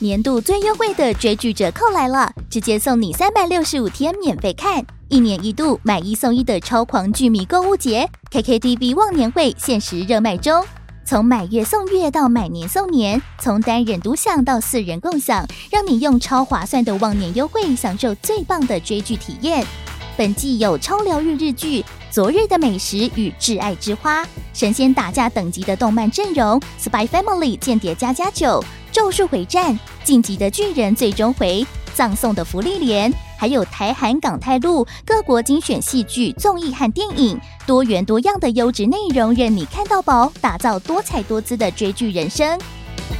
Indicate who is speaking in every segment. Speaker 1: 年度最优惠的追剧折扣来了，直接送你三百六十五天免费看，一年一度买一送一的超狂剧迷购物节，KKTV 忘年会限时热卖中。从买月送月到买年送年，从单人独享到四人共享，让你用超划算的忘年优惠享受最棒的追剧体验。本季有超疗愈日剧《昨日的美食与挚爱之花》、神仙打架等级的动漫阵容，《Spy Family》间谍加加九、《咒术回战》、《晋级的巨人》最终回、《葬送的福利莲》，还有台韩、港泰陆各国精选戏剧、综艺和电影，多元多样的优质内容，任你看到饱，打造多彩多姿的追剧人生。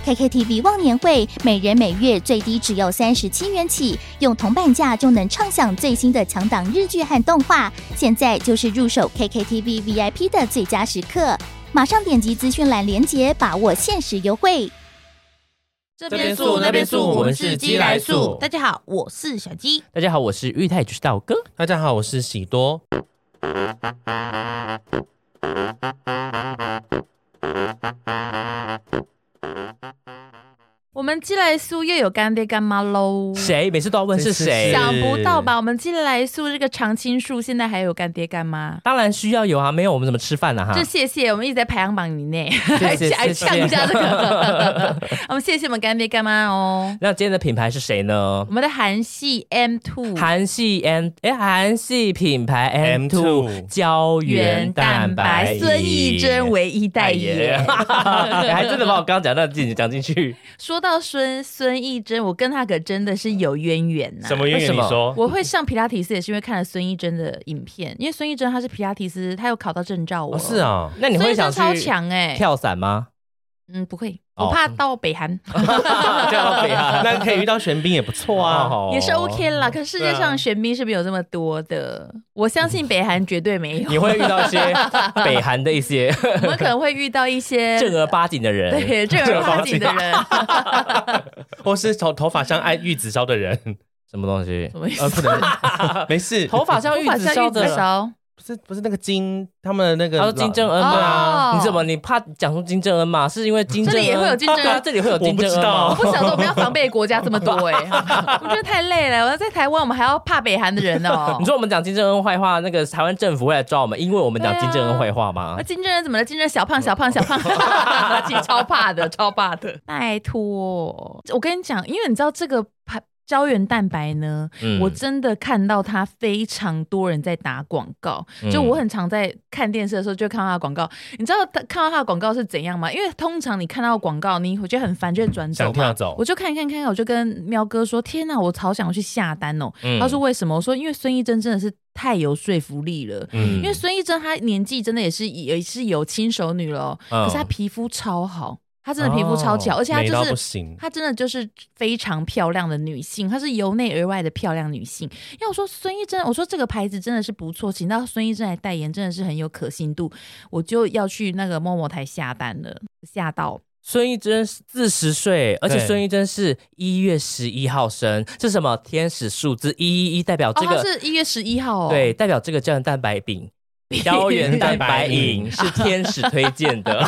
Speaker 1: KKTV 忘年会每人每月最低只要三十七元起，用铜板价就能畅享最新的强档日剧和动画。现在就是入手 KKTV VIP 的最佳时刻，马上点击资讯栏链接，把握限时优惠。
Speaker 2: 这
Speaker 3: 边素那边素我们是鸡来素
Speaker 2: 大家好，我是小鸡。
Speaker 3: 大家好，我是玉泰主道哥。
Speaker 4: 大家好，我是喜多。
Speaker 2: 我们鸡来素又有干爹干妈喽。
Speaker 3: 谁？每次都要问是谁
Speaker 4: 真？
Speaker 2: 想不到吧？我们鸡来素这个常青树现在还有干爹干妈。
Speaker 3: 当然需要有啊，没有我们怎么吃饭呢、哈
Speaker 2: 就，谢谢，我们一直在排行榜以内， 还
Speaker 3: 谢谢
Speaker 2: 还上一下这个。 我们谢谢我们干爹干妈哦。
Speaker 3: 那今天的品牌是谁呢
Speaker 2: 我？们的韩系 M Two
Speaker 3: 韩系 N 哎，韩系品牌 M Two
Speaker 4: M2
Speaker 3: 胶原蛋白饮，
Speaker 2: 孙艺珍唯一代言。
Speaker 3: 哎还真的把我刚刚讲那进讲进去，
Speaker 2: 说到孙孙艺珍，我跟她可真的是有渊源呐、
Speaker 4: 什么渊
Speaker 3: 为
Speaker 4: 源？
Speaker 3: 什
Speaker 4: 你
Speaker 3: 么
Speaker 4: 说
Speaker 2: 我会上皮拉提斯也是因为看了孙艺珍的影片，因为孙艺珍她是皮拉提斯，她有考到证照哦。
Speaker 4: 哦，是，啊，
Speaker 3: 那你
Speaker 2: 孙
Speaker 3: 会
Speaker 2: 艺珍
Speaker 3: 想
Speaker 2: 超
Speaker 3: 去
Speaker 2: 强哎、
Speaker 3: 跳伞 吗？
Speaker 2: 嗯，不会，
Speaker 3: 哦
Speaker 2: 我怕到北韩、
Speaker 3: 跳北啊，
Speaker 4: 那可以遇到玄彬也不错啊。
Speaker 3: 哦
Speaker 2: 也是 OK 啦。可是世界
Speaker 4: 对
Speaker 2: 上
Speaker 4: 啊
Speaker 2: 玄彬是没有这么多的，我相信北韩绝对没有。
Speaker 3: 你会遇 到一些北韩的一些
Speaker 2: 我们可能会遇到一些
Speaker 3: 正儿八经的人，
Speaker 2: 对正儿八经的人，
Speaker 4: 或是头头发像爱玉子烧的人，
Speaker 3: 什么东西
Speaker 2: 什？么意思
Speaker 4: 呃，不能， 没事，
Speaker 3: 头发像
Speaker 2: 头
Speaker 3: 玉
Speaker 2: 发
Speaker 3: 子
Speaker 2: 像
Speaker 3: 烧
Speaker 2: 玉
Speaker 3: 的
Speaker 2: 子
Speaker 3: 人，
Speaker 2: 烧，
Speaker 4: 不是不是那个金他们的那个
Speaker 3: 他
Speaker 4: 老，
Speaker 3: 说金正恩
Speaker 2: 哦
Speaker 3: 嘛，你怎么你怕讲出金正恩嘛？是因为金正恩
Speaker 2: 这里也会有金正恩
Speaker 3: 对啊这里会有金正恩
Speaker 4: 我
Speaker 3: 吗
Speaker 2: 我？不想说我们要防备国家这么多 哎、我们觉得太累了。我要在台湾，我们还要怕北韩的人哦、
Speaker 3: 你说我们讲金正恩坏话，那个台湾政府会来抓我们，因为我们讲金正恩坏话吗
Speaker 2: 啊，？金正恩怎么了？金正恩小胖小胖小胖，其实超怕的，超怕的。拜托，我跟你讲，因为你知道这个排胶原蛋白呢，
Speaker 3: 嗯
Speaker 2: 我真的看到它非常多人在打广告。
Speaker 3: 嗯
Speaker 2: 就我很常在看电视的时候就看到它的广告，你知道它看到它的广告是怎样吗？因为通常你看到广告，你会觉得很烦，就会转走
Speaker 4: 想
Speaker 2: 嘛
Speaker 4: 跳。走
Speaker 2: 我，就看一看看一看，我就跟喵哥说：“天哪，我好想去下单哦。
Speaker 3: 嗯
Speaker 2: 他说：“为什么？”我说：“因为孙艺珍真的是太有说服力了。”
Speaker 4: 嗯
Speaker 2: 因为孙艺珍她年纪真的也是也是有亲手女了哦、
Speaker 3: 嗯
Speaker 2: 可是她皮肤超好，她真的皮肤超巧，而且她
Speaker 4: 哦美到
Speaker 2: 就
Speaker 4: 不
Speaker 2: 是。
Speaker 4: 行，
Speaker 2: 她真的就是非常漂亮的女性，她是由内而外的漂亮女性。要我说孙艺珍，我说这个牌子真的是不错，请到孙艺珍来代言，真的是很有可信度。我就要去那个某某台下单了，吓到
Speaker 3: 孙艺珍四十岁，而且
Speaker 4: 对
Speaker 3: 孙艺珍是一月十一号生，是什么天使数字一一一代表这
Speaker 2: 哦，
Speaker 3: 个
Speaker 2: 她是一月十一号哦，
Speaker 3: 对，代表这个胶原蛋白饼。胶原蛋白饮是天使推荐的，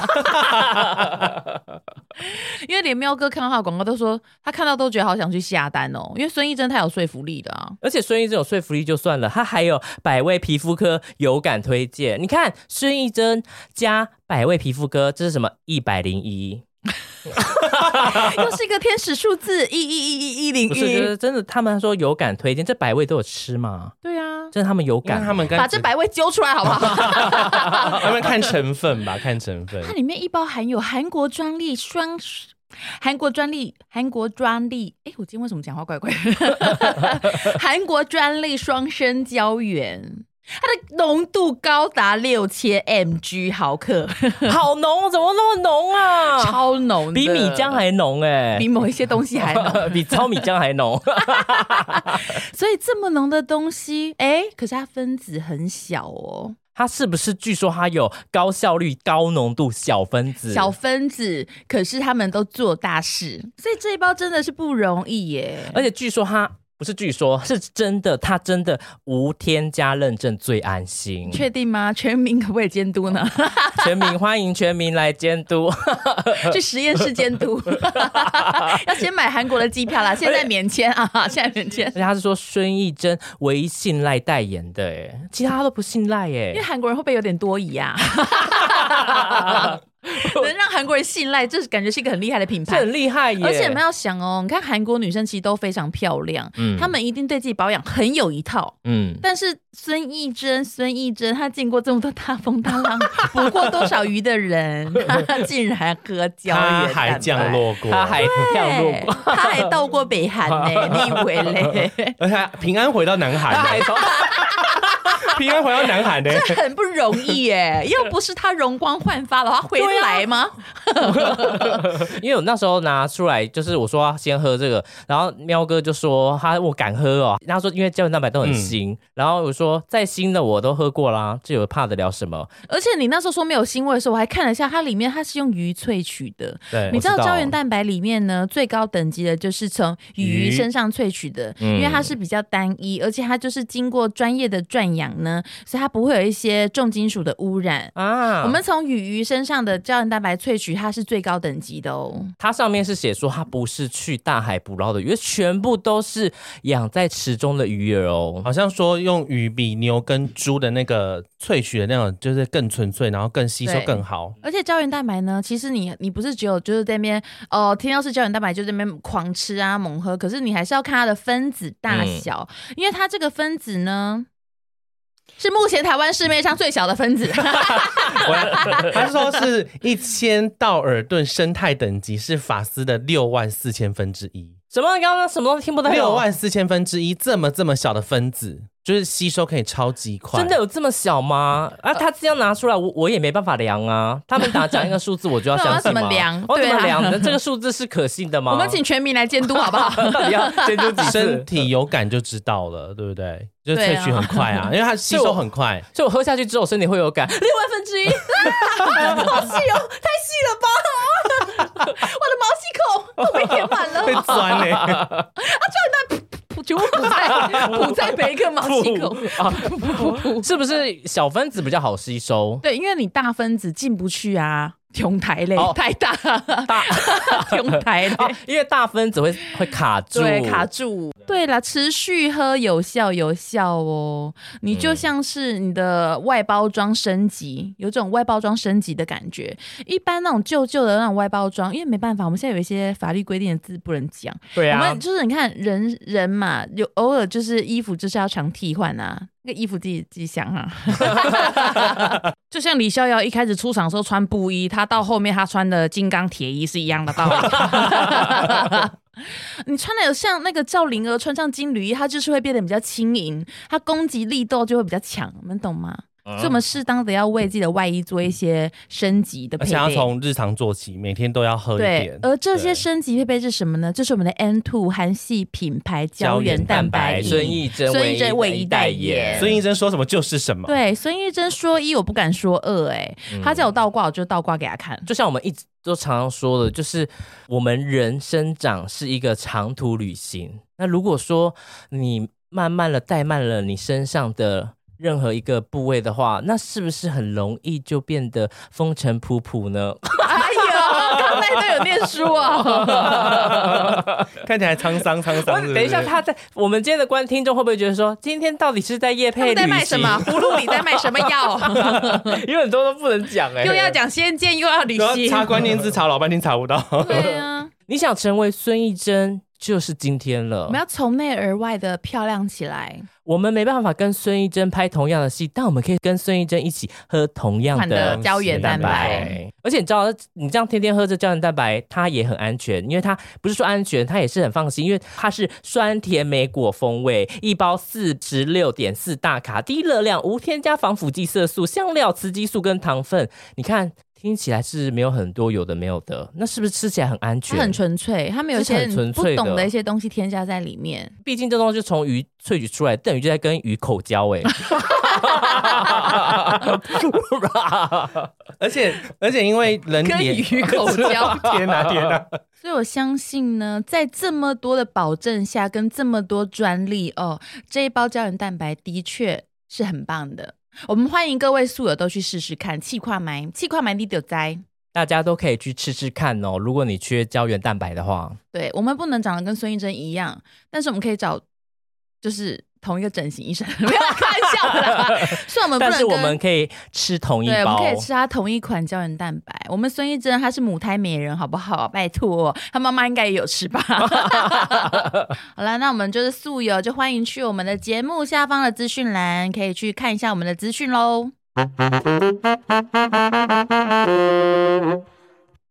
Speaker 2: 因为连喵哥看到她的广告都说，他看到都觉得好想去下单哦，因为孙艺珍太有说服力了、啊。
Speaker 3: 而且孙艺珍有说服力就算了，她还有百位皮肤科有感推荐。你看孙艺珍加百位皮肤科，这是什么？一百零一，
Speaker 2: 又是一个天使数字一一一一一零
Speaker 3: 不是就
Speaker 2: 一。
Speaker 3: 是真的？他们说有感推荐，这百位都有吃嘛？
Speaker 2: 对啊，
Speaker 3: 真的他们有
Speaker 4: 因为
Speaker 3: 感，
Speaker 4: 他们跟
Speaker 2: 把这百位揪出来好不 好？
Speaker 4: 他们看成分吧，看成分
Speaker 2: 它里面一包含有韩国专利双。韩国专利，韩国专利，哎，我今天为什么讲话怪怪 的？韩国专利双生胶原，它的浓度高达六千 mg 毫克，
Speaker 3: 好浓，怎么那么浓啊？
Speaker 2: 超浓的，
Speaker 3: 比米浆还浓哎、
Speaker 2: 比某一些东西还浓。
Speaker 3: 比糙米浆还浓。
Speaker 2: 所以这么浓的东西，哎，可是它分子很小哦。
Speaker 3: 它是不是据说它有高效率、高浓度小分子？
Speaker 2: 小分子，
Speaker 3: 嗯
Speaker 2: 可是他们都做大事，所以这一包真的是不容易耶。
Speaker 3: 而且据说它不是据说，是真的，它真的无添加认证最安心。
Speaker 2: 确定吗？全民可不可以监督 呢？
Speaker 3: 全民欢迎全民来监督，
Speaker 2: 去实验室监督，要先买韩国的机
Speaker 3: 哎
Speaker 2: 票啦。现在免签 啊，现在免签
Speaker 3: 而，且他是说孙艺珍唯一信赖代言的，哎，其他都不信赖，
Speaker 2: 因为
Speaker 3: 哎，
Speaker 2: 韩国人会不会有点多疑 啊？能让韩国人信赖，这是感觉是一个很厉害的品
Speaker 3: 这
Speaker 2: 牌。
Speaker 3: 很厉害耶。
Speaker 2: 而且我们要想哦，你看韩国女生其实都非常漂亮，
Speaker 3: 嗯
Speaker 2: 她们一定对自己保养很有一套。
Speaker 3: 嗯，
Speaker 2: 但是孙艺珍，孙艺珍，她见过这么多大风大浪， 捕过多少鱼的人， 她竟然喝胶
Speaker 4: 他
Speaker 2: 原蛋
Speaker 4: 还
Speaker 2: 白
Speaker 4: 降，落过，
Speaker 3: 他还跳入
Speaker 2: 对，
Speaker 3: 过，
Speaker 2: 她还到过北韩 呢，你以为嘞？
Speaker 4: 而且他平安回到南
Speaker 3: 他
Speaker 4: 韩
Speaker 3: 还
Speaker 4: 呢，
Speaker 3: 从
Speaker 4: 平安回到南韩呢。
Speaker 2: 很不容易耶，要不是她容光焕发的话，回
Speaker 4: 啊
Speaker 2: 来吗？
Speaker 3: 因为我那时候拿出来，就是我说要先喝这个，然后喵哥就说他我敢喝哦，他说因为胶原蛋白都很新，然后我说再新的我都喝过啦，这有怕得了什么？
Speaker 2: 而且你那时候说没有腥味的时候，我还看了一下，它里面它是用鱼萃取的，
Speaker 4: 对
Speaker 2: 你知道
Speaker 3: 哎我知道
Speaker 2: 胶原蛋白里面呢，最高等级的就是从鱼
Speaker 4: 鱼
Speaker 2: 身上萃取的，
Speaker 3: 嗯
Speaker 2: 因为它是比较单一，而且它就是经过专业的转养呢，所以它不会有一些重金属的污染。
Speaker 3: 啊，
Speaker 2: 我们从鱼鱼身上的胶原蛋白萃取，它是最高等级的哦。
Speaker 3: 它上面是写说它不是去大海捕捞的鱼，全部都是养在池中的鱼儿哦。
Speaker 4: 好像说用鱼比牛跟猪的那个萃取的那种，就是更纯粹，然后更吸收
Speaker 2: 对
Speaker 4: 更好。
Speaker 2: 而且胶原蛋白呢，其实你你不是只有就是在那边哦、呃听到是胶原蛋白就在那边狂吃啊猛喝，可是你还是要看它的分子大小，
Speaker 3: 嗯
Speaker 2: 因为它这个分子呢。是目前台湾市面上最小的分子，
Speaker 4: 我 他说是一千道尔顿生态等级是法斯的六万四千分之一，
Speaker 3: 什么？你刚刚什么都听不到？哎
Speaker 4: 六万四千分之一这么这么小的分子，就是吸收可以超级快。
Speaker 3: 真的有这么小吗？
Speaker 2: 呃
Speaker 3: 啊，他这样拿出来，我我也没办法量啊。他们打讲一个数字，我就要
Speaker 2: 对
Speaker 3: 相信
Speaker 2: 我要怎
Speaker 3: 吗？
Speaker 2: 么量
Speaker 3: 我怎么
Speaker 2: 对啊
Speaker 3: 量呢？这个数字是可信的吗？
Speaker 2: 我们请全民来监督好不 好？
Speaker 3: 到底要监督几次
Speaker 4: 身？体有感就知道了，对不对？就是
Speaker 2: 对
Speaker 4: 萃
Speaker 2: 啊
Speaker 4: 取很快啊，因为它吸收很快。
Speaker 3: 所以我喝下去之后，身体会有感。
Speaker 2: 六万分 之一，啊好细哦，太细了吧！ 我的毛细孔都被填满
Speaker 4: 会
Speaker 2: 了，
Speaker 4: 钻欸呢、
Speaker 2: 全部补在补在每一个毛细 孔。
Speaker 3: 啊 是不是小分子比较好吸收？
Speaker 2: 对，因为你大分子进不去啊，琼台嘞，
Speaker 3: 哦
Speaker 2: 太大，
Speaker 3: 大
Speaker 2: 琼台嘞。
Speaker 3: 啊，因为大分子会会卡住，
Speaker 2: 对，卡住。对啦，持续喝有效有效哦。你就像是你的外包装升级，有种外包装升级的感觉。一般那种旧旧的那种外包装，因为没办法，我们现在有一些法律规定的字不能讲。
Speaker 3: 对
Speaker 2: 我
Speaker 3: 啊
Speaker 2: 们，就是你看人人嘛，有偶尔就是衣服就是要常替换啊。那个衣服自己自己想 啊， 就像李逍遥一开始出场的时候穿布衣，他到后面他穿的金刚铁衣是一样的道理。 你穿的有像那个赵灵儿穿上金缕衣，它就是会变得比较轻盈，它攻击力道就会比较强，你们懂吗？
Speaker 4: 嗯
Speaker 2: 所以我们适当的要为自己的外衣做一些升级的
Speaker 4: 而
Speaker 2: 配备。
Speaker 4: 且要从日常做起，每天都要喝一
Speaker 2: 对
Speaker 4: 点，。
Speaker 2: 而这些
Speaker 4: 对
Speaker 2: 升级配备是什么呢？就是我们的 N Two 韩系品牌胶
Speaker 4: 胶原
Speaker 2: 原蛋白
Speaker 4: 白
Speaker 2: 饮
Speaker 3: 孙艺珍
Speaker 2: 孙艺珍
Speaker 3: 唯
Speaker 2: 唯
Speaker 3: 一
Speaker 2: 一
Speaker 3: 代
Speaker 2: 代
Speaker 3: 言，
Speaker 2: 言
Speaker 4: 孙医生说什么就是什么。
Speaker 2: 对，孙艺珍说一，我不敢说二、哎、他叫我倒挂，我就倒挂给他看。
Speaker 3: 就像我们一直都常常说的，就是我们人生长是一个长途旅行。那如果说你慢慢的怠慢了你身上的任何一个部位的话，那是不是很容易就变得风尘仆仆呢？
Speaker 2: 哎呦，刚才都有念书哦。
Speaker 4: 看起来沧桑 沧
Speaker 3: 我
Speaker 4: 桑。
Speaker 3: 等一下，他在我们今天的观听众会不会觉得说，今天到底是在夜
Speaker 2: 他
Speaker 3: 配
Speaker 2: 们在
Speaker 3: 旅
Speaker 2: 卖什
Speaker 3: 行？
Speaker 2: 么？葫芦里在卖什么药？
Speaker 3: 有很多都不能讲哎、
Speaker 2: 又要讲仙剑，又要旅
Speaker 4: 然后
Speaker 2: 行。
Speaker 4: 查关键字查老半天查不到。
Speaker 2: 对啊，
Speaker 3: 你想成为孙艺珍，就是今天了。
Speaker 2: 我们要从内而外的漂亮起来。
Speaker 3: 我们没办法跟孙艺珍拍同样的戏，但我们可以跟孙艺珍一起喝同样
Speaker 2: 款
Speaker 3: 的
Speaker 2: 的胶原蛋白，
Speaker 3: 白。而且你知道，你这样天天喝这胶原蛋白，它也很安全，因为它不是说安全，它也是很放心，因为它是酸甜莓果风味，一包四十六点四大卡，低热量，无添加防腐剂、色素、香料、雌激素跟糖分。你看。听起来是没有很多有的没有的，那是不是吃起来很安
Speaker 2: 它
Speaker 3: 全？
Speaker 2: 很纯粹，它没有一
Speaker 3: 是
Speaker 2: 些
Speaker 3: 很
Speaker 2: 你
Speaker 3: 纯
Speaker 2: 不
Speaker 3: 粹的
Speaker 2: 懂的一些东西添加在里面。
Speaker 3: 毕竟这东西是从鱼萃取出来，等于就在跟鱼口交哎、
Speaker 4: 而且而且因为人
Speaker 2: 跟
Speaker 4: 脸
Speaker 2: 鱼口交
Speaker 4: 天哪天哪，
Speaker 2: 所以我相信呢，在这么多的保证下，跟这么多专利哦，这一包胶原蛋白的确是很棒的。我们欢迎各位宿友都去试试看，气跨埋，气跨埋你得栽。
Speaker 3: 大家都可以去吃吃看哦。如果你缺胶原蛋白的话，
Speaker 2: 对我们不能长得跟孙艺珍一样，但是我们可以找就是同一个整形医生， 没有开玩笑的 啦。虽然呃我们不
Speaker 3: 但
Speaker 2: 能
Speaker 3: 是
Speaker 2: 跟，
Speaker 3: 我们可以吃同一
Speaker 2: 对，我
Speaker 3: 包
Speaker 2: 们，可以吃他同一款胶原蛋白。我们孙艺珍她是母胎美人，好不好？拜托，她妈妈应该也有吃 吧。好啦，那我们就是素友，就欢迎去我们的节目下方的资讯栏，可以去看一下我们的资讯喽。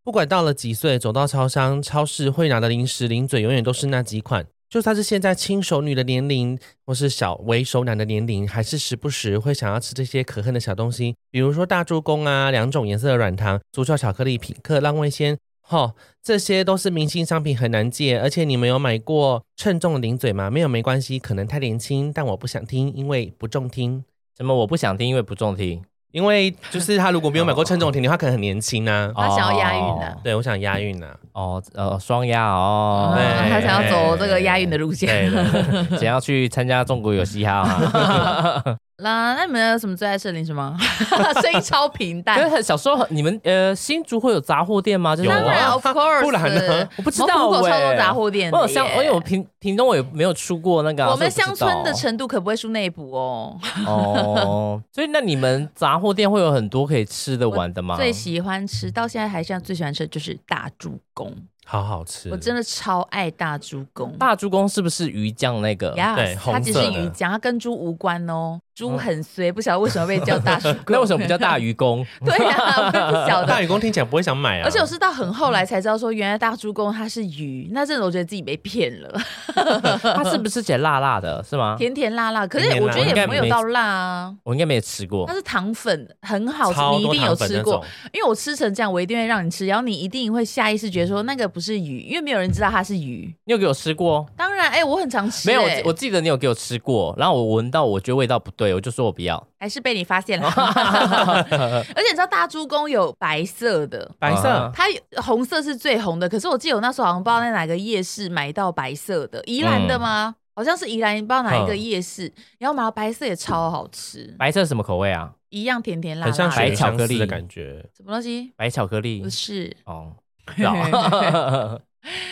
Speaker 4: 不管到了几岁，走到超商、超市会拿的零食零嘴，永远都是那几款。就算是现在轻熟女的年龄，或是小微熟男的年龄，还是时不时会想要吃这些可恨的小东西，比如说大猪公啊，两种颜色的软糖，足球巧克力、品客、浪味仙。吼、这些都是明星商品，很难戒。而且你们有买过称重的零嘴吗？没有没关系，可能太年轻，但我不想听，因为不中听。
Speaker 3: 什么我不想听，因为不中听。
Speaker 4: 因为就是他如果没有买过称重甜点，他可能很年轻啊。
Speaker 2: 他想要押韵啊
Speaker 4: 对，我想押韵啊。
Speaker 3: 哦，呃，双鸭哦，
Speaker 4: 对
Speaker 2: 嗯他想要走这个押韵的路
Speaker 4: 对
Speaker 2: 线。
Speaker 4: 对对
Speaker 3: 想要去参加中国有嘻哈 嘛？
Speaker 2: 啦， 那你们有什么最爱吃的零食吗？ 声音超平
Speaker 3: 可是
Speaker 2: 淡。
Speaker 3: 很小时候很，你们呃新竹会有杂货店吗？就是
Speaker 4: 有啊
Speaker 2: 当然，of course，
Speaker 4: 不然呢
Speaker 3: 我不知道
Speaker 2: 我们虎口
Speaker 3: 欸
Speaker 2: 超多杂货店的
Speaker 3: 我
Speaker 2: 耶，
Speaker 3: 有乡，因为我屏屏东我也没有出过那个啊、
Speaker 2: 我们
Speaker 3: 所以
Speaker 2: 乡
Speaker 3: 不知道
Speaker 2: 村的程度可不会输内部哦。
Speaker 3: 哦，所以那你们杂货店会有很多可以吃的玩
Speaker 4: 啊
Speaker 3: 的吗？
Speaker 2: 最喜欢吃到现在还像最喜欢吃的就是大猪公，
Speaker 4: 好好吃。
Speaker 2: 我真的超爱大猪公。
Speaker 3: 大猪公是不是鱼酱那个？
Speaker 2: 呀
Speaker 4: 对，
Speaker 2: 它
Speaker 4: 红
Speaker 2: 其
Speaker 4: 色
Speaker 2: 实
Speaker 4: 的嗯
Speaker 2: 鱼讲，它跟猪无关哦。猪很衰，不晓得为什么被叫大 猪公。
Speaker 3: 那为什么不叫大？鱼公？
Speaker 2: 对呀、我也不晓
Speaker 4: 大
Speaker 2: 得。
Speaker 4: 雨公听起来不会想买啊。
Speaker 2: 而且我是到很后来才知道，说原来大猪公它是鱼。那阵子我觉得自己被骗了，
Speaker 4: 啊
Speaker 3: 它是不是写辣辣的？是吗？
Speaker 2: 甜甜辣辣，可是
Speaker 4: 甜甜
Speaker 2: 我
Speaker 4: 辣
Speaker 2: 觉得也
Speaker 4: 辣
Speaker 3: 应该
Speaker 2: 没有
Speaker 3: 没
Speaker 2: 到辣啊。
Speaker 3: 我应该没有吃过
Speaker 2: 它。是糖粉，很好吃，
Speaker 4: 超
Speaker 2: 你一
Speaker 4: 多
Speaker 2: 定有
Speaker 4: 糖粉
Speaker 2: 吃
Speaker 4: 那
Speaker 2: 过
Speaker 4: 种。，
Speaker 2: 因为我吃成这样，我一定会让你吃，然后你一定会下意识觉得
Speaker 4: 嗯
Speaker 2: 说那个不是鱼，因为没有人知道它是鱼。
Speaker 3: 你有给我吃过？
Speaker 2: 当然，哎、我很常吃、
Speaker 3: 没有，我
Speaker 2: 哎
Speaker 3: 我记得你有给我吃过，然后我闻到，我觉得味道不对，我就说我不要。
Speaker 2: 还是被你发现了。 而且你知道大猪公有白色的，
Speaker 4: 白色
Speaker 3: 啊
Speaker 2: 它有红色是最红的，可是我记得我那时候好像不知道在哪个夜市买到白色的，宜兰的吗？好像是宜兰，不知道哪一个夜市，然后买到白色也超好吃，
Speaker 3: 白色是什么口味啊？
Speaker 2: 一样甜甜辣
Speaker 4: 很
Speaker 2: 辣
Speaker 4: 像
Speaker 2: 的。
Speaker 4: 雪
Speaker 3: 白巧克
Speaker 4: 香
Speaker 3: 力
Speaker 4: 丝的感觉。
Speaker 2: 什么东西？
Speaker 3: 白巧克力
Speaker 2: 不是
Speaker 3: 哦，是啊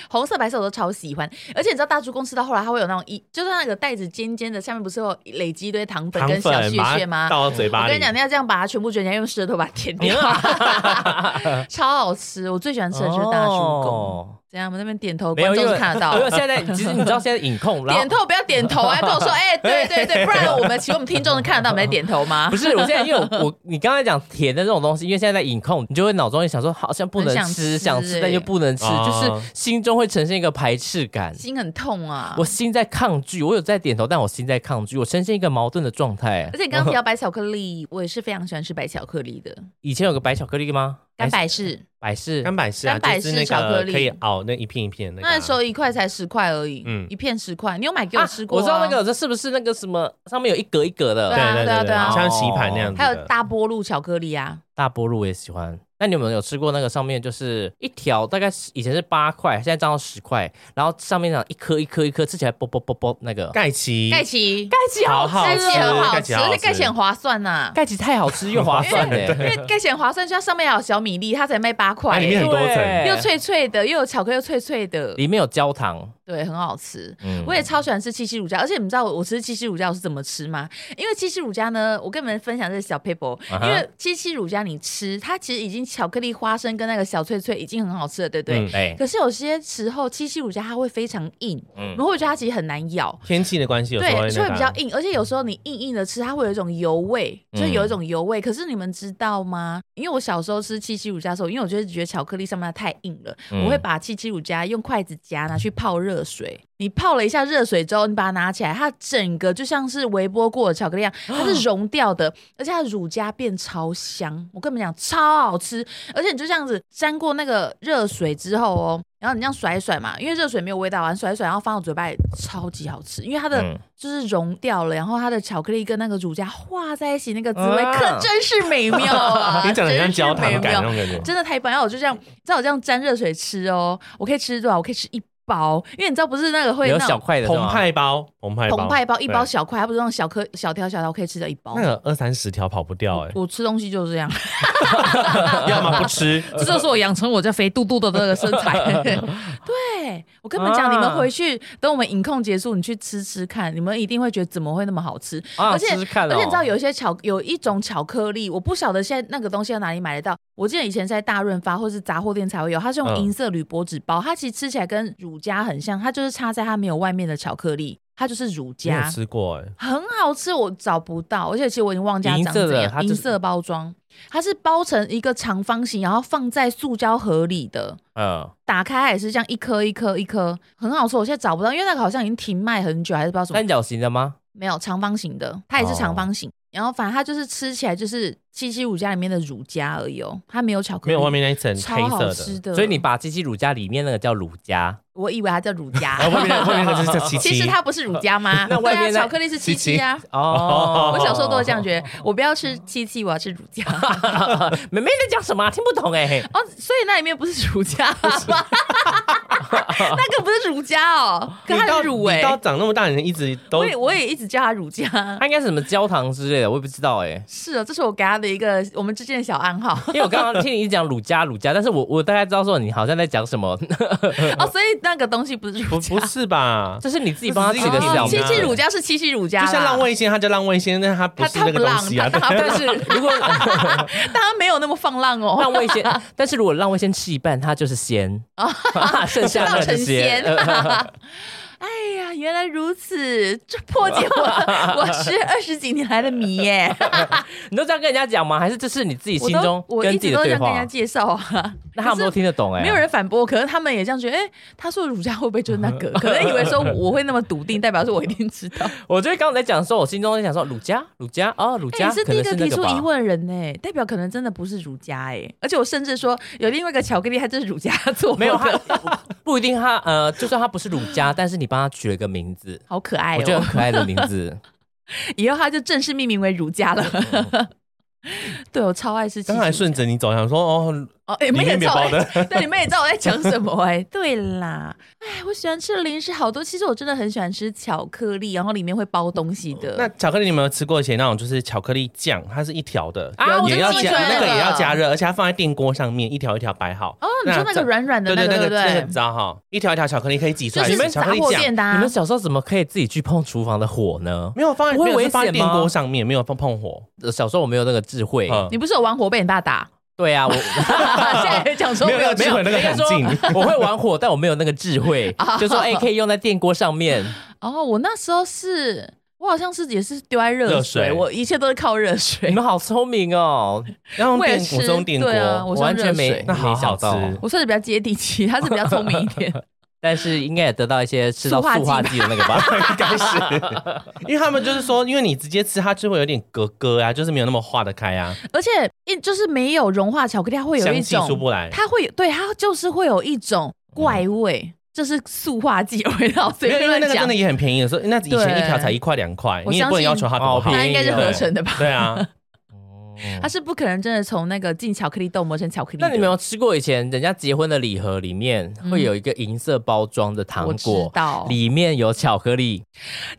Speaker 2: 红色、白色我都超喜欢，而且你知道大猪公吃到后来，它会有那种一，就是那个袋子尖尖的，下面不是会有累积一堆糖粉
Speaker 4: 糖
Speaker 2: 跟小
Speaker 4: 粉
Speaker 2: 屑
Speaker 4: 把
Speaker 2: 屑
Speaker 4: 它
Speaker 2: 吗？
Speaker 4: 倒到嘴
Speaker 2: 我
Speaker 4: 巴
Speaker 2: 跟
Speaker 4: 里
Speaker 2: 你，讲，你要这样把它全部卷起来，用舌头把它舔掉，啊 超好吃。我最喜欢吃的就是大猪公。
Speaker 3: 哦
Speaker 2: 怎样？我们那边点头，
Speaker 3: 没
Speaker 2: 观
Speaker 3: 有，
Speaker 2: 众
Speaker 3: 因
Speaker 2: 都
Speaker 3: 为
Speaker 2: 看得到
Speaker 3: 因。为现在其实你知道现在影控，然后
Speaker 2: 点头不要点头，还跟我 说，哎，对对对，不然我们请问我们听众能看得到我们在点头吗
Speaker 3: 不？是，我现在因为我我你刚才讲甜的这种东西，因为现在在饮控，你就会脑中也想说好像不能
Speaker 2: 很想吃
Speaker 3: 吃，想吃但又不能吃，
Speaker 4: 哦
Speaker 3: 就是心中会呈现一个排斥感。
Speaker 2: 心很痛啊！
Speaker 3: 我心在抗拒，我有在点头，但我心在抗拒，我呈现一个矛盾的状态
Speaker 2: 而。且你刚刚提到白巧克力，我也是非常喜欢吃白巧克力的，
Speaker 3: 以前有个白巧克力吗？
Speaker 2: 干百事
Speaker 3: 百事
Speaker 4: 干百事啊，
Speaker 2: 干百
Speaker 4: 就是
Speaker 2: 事
Speaker 4: 那
Speaker 2: 巧克
Speaker 4: 个
Speaker 2: 力
Speaker 4: 可以熬那一片一片那个啊。
Speaker 2: 那时候一块才十块而已，
Speaker 4: 嗯
Speaker 2: 一片十块。你啊有买给我吃过、
Speaker 3: 我知道那个，这是不是那个什么上面有一格一
Speaker 2: 对
Speaker 3: 格的
Speaker 2: 啊
Speaker 4: 对
Speaker 2: 对啊
Speaker 4: 对
Speaker 2: 对啊
Speaker 4: 像棋盘那样子的。
Speaker 2: 还有大波路巧克力啊，
Speaker 3: 大波路？我也喜欢。那你们有吃过那个上面就是一条，大概是以前是八块，现在涨到十块，然后上面长一颗一颗一颗，吃起来啵啵啵啵那个
Speaker 4: 盖奇，
Speaker 2: 盖奇，
Speaker 3: 盖奇
Speaker 4: 好好
Speaker 2: 盖
Speaker 4: 吃
Speaker 2: 奇很好
Speaker 4: 盖
Speaker 2: 吃，
Speaker 4: 奇好好
Speaker 2: 而
Speaker 4: 吃
Speaker 2: 且盖奇很划算啊呐、
Speaker 3: 盖奇太好吃又划 算
Speaker 2: 因
Speaker 3: 嘞，
Speaker 2: 为盖奇很划算，就它上面还有小米粒，它才卖八块、欸
Speaker 4: 它里面很多层，
Speaker 3: 对
Speaker 2: 又脆脆的，又有巧克力，又脆脆的，
Speaker 3: 里面有焦糖。
Speaker 2: 对，很好吃。
Speaker 3: 嗯
Speaker 2: 我也超喜欢吃七七乳加，而且你们知道我我吃七七乳加我是怎么吃吗？因为七七乳加呢，我跟你们分享这个小 paper，、哦
Speaker 3: 啊哈
Speaker 2: 因为七七乳加你吃，它其实已经巧克力花生跟那个小脆脆已经很好吃了，对不对？
Speaker 4: 嗯
Speaker 3: 哎，
Speaker 2: 可是有些时候七七乳加它会非常硬，
Speaker 3: 嗯
Speaker 2: 然后我觉得它其实很难咬，
Speaker 4: 天气的关系有时候
Speaker 2: 对，就会
Speaker 4: 那
Speaker 2: 比
Speaker 4: 个
Speaker 2: 较
Speaker 4: 啊！
Speaker 2: 硬，而且有时候你硬硬的吃，它会有一种油味，就有一种油味。可是你们知道吗？因为我小时候吃七七乳加的时候，因为我就是觉得巧克力上面它太硬了，
Speaker 3: 嗯
Speaker 2: 我会把七七乳加用筷子夹拿去泡热热水，你泡了一下热水之后，你把它拿起来，它整个就像是微波过的巧克力一样，它是融掉的，而且它的乳加变超香。我跟你们讲，超好吃，而且你就这样子沾过那个热水之后哦，然后你这样甩一甩嘛，因为热水没有味道啊，你甩一甩，然后放到嘴巴里，超级好吃，因为它的
Speaker 3: 嗯
Speaker 2: 就是融掉了，然后它的巧克力跟那个乳加化在一起，那个滋味、
Speaker 3: 啊
Speaker 2: 可真是美妙啊
Speaker 4: 你讲的像焦
Speaker 2: 真是
Speaker 4: 糖
Speaker 2: 美
Speaker 4: 感那
Speaker 2: 妙
Speaker 4: 种感觉，
Speaker 2: 真的太棒！然后我就这样，你知道我这样沾热水吃哦，我可以吃多少？我可以吃一包，因为你知道不是那个会
Speaker 3: 有
Speaker 2: 那
Speaker 3: 小
Speaker 2: 种
Speaker 3: 块的是啊
Speaker 4: 澎
Speaker 3: 吗，
Speaker 4: 湃包，澎湃包，
Speaker 2: 澎湃包，一包
Speaker 4: 对
Speaker 2: 小块，它不是那种小颗小条小条，我可以吃掉一包
Speaker 4: 那。个二三十条跑不掉哎、
Speaker 2: 我吃东西就是这样，
Speaker 4: 要么不吃，
Speaker 2: 这就是我养成我这肥嘟嘟的那个身材。 对我跟你们讲，
Speaker 3: 啊
Speaker 2: 你们回去等我们影控结束，你去吃吃看，你们一定会觉得怎么会那么好吃。
Speaker 3: 啊，
Speaker 2: 而且
Speaker 3: 试试看哦
Speaker 2: 而且你知道有一些巧有一种巧克力，我不晓得现在那个东西在哪里买得到。我记得以前在大润发或是杂货店才会有，它是用
Speaker 4: 嗯
Speaker 2: 银色铝箔纸包，它其实吃起来跟乳加很像，它就是插在它没有外面的巧克力，它就是乳
Speaker 4: 没有
Speaker 2: 加，
Speaker 4: 吃过哎、
Speaker 2: 很好吃，我找不到，而且其实我已经忘记它
Speaker 3: 银
Speaker 2: 长
Speaker 3: 色的
Speaker 2: 怎
Speaker 3: 它
Speaker 2: 样，
Speaker 3: 就是
Speaker 2: 银色包装，它是包成一个长方形，然后放在塑胶盒里的。
Speaker 3: 嗯，
Speaker 2: 打开它也是这样一颗一颗一颗，很好吃。我现在找不到，因为那个好像已经停卖很久，还是不知道什么
Speaker 3: 三角形的吗？
Speaker 2: 没有长方形的，它也是长方形。然后反正它就是吃起来就是七七乳加里面的乳加而已哦，它没有巧克力，
Speaker 4: 没有外面那一层
Speaker 2: 超
Speaker 4: 黑
Speaker 2: 好
Speaker 4: 色
Speaker 2: 吃
Speaker 4: 的，
Speaker 2: 的。
Speaker 3: 所以你把鸡鸡乳加里面那个叫乳加，
Speaker 2: 我以为它叫乳加，
Speaker 4: 然后外面那外面那个就是 叫七七，
Speaker 2: 其实它不是乳加吗？
Speaker 3: 那外面
Speaker 2: 对
Speaker 3: 那
Speaker 2: 啊、巧克力是七七啊。
Speaker 3: 哦，
Speaker 2: 我小时候都是这样觉得，我不要吃七七，我要吃乳加。哦，
Speaker 3: 得。妹妹在讲什么啊、听不懂哎、
Speaker 2: 所以那里面不是乳加， 那个不是乳加哦，
Speaker 4: 你
Speaker 2: 可它
Speaker 4: 到
Speaker 2: 是乳哎、
Speaker 4: 你到长那么大，你一直都
Speaker 2: 我也我也一直叫它乳加。
Speaker 3: 它应该是什么焦糖之类的，我也不知道哎、
Speaker 2: 是哦，这是我给它的一个我们之间的小暗号。
Speaker 3: 因为我刚刚听你一讲乳加乳加，但是我我大概知道说你好像在讲什么，
Speaker 2: 哦，所以那个东西不是
Speaker 4: 不
Speaker 2: 乳加，
Speaker 4: 不是吧？
Speaker 3: 这是你自己帮他
Speaker 4: 这
Speaker 3: 取
Speaker 4: 是一个
Speaker 3: 的
Speaker 4: 品
Speaker 3: 小
Speaker 2: 哦
Speaker 3: 名
Speaker 2: 七
Speaker 4: 啊
Speaker 2: 七乳加是七七乳加
Speaker 4: 就
Speaker 2: 啦，
Speaker 4: 像浪味仙，它叫浪味仙，但它不
Speaker 2: 他
Speaker 4: 是
Speaker 2: 他
Speaker 4: 那
Speaker 2: 不
Speaker 4: 个东
Speaker 2: 浪，
Speaker 4: 西啊
Speaker 2: 他。他
Speaker 3: 但
Speaker 2: 不
Speaker 3: 是
Speaker 2: 是，
Speaker 3: 如果
Speaker 2: 但他没有那么放浪哦。
Speaker 3: 浪味仙，但是如果浪味仙吃一半，它就是仙， 剩下
Speaker 2: 浪
Speaker 3: 那
Speaker 2: 哦
Speaker 3: 呃
Speaker 2: 成
Speaker 3: 个
Speaker 2: 仙，
Speaker 3: 仙。
Speaker 2: 哎呀，原来如此，这破解我我是二十几年来的谜耶！
Speaker 3: 你都这样跟人家讲吗？还是这是你自己
Speaker 2: 我
Speaker 3: 心
Speaker 2: 都
Speaker 3: 中
Speaker 2: 我
Speaker 3: 跟
Speaker 2: 一
Speaker 3: 自己
Speaker 2: 直
Speaker 3: 的
Speaker 2: 都这
Speaker 3: 对
Speaker 2: 样跟人
Speaker 3: 话
Speaker 2: 家？介绍啊，
Speaker 3: 那他们都听得懂哎、
Speaker 2: 没有人反驳，可能他们也这样觉得。哎，他说儒家会不会就是那个？可能以为说我会那么笃定，代表说我一定知道。哎
Speaker 3: 我觉得刚才讲说，我心中在想说，鲁家，鲁家，哦，鲁
Speaker 2: 哎，
Speaker 3: 家，
Speaker 2: 你是
Speaker 3: 可
Speaker 2: 第一个
Speaker 3: 能是
Speaker 2: 提
Speaker 3: 那
Speaker 2: 出
Speaker 3: 吧
Speaker 2: 疑问的人呢、代表可能真的不是儒家哎、而且我甚至说有另外一个巧克力，它就是儒家做的，
Speaker 3: 没有他 不一定他呃，就算他不是鲁家，但是你帮他取了一个名字，
Speaker 2: 好可爱
Speaker 4: 哎
Speaker 3: 我觉得
Speaker 2: 哦、
Speaker 3: 很可爱的名 字。
Speaker 2: 以后它就正式命名为儒家了。对，我超爱吃七喜。
Speaker 4: 刚才顺着你走，想 说哦，
Speaker 2: 哦，哎你们也
Speaker 4: 里面
Speaker 2: 知道
Speaker 4: 面包
Speaker 2: 我在，对，你们也知道我在讲什么哎、对啦，哎，我喜欢吃的零食好多，其实我真的很喜欢吃巧克力，然后里面会包东西的。
Speaker 4: 那巧克力你有没有吃过以前那种就是巧克力酱，它是一条的
Speaker 3: 啊我
Speaker 4: 也
Speaker 3: 就
Speaker 4: 要
Speaker 3: 记
Speaker 4: 加
Speaker 3: 出来
Speaker 4: 那个也要
Speaker 2: 了
Speaker 4: 加热，而且它放在电锅上面一条一条摆好。
Speaker 2: 哦，你说那个软软的
Speaker 4: 对
Speaker 2: 个，
Speaker 4: 那
Speaker 2: 对
Speaker 4: 个
Speaker 2: 不
Speaker 4: 那个
Speaker 2: 对
Speaker 4: 你知？道哈，一条一条巧克力可以挤出来，
Speaker 2: 就是
Speaker 4: 巧克
Speaker 2: 杂
Speaker 4: 力
Speaker 2: 货
Speaker 4: 酱
Speaker 2: 店的、啊，
Speaker 3: 你们小时候怎么可以自己去碰厨房的火呢？
Speaker 4: 没有放在
Speaker 3: 不会
Speaker 4: 没有
Speaker 3: 危
Speaker 4: 是放在
Speaker 3: 险
Speaker 4: 电
Speaker 3: 吗
Speaker 4: 锅上面，没有碰碰火。
Speaker 3: 呃小时候我没有那个智慧。
Speaker 4: 嗯
Speaker 2: 你不是有玩火被你爸打？
Speaker 3: 对 啊，我
Speaker 2: 现在还讲说
Speaker 4: 没有那个智慧那个
Speaker 3: 应该
Speaker 4: 感啊
Speaker 3: 说
Speaker 4: 境。
Speaker 3: 我会玩火，但我没有那个智 慧，就说哎、可以用在电锅上面。
Speaker 2: 哦，我那时候是，我好像是也是丢在热水，
Speaker 4: 热水
Speaker 2: 我一切都是靠热水
Speaker 3: 你。们好聪明哦，
Speaker 4: 然后
Speaker 2: 我也
Speaker 4: 电我
Speaker 2: 是
Speaker 4: 是用电锅，
Speaker 2: 对啊我 是用
Speaker 3: 完全
Speaker 2: 热
Speaker 3: 没
Speaker 2: 水
Speaker 4: 那好
Speaker 3: 没想
Speaker 4: 好吃
Speaker 3: 到，
Speaker 2: 我算是比较接地气，他是比较聪明一 点。
Speaker 3: 但是应该也得到一些吃到
Speaker 2: 塑化剂
Speaker 3: 塑化剂的那个 吧。
Speaker 4: 应该是， 因为他们就是说，因为你直接吃它就会有点咯咯啊，就是没有那么化得开啊，
Speaker 2: 而且一就是没有融化巧克力，它会有
Speaker 4: 香
Speaker 2: 一
Speaker 4: 气出
Speaker 2: 种，
Speaker 4: 不来。
Speaker 2: 它会有对它就是会有一种怪味，这是塑化剂的味道，随
Speaker 4: 没有，
Speaker 2: 便
Speaker 4: 因为
Speaker 2: 乱
Speaker 4: 那个真
Speaker 2: 讲
Speaker 4: 的。也很便宜的时候，那以前
Speaker 2: 对
Speaker 4: 一条才一块两块，
Speaker 2: 我
Speaker 4: 你也不
Speaker 2: 相
Speaker 4: 能
Speaker 2: 信
Speaker 4: 要求它多
Speaker 3: 哦
Speaker 4: 好
Speaker 3: 便宜。
Speaker 2: 那应该是合成的吧？
Speaker 4: 对啊，
Speaker 2: 它是不可能真的从那个进巧克力豆磨成巧克力的。
Speaker 3: 那你们有吃过以前人家结婚的礼盒里面会有一个银色包装的糖
Speaker 2: 我知
Speaker 3: 果，
Speaker 2: 道，
Speaker 3: 里面有巧克力，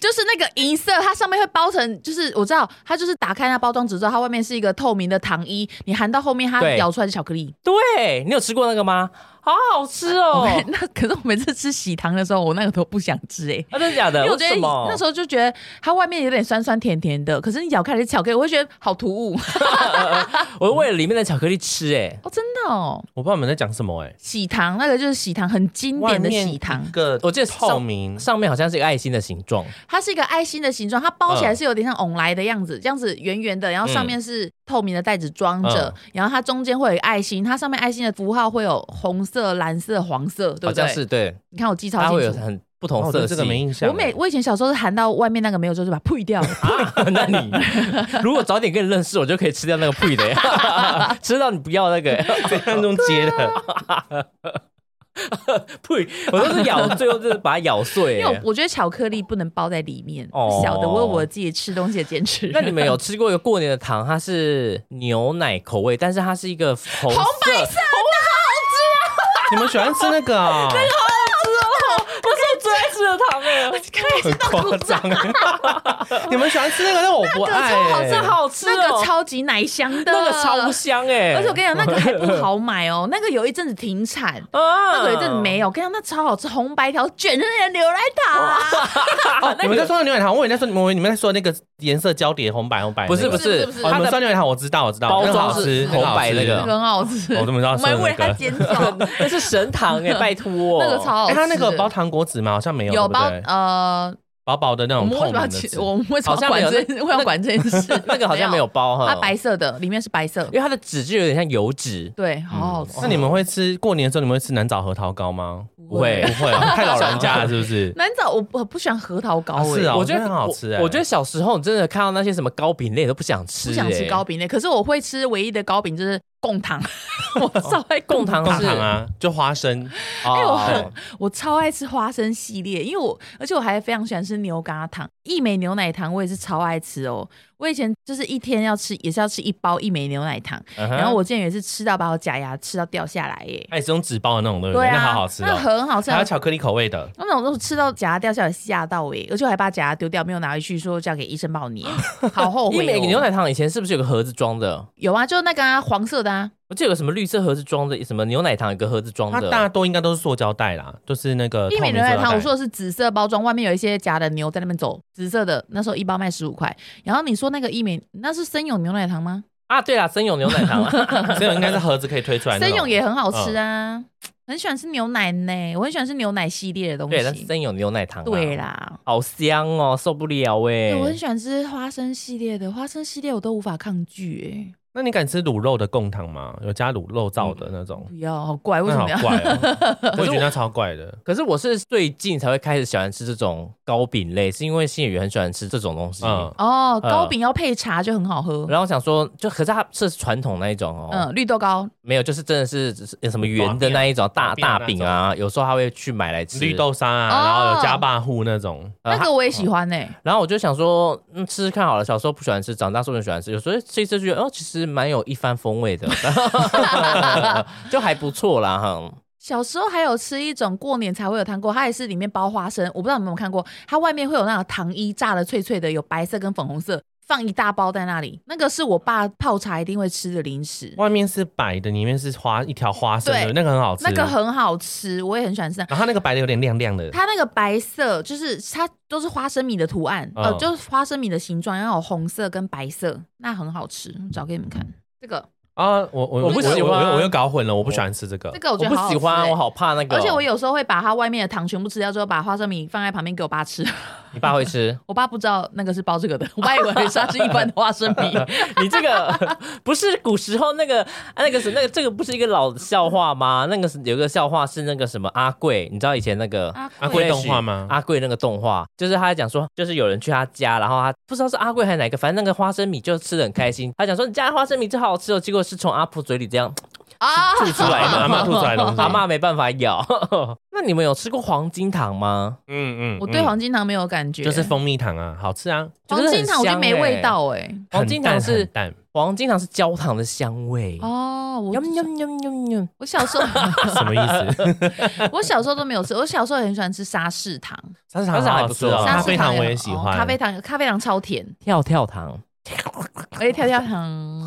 Speaker 2: 就是那个银色，它上面会包成，就是我知道，它就是打开那包装纸之后，它外面是一个透明的糖衣，你含到后面，它
Speaker 3: 对
Speaker 2: 咬出来是巧克力。
Speaker 3: 对你有吃过那个吗？好好吃哦！
Speaker 2: 我那可是我每次吃喜糖的时候，我那个都不想吃哎、欸。
Speaker 3: 啊，真的假的？
Speaker 2: 因为我觉
Speaker 3: 为
Speaker 2: 得
Speaker 3: 什么？
Speaker 2: 那时候就觉得它外面有点酸酸甜甜的，可是你咬开来是巧克力，我会觉得好突兀
Speaker 3: 我为了里面的巧克力吃、哎，
Speaker 2: 哦，真的哦。
Speaker 4: 我不知道你们在讲什么哎。
Speaker 2: 喜糖那个就是喜糖，很经
Speaker 4: 外
Speaker 2: 典的
Speaker 4: 面
Speaker 2: 喜糖
Speaker 4: 一，个
Speaker 3: 我记得上
Speaker 4: 透明，
Speaker 3: 上面好像是一个爱心的形状，
Speaker 2: 它是一个爱心的形状，它包起
Speaker 3: 嗯
Speaker 2: 来是有点像翁来的样子，这样子圆圆的，然后上面是透明的袋子装
Speaker 3: 嗯
Speaker 2: 着，然后它中间会有一个爱心，它上面爱心的符号会有红色、蓝色、黄色，对
Speaker 3: 好
Speaker 2: 不对？
Speaker 3: 像是对，
Speaker 2: 你看我记
Speaker 3: 它
Speaker 2: 超
Speaker 3: 会有
Speaker 2: 清楚，
Speaker 3: 很不
Speaker 4: 哦
Speaker 3: 同
Speaker 4: 我对
Speaker 3: 色
Speaker 4: 这
Speaker 3: 系。
Speaker 4: 个没印象。
Speaker 2: 我每我以前小时候是含到外面那个没有之后就把它呸掉，
Speaker 3: 啊， 那你如果早点跟你认识，我就可以吃掉那个屁的， 吃到你不要那个
Speaker 4: 在当中接的，
Speaker 2: 啊
Speaker 3: 屁，我都是咬，最后就是把它咬碎哎
Speaker 2: 因为。我我觉得巧克力不能包在里面，
Speaker 3: 哦
Speaker 2: 小的我有我自己吃东西的坚持。
Speaker 3: 那你 们有吃过一个过年的糖，它是牛奶口味，但是它是一个红色，
Speaker 4: 你们喜欢吃那个啊？
Speaker 3: 我是最爱吃的糖 哎，
Speaker 4: 很夸张哎！ 你们喜欢吃那个，但我不爱欸。
Speaker 3: 好这好吃
Speaker 2: 那个
Speaker 3: 哦，
Speaker 2: 超级奶香的，
Speaker 3: 那个超香哎，
Speaker 2: 而且我跟你讲，那个还不好买哦，那个有一阵子停产。那
Speaker 3: 啊
Speaker 2: 个有一
Speaker 4: 嗯
Speaker 2: 阵子没有，我跟你讲，那超好吃，红白条卷成人牛奶糖、啊，
Speaker 4: 哦你们在说牛奶糖，我以为你在说你们你们在说那个颜色交叠红白红白那个。
Speaker 3: 不是不是
Speaker 2: 不是不是
Speaker 4: 哦，
Speaker 3: 它
Speaker 4: 你们
Speaker 3: 的
Speaker 4: 说牛奶糖，我知道我知道，
Speaker 3: 包
Speaker 4: 那个好
Speaker 3: 装
Speaker 4: 吃
Speaker 3: 是
Speaker 4: 那个好
Speaker 3: 红白
Speaker 4: 吃
Speaker 3: 那个
Speaker 2: 那个很好吃，
Speaker 4: 我怎么知道
Speaker 2: 我
Speaker 4: 是那
Speaker 2: 们
Speaker 4: 个
Speaker 2: 为了它尖 叫，
Speaker 3: 那是神糖 哎，拜托，
Speaker 2: 那个超好
Speaker 4: 哎，
Speaker 2: 吃。
Speaker 4: 它那个包糖果纸吗？好像没有，
Speaker 2: 有
Speaker 4: 对不
Speaker 2: 包
Speaker 4: 对
Speaker 2: 呃，
Speaker 4: 薄薄的那
Speaker 2: 我
Speaker 4: 种
Speaker 2: 们为什
Speaker 4: 透明
Speaker 2: 么要
Speaker 4: 的
Speaker 2: 去？
Speaker 4: 纸。
Speaker 2: 我们为什么
Speaker 3: 好
Speaker 2: 要
Speaker 3: 像
Speaker 2: 管
Speaker 3: 没有
Speaker 2: 这？为什么要管这件事？
Speaker 3: 那个好像没有嗯包哈，
Speaker 2: 它白色的，里面是白色
Speaker 3: 因，为它的纸就有点像油脂，
Speaker 2: 对，好好吃。
Speaker 4: 嗯那你们会吃过年的时候你们会吃南枣核桃糕吗？
Speaker 3: 不会
Speaker 4: 不会，哦太老人家 了是不是？
Speaker 2: 难找，我我不喜欢核桃糕、
Speaker 4: 啊
Speaker 2: 欸，
Speaker 4: 是啊
Speaker 3: 我觉得
Speaker 4: 我觉得很好吃欸
Speaker 3: 我。我觉得小时候你真的看到那些什么糕饼类都不想吃、哎
Speaker 2: 不想
Speaker 4: 欸
Speaker 2: 吃糕
Speaker 3: 饼。
Speaker 2: 饼类，欸可是我会吃唯一的糕饼就是贡糖， 我超爱
Speaker 3: 贡
Speaker 2: 贡糖，
Speaker 3: 糖
Speaker 4: 棒
Speaker 3: 是
Speaker 4: 糖，啊，就花生，
Speaker 2: 哎我
Speaker 3: 哦
Speaker 2: 很，我超爱吃花生系列，因为我而且我还非常喜欢吃牛轧糖，一美牛奶糖我也是超爱吃哦。我以前就是一天要吃，也是要吃一包一美牛奶糖，
Speaker 3: 嗯哼
Speaker 2: 然后我之前也是吃到把我假牙吃到掉下来耶。
Speaker 4: 哎，是用纸包的那种，对不
Speaker 2: 对
Speaker 4: 对？
Speaker 2: 啊，
Speaker 4: 那好好吃
Speaker 2: 那
Speaker 4: 哦，
Speaker 2: 很好吃，啊
Speaker 4: 还有巧克力口味的，
Speaker 2: 那种都是吃到假牙掉下来吓到我耶，而且我还把假牙丢掉，没有拿回去，说交给医生帮 我粘，好后
Speaker 3: 一
Speaker 2: 悔、
Speaker 3: 美牛
Speaker 2: 哦。
Speaker 3: 奶糖以前是不是有个盒子装的？
Speaker 2: 有啊，就那个、啊、黄色的啊，
Speaker 3: 我记得有个什么绿色盒子装的，什么牛奶糖有个盒子装
Speaker 4: 它
Speaker 3: 的，
Speaker 4: 大多应该都是塑胶袋啦，就是那个
Speaker 2: 一美
Speaker 4: 透明
Speaker 2: 牛奶
Speaker 4: 塑胶
Speaker 2: 糖，
Speaker 4: 袋
Speaker 2: 我说的是紫色包装，外面有一些假的牛在那边走，紫色的，那时候一包卖十五块。然后你说那个一美，那是森永牛奶糖吗？
Speaker 3: 啊，对啦，森永牛奶糖啊，
Speaker 4: 森永应该是盒子可以推出来那种。嗯
Speaker 2: 森永也很好吃啊，很喜欢吃牛奶呢，我很喜欢吃牛奶系列的东
Speaker 3: 对，但是
Speaker 2: 西。
Speaker 3: 森永牛奶糖、啊，
Speaker 2: 对，啦，
Speaker 3: 好香哦，受不了哎、
Speaker 2: 对我很喜欢吃花生系列的，花生系列我都无法抗拒
Speaker 4: 那你敢吃卤肉的贡糖吗？有加卤肉燥的那种
Speaker 2: 哎，，不要，好怪，为
Speaker 4: 那
Speaker 2: 什
Speaker 4: 好
Speaker 2: 么要？
Speaker 4: 怪 哦，我
Speaker 3: 可是
Speaker 4: 也觉
Speaker 3: 我
Speaker 4: 得那超怪的。
Speaker 3: 可是我是最近才会开始喜欢吃这种糕饼类，是因为新演员很喜欢吃这种东西。
Speaker 4: 嗯，哦
Speaker 2: 哦，
Speaker 3: 呃
Speaker 2: 糕饼要配茶就很好喝，
Speaker 3: 然后我想说，就可是它是传统那一种哦，
Speaker 2: 嗯，绿豆糕，
Speaker 3: 没有，就是真的是只是有什么圆的那一种
Speaker 4: 大
Speaker 3: 大
Speaker 4: 便
Speaker 3: 大饼啊，有时候他会去买来吃
Speaker 4: 绿。豆沙啊，
Speaker 2: 哦
Speaker 4: 然后有加霸户那种，
Speaker 3: 呃
Speaker 2: 那个我也喜欢呢。
Speaker 3: 然后我就想说，嗯，吃吃看好了。小时候不喜欢吃，长大说很喜欢吃。有时候吃一吃就觉得，哦，其实蛮有一番风味的， 就还不错啦哈。
Speaker 2: 小时候还有吃一种过年才会有糖果，它也是里面包花生，我不知道你们有没有看过，它外面会有那种糖衣炸的脆脆的，有白色跟粉红色，放一大包在那里。那个是我爸泡茶一定会吃的零食，
Speaker 4: 外面是白的，里面是花一条花生的，
Speaker 2: 对
Speaker 4: 那个很好吃。
Speaker 2: 那个，很好吃，我也很喜欢吃。
Speaker 4: 然后它那个白的有点亮亮的，
Speaker 2: 它那个白色就是它都是花生米的图案，
Speaker 4: 嗯
Speaker 2: 呃，就是花生米的形状，然后有红色跟白色，那很好吃，找给你们看。这个
Speaker 4: 啊，我我
Speaker 3: 我不喜欢
Speaker 4: 我又我又搞混了，我不喜欢吃这个
Speaker 2: 这。个我
Speaker 3: 呃我
Speaker 2: 觉得
Speaker 3: 不
Speaker 2: 好好
Speaker 3: 喜
Speaker 2: 吃
Speaker 3: 欢，
Speaker 2: 欸
Speaker 3: 我好怕那个。哦
Speaker 2: 而且我有时候会把它外面的糖全部吃掉之后，把花生米放在旁边给我爸吃。，
Speaker 3: 你爸会吃
Speaker 2: 我爸不知道那个是包这个的， 我爸以为它是一般的花生 米。
Speaker 3: 你这个不是古时候那个、啊、那个是那个这个不是一个老笑话吗？那个是有个笑话是那个什么阿贵，你知道以前那个
Speaker 4: 阿
Speaker 3: 贵
Speaker 4: 贵动画吗？
Speaker 3: 阿贵那个动画，就是他讲说，就是有人去他家，然后他不知道是阿贵还是哪个，反正那个花生米就吃的很开心。他讲说你家的花生米真好吃哦，结果是从阿婆嘴里这样
Speaker 2: 啊，
Speaker 3: 吐出来
Speaker 4: 阿
Speaker 3: 的，
Speaker 4: 妈吐出来的东西。
Speaker 3: 阿妈没办法咬。 那你们有吃过黄金糖吗？
Speaker 4: 嗯，嗯嗯，
Speaker 2: 我对黄金糖没有感觉，
Speaker 4: 就是蜂蜜糖啊，好吃啊。
Speaker 2: 黄金糖我觉
Speaker 3: 觉得
Speaker 2: 得没
Speaker 4: 欸
Speaker 2: 味。道哎、
Speaker 3: 黄金糖
Speaker 4: 很
Speaker 3: 是
Speaker 4: 淡很
Speaker 3: 黄金糖是焦糖的香
Speaker 4: 嗯
Speaker 3: 味。
Speaker 2: 哦，我
Speaker 3: 喵喵喵喵喵！
Speaker 2: 我小时候
Speaker 4: 淡什么意思？
Speaker 2: 我小时候都没有吃，我小时候很喜欢吃沙士糖，
Speaker 4: 沙士糖好好吃
Speaker 3: 沙士糖
Speaker 4: 哦，
Speaker 2: 沙
Speaker 4: 咖
Speaker 2: 士
Speaker 4: 啡糖我也
Speaker 2: 很
Speaker 4: 喜
Speaker 2: 哦
Speaker 4: 欢。
Speaker 2: 咖啡糖咖啡糖超甜，
Speaker 3: 跳跳糖
Speaker 2: 而且跳跳糖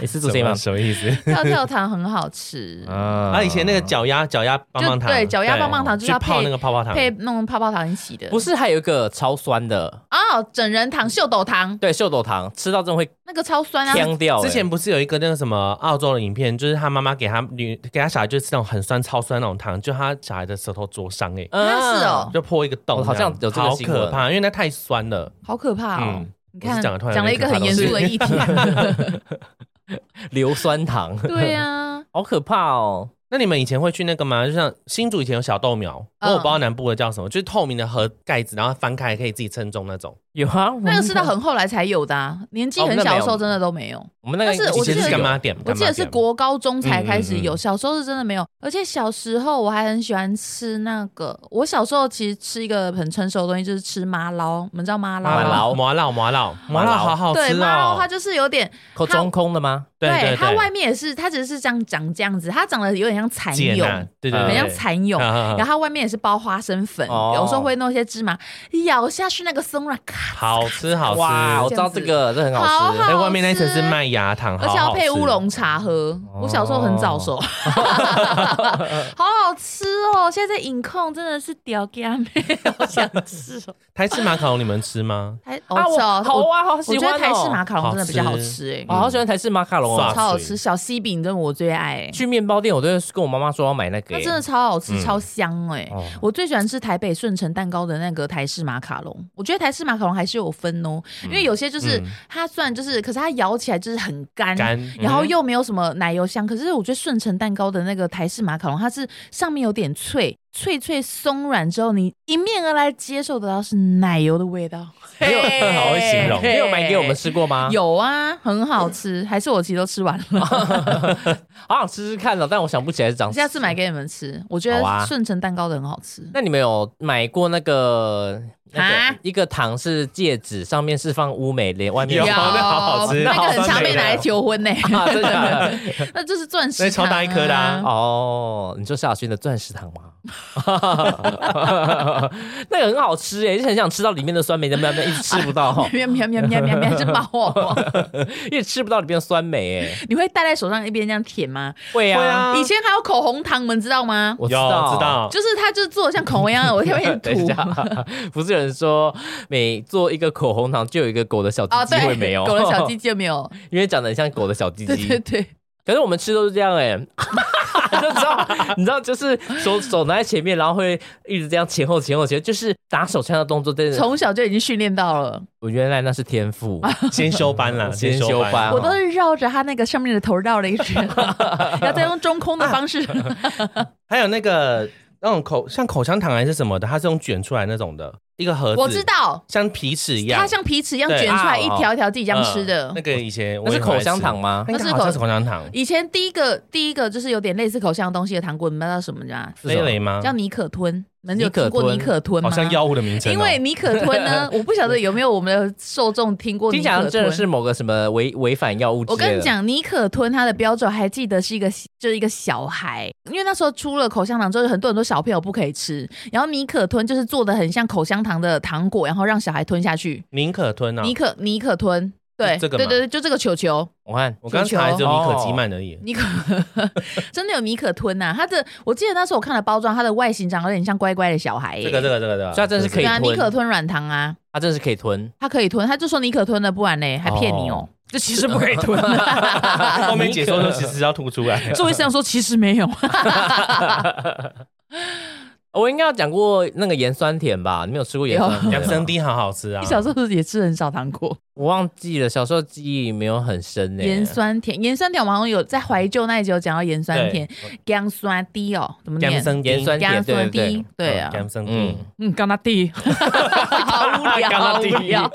Speaker 3: 也是做
Speaker 4: 什
Speaker 3: 这吗
Speaker 4: 么？什么意思？
Speaker 2: 跳跳糖很好吃。
Speaker 3: 啊
Speaker 4: 啊，以前那个脚丫脚丫棒棒糖，
Speaker 2: 就对脚丫棒棒糖就是
Speaker 4: 去
Speaker 2: 要
Speaker 4: 泡
Speaker 2: 配
Speaker 4: 那个泡泡糖，
Speaker 2: 配弄泡泡糖一起的，
Speaker 3: 不是还有一个超酸的，
Speaker 2: 哦，整人糖、秀豆糖
Speaker 3: 对，秀豆糖吃到真的会
Speaker 2: 那个超酸啊，
Speaker 3: 呛掉欸。
Speaker 4: 之前不是有一个那个什么澳洲的影片，就是他妈妈给他女给他小孩就吃那种很酸超酸那种糖，就他小孩的舌头灼伤哎、
Speaker 3: 嗯
Speaker 2: 那是哦
Speaker 4: 就破一个洞
Speaker 3: 哦
Speaker 4: 这样，
Speaker 3: 好像有这个
Speaker 4: 好
Speaker 3: 新闻
Speaker 4: 可怕，因为那太酸了。
Speaker 2: 好可怕哦！
Speaker 4: 嗯
Speaker 2: 你
Speaker 4: 我
Speaker 2: 看
Speaker 4: 是讲得突然
Speaker 2: 讲了一
Speaker 4: 有
Speaker 2: 个
Speaker 4: 点
Speaker 2: 很严肃的议题，
Speaker 3: 嗯硫酸糖，
Speaker 2: 对呀、啊。
Speaker 3: 好可怕哦！
Speaker 4: 那你们以前会去那个吗？就像新竹以前有小豆苗，
Speaker 2: 嗯
Speaker 4: 我不知道南部的叫什么，就是透明的盒盖子，然后翻开可以自己称重那种。
Speaker 3: 有啊，我们
Speaker 2: 那个是到很后来才有的、啊，年纪
Speaker 4: 哦
Speaker 2: 很
Speaker 4: 那没
Speaker 2: 小的
Speaker 4: 有
Speaker 2: 时候真的都没有。
Speaker 3: 我们那个
Speaker 2: 但是我
Speaker 3: 以
Speaker 2: 记
Speaker 3: 前
Speaker 2: 得
Speaker 4: 是
Speaker 3: 有
Speaker 4: 干嘛点？
Speaker 2: 我
Speaker 4: 干
Speaker 2: 记
Speaker 4: 妈
Speaker 2: 得是
Speaker 4: 点
Speaker 2: 国高中才开始
Speaker 4: 嗯嗯
Speaker 2: 有，
Speaker 4: 嗯
Speaker 2: 小时候是真的没有。而且小时候我还很喜欢吃那个，我小时候其实吃一个很成熟的东西，就是吃麻捞，你们知道麻捞
Speaker 4: 麻
Speaker 2: 吗？
Speaker 4: 劳麻劳麻劳麻劳，好好
Speaker 2: 对，
Speaker 4: 吃
Speaker 2: 麻捞
Speaker 4: 哦
Speaker 2: 它。就是有点，
Speaker 3: 口中空的吗？
Speaker 4: 对对对，
Speaker 2: 它外面也是，它只是这样长这样子，它长得有点像蚕
Speaker 4: 碱
Speaker 2: 蛹，
Speaker 4: 啊对对，
Speaker 2: 很
Speaker 4: 对
Speaker 2: 像蚕蛹。
Speaker 4: 啊
Speaker 2: 然后它外面也是包花生粉，
Speaker 3: 哦
Speaker 2: 有时候会弄一些芝麻，咬下去那个松软，咔
Speaker 4: 好吃好吃。
Speaker 3: 哇，我
Speaker 4: 哎，
Speaker 3: 知道这个，这很
Speaker 2: 好
Speaker 3: 好吃。啊
Speaker 2: 好
Speaker 4: 外面那一层是麦芽糖，
Speaker 2: 而且要配
Speaker 4: 好好吃
Speaker 2: 乌龙茶喝。
Speaker 3: 哦
Speaker 2: 我小时候很早熟， 好好吃哦！现在在饮控真的是屌干 妹，好想吃哦。
Speaker 4: 台式马卡龙，你们吃吗？
Speaker 2: 台
Speaker 3: 啊，
Speaker 2: 哦，
Speaker 3: 我
Speaker 2: 走
Speaker 3: 好啊，好
Speaker 2: 我
Speaker 3: 喜
Speaker 2: 觉
Speaker 3: 欢
Speaker 2: 得
Speaker 3: 哦
Speaker 2: 台式马卡龙真的比较好
Speaker 4: 好
Speaker 2: 吃哎
Speaker 3: 我，好喜欢台式马卡龙
Speaker 4: 哇
Speaker 3: 哦
Speaker 4: 塞。
Speaker 2: 超好吃。小西饼真的我最爱，欸
Speaker 3: 去面包店，我都会跟我妈妈说要买那个
Speaker 2: 那
Speaker 3: 耶。
Speaker 2: 哦真 的超好吃，
Speaker 4: 嗯
Speaker 2: 超香哎。
Speaker 3: 哦，
Speaker 2: 我最喜欢吃台北顺成蛋糕的那个台式马卡龙，我觉得台式马卡龙还是有分哦，因为有些就是、
Speaker 4: 嗯
Speaker 2: 它虽然就是，可是它咬起来就是很干，
Speaker 4: 干，
Speaker 3: 嗯
Speaker 2: 然后又没有什么奶油香，可是我觉得顺成蛋糕的那个台式马卡龙，它是上面有点脆，脆脆松软之后，你迎面而来接受得到是奶油的味道，
Speaker 3: 没有
Speaker 2: 嘿
Speaker 4: 好会形容
Speaker 3: 你有买给我们。吃过吗？，
Speaker 2: 有啊，很好吃，还是我其实都吃完了，
Speaker 3: 好想吃吃看了，但我想不起来是长。
Speaker 2: 下次买。给你们吃。我觉
Speaker 3: 好啊
Speaker 2: 得顺成蛋糕的很好吃，
Speaker 3: 那你们有买过那个那
Speaker 2: 啊
Speaker 3: 个一个糖是戒指，上面是放乌梅莲，外面
Speaker 4: 有
Speaker 3: 是
Speaker 4: 那 好好吃
Speaker 2: 那个很常被拿来
Speaker 4: 那好
Speaker 2: 求婚呢、
Speaker 3: 啊，真的假的
Speaker 2: 那就是钻石、
Speaker 4: 那超大一颗的啊
Speaker 3: 哦，你说夏轩的钻石糖吗？ 那个很好吃哎，就很想吃到里面的酸梅，但但一直吃不到，
Speaker 2: 喵喵喵喵喵喵，是猫 哦！
Speaker 3: 一直吃不到里面的酸梅哎。
Speaker 2: 你会戴在手上一边这样舔吗？
Speaker 3: 会
Speaker 4: 会啊
Speaker 3: 啊，
Speaker 2: 以前还有口红糖，你们知道吗？
Speaker 3: 我知
Speaker 4: 有
Speaker 3: 道
Speaker 4: 知。道，
Speaker 2: 就是它就是做的像口红一样的，我下 面
Speaker 3: 等一
Speaker 2: 涂
Speaker 3: 下。， 不是有人说每做一个口红糖就有一个狗的小鸡
Speaker 2: 哦，
Speaker 3: 鸡会
Speaker 2: 对，
Speaker 3: 没有？
Speaker 2: 狗的 小鸡，鸡没有，
Speaker 3: 因为长得很像狗的小鸡
Speaker 2: 对对
Speaker 3: 鸡。
Speaker 2: 对，
Speaker 3: 可是我们吃都是这样哎、就知道， 你知道，就是手手拿在前面，然后会一直这样前后前后前后，就是打手枪的动作。真的，
Speaker 2: 从小就已经训练到了，
Speaker 3: 我原来那是天赋。
Speaker 2: 啊
Speaker 4: 先修 班啦，
Speaker 3: 先
Speaker 4: 先
Speaker 3: 修
Speaker 4: 修
Speaker 3: 班
Speaker 4: 班。
Speaker 2: 我都是绕着它那个上面的头绕了一 圈，然后再用中空的方
Speaker 4: 啊
Speaker 2: 式，
Speaker 4: 还有那个那种口像口香糖还是什么的，它是用卷出来那种的一个盒 子，
Speaker 2: 我知，道。
Speaker 4: 像皮尺一样，
Speaker 2: 它像皮尺一样
Speaker 4: 对
Speaker 2: 卷出来
Speaker 3: 啊
Speaker 2: 一条一条自己这样
Speaker 4: 嗯
Speaker 2: 吃的
Speaker 4: 那。个以前我
Speaker 3: 那是
Speaker 4: 也很爱
Speaker 3: 口
Speaker 4: 吃
Speaker 3: 香糖，吗？
Speaker 4: 那
Speaker 2: 那
Speaker 4: 个
Speaker 2: 是
Speaker 4: 好像
Speaker 2: 口
Speaker 4: 是口香糖，
Speaker 2: 以前第一个第一个就是有点类似口香的东西的糖果，你们知道什么吗？
Speaker 3: 是什哦么
Speaker 4: 飞雷吗？
Speaker 2: 叫尼可吞，你们有
Speaker 3: 嗯尼可
Speaker 2: 听过尼
Speaker 3: 吞
Speaker 2: 可吞吗？
Speaker 4: 好像药物的名称哦，
Speaker 2: 因为尼可吞 呢，我不晓得有没有我们的受众听过尼
Speaker 3: 听起来
Speaker 2: 可
Speaker 3: 真的
Speaker 2: 吞。
Speaker 3: 是某个什么违违反药物之
Speaker 2: 我
Speaker 3: 类的。
Speaker 2: 跟你，讲，尼可吞它的标准还记得是一个就是一个小孩，因为那时候出了口香糖之后，很多很多小朋友不可以吃，然后尼可吞就是做的很像口香糖的糖果，然后让小孩吞下去。
Speaker 4: 宁可吞啊
Speaker 3: 嗯
Speaker 2: 尼。可尼可吞，对，
Speaker 4: 这个
Speaker 2: 对
Speaker 4: 吗
Speaker 2: 对对，就这个球球，
Speaker 3: 我看
Speaker 4: 我刚才只有尼可基曼而已，
Speaker 2: 尼可 真的有尼可吞呐、它的我记得那时候我看了包装，它的外形长得有点像乖乖的小孩耶、
Speaker 4: 这个这个这个这个，
Speaker 3: 所以它真的是 可以
Speaker 2: 对啊，
Speaker 3: 吞
Speaker 2: 尼可吞软糖啊，
Speaker 3: 它真的是可以吞，
Speaker 2: 他可以吞，他就说你可吞了，不然嘞还骗你哦。
Speaker 3: 这其实不可以吞。
Speaker 4: 后面解说说其实要吐出来，
Speaker 2: 作为这样说，其实没有。
Speaker 3: 哦我应该有讲过那个盐酸甜吧？你没有吃过盐酸甜吗？
Speaker 4: 杨生丁好好吃啊，
Speaker 2: 你小时候也吃很少糖果，
Speaker 3: 我忘记了，小时候记忆没有很深欸呢、
Speaker 2: 盐酸甜，盐酸甜，我们好像有在怀旧那一集有讲到盐酸甜，姜酸滴哦，怎么
Speaker 4: 杨
Speaker 2: 念？
Speaker 4: 生
Speaker 3: 盐
Speaker 4: 丁，
Speaker 3: 酸甜，
Speaker 2: 姜
Speaker 3: 对
Speaker 2: 酸
Speaker 3: 对
Speaker 2: 滴
Speaker 3: 对，，
Speaker 2: 对啊，
Speaker 4: 杨生
Speaker 3: 嗯
Speaker 4: 丁，，
Speaker 2: 嗯，姜那滴，好无 聊，
Speaker 4: 甘
Speaker 2: 好
Speaker 4: 那
Speaker 2: 无
Speaker 4: 滴
Speaker 2: 聊。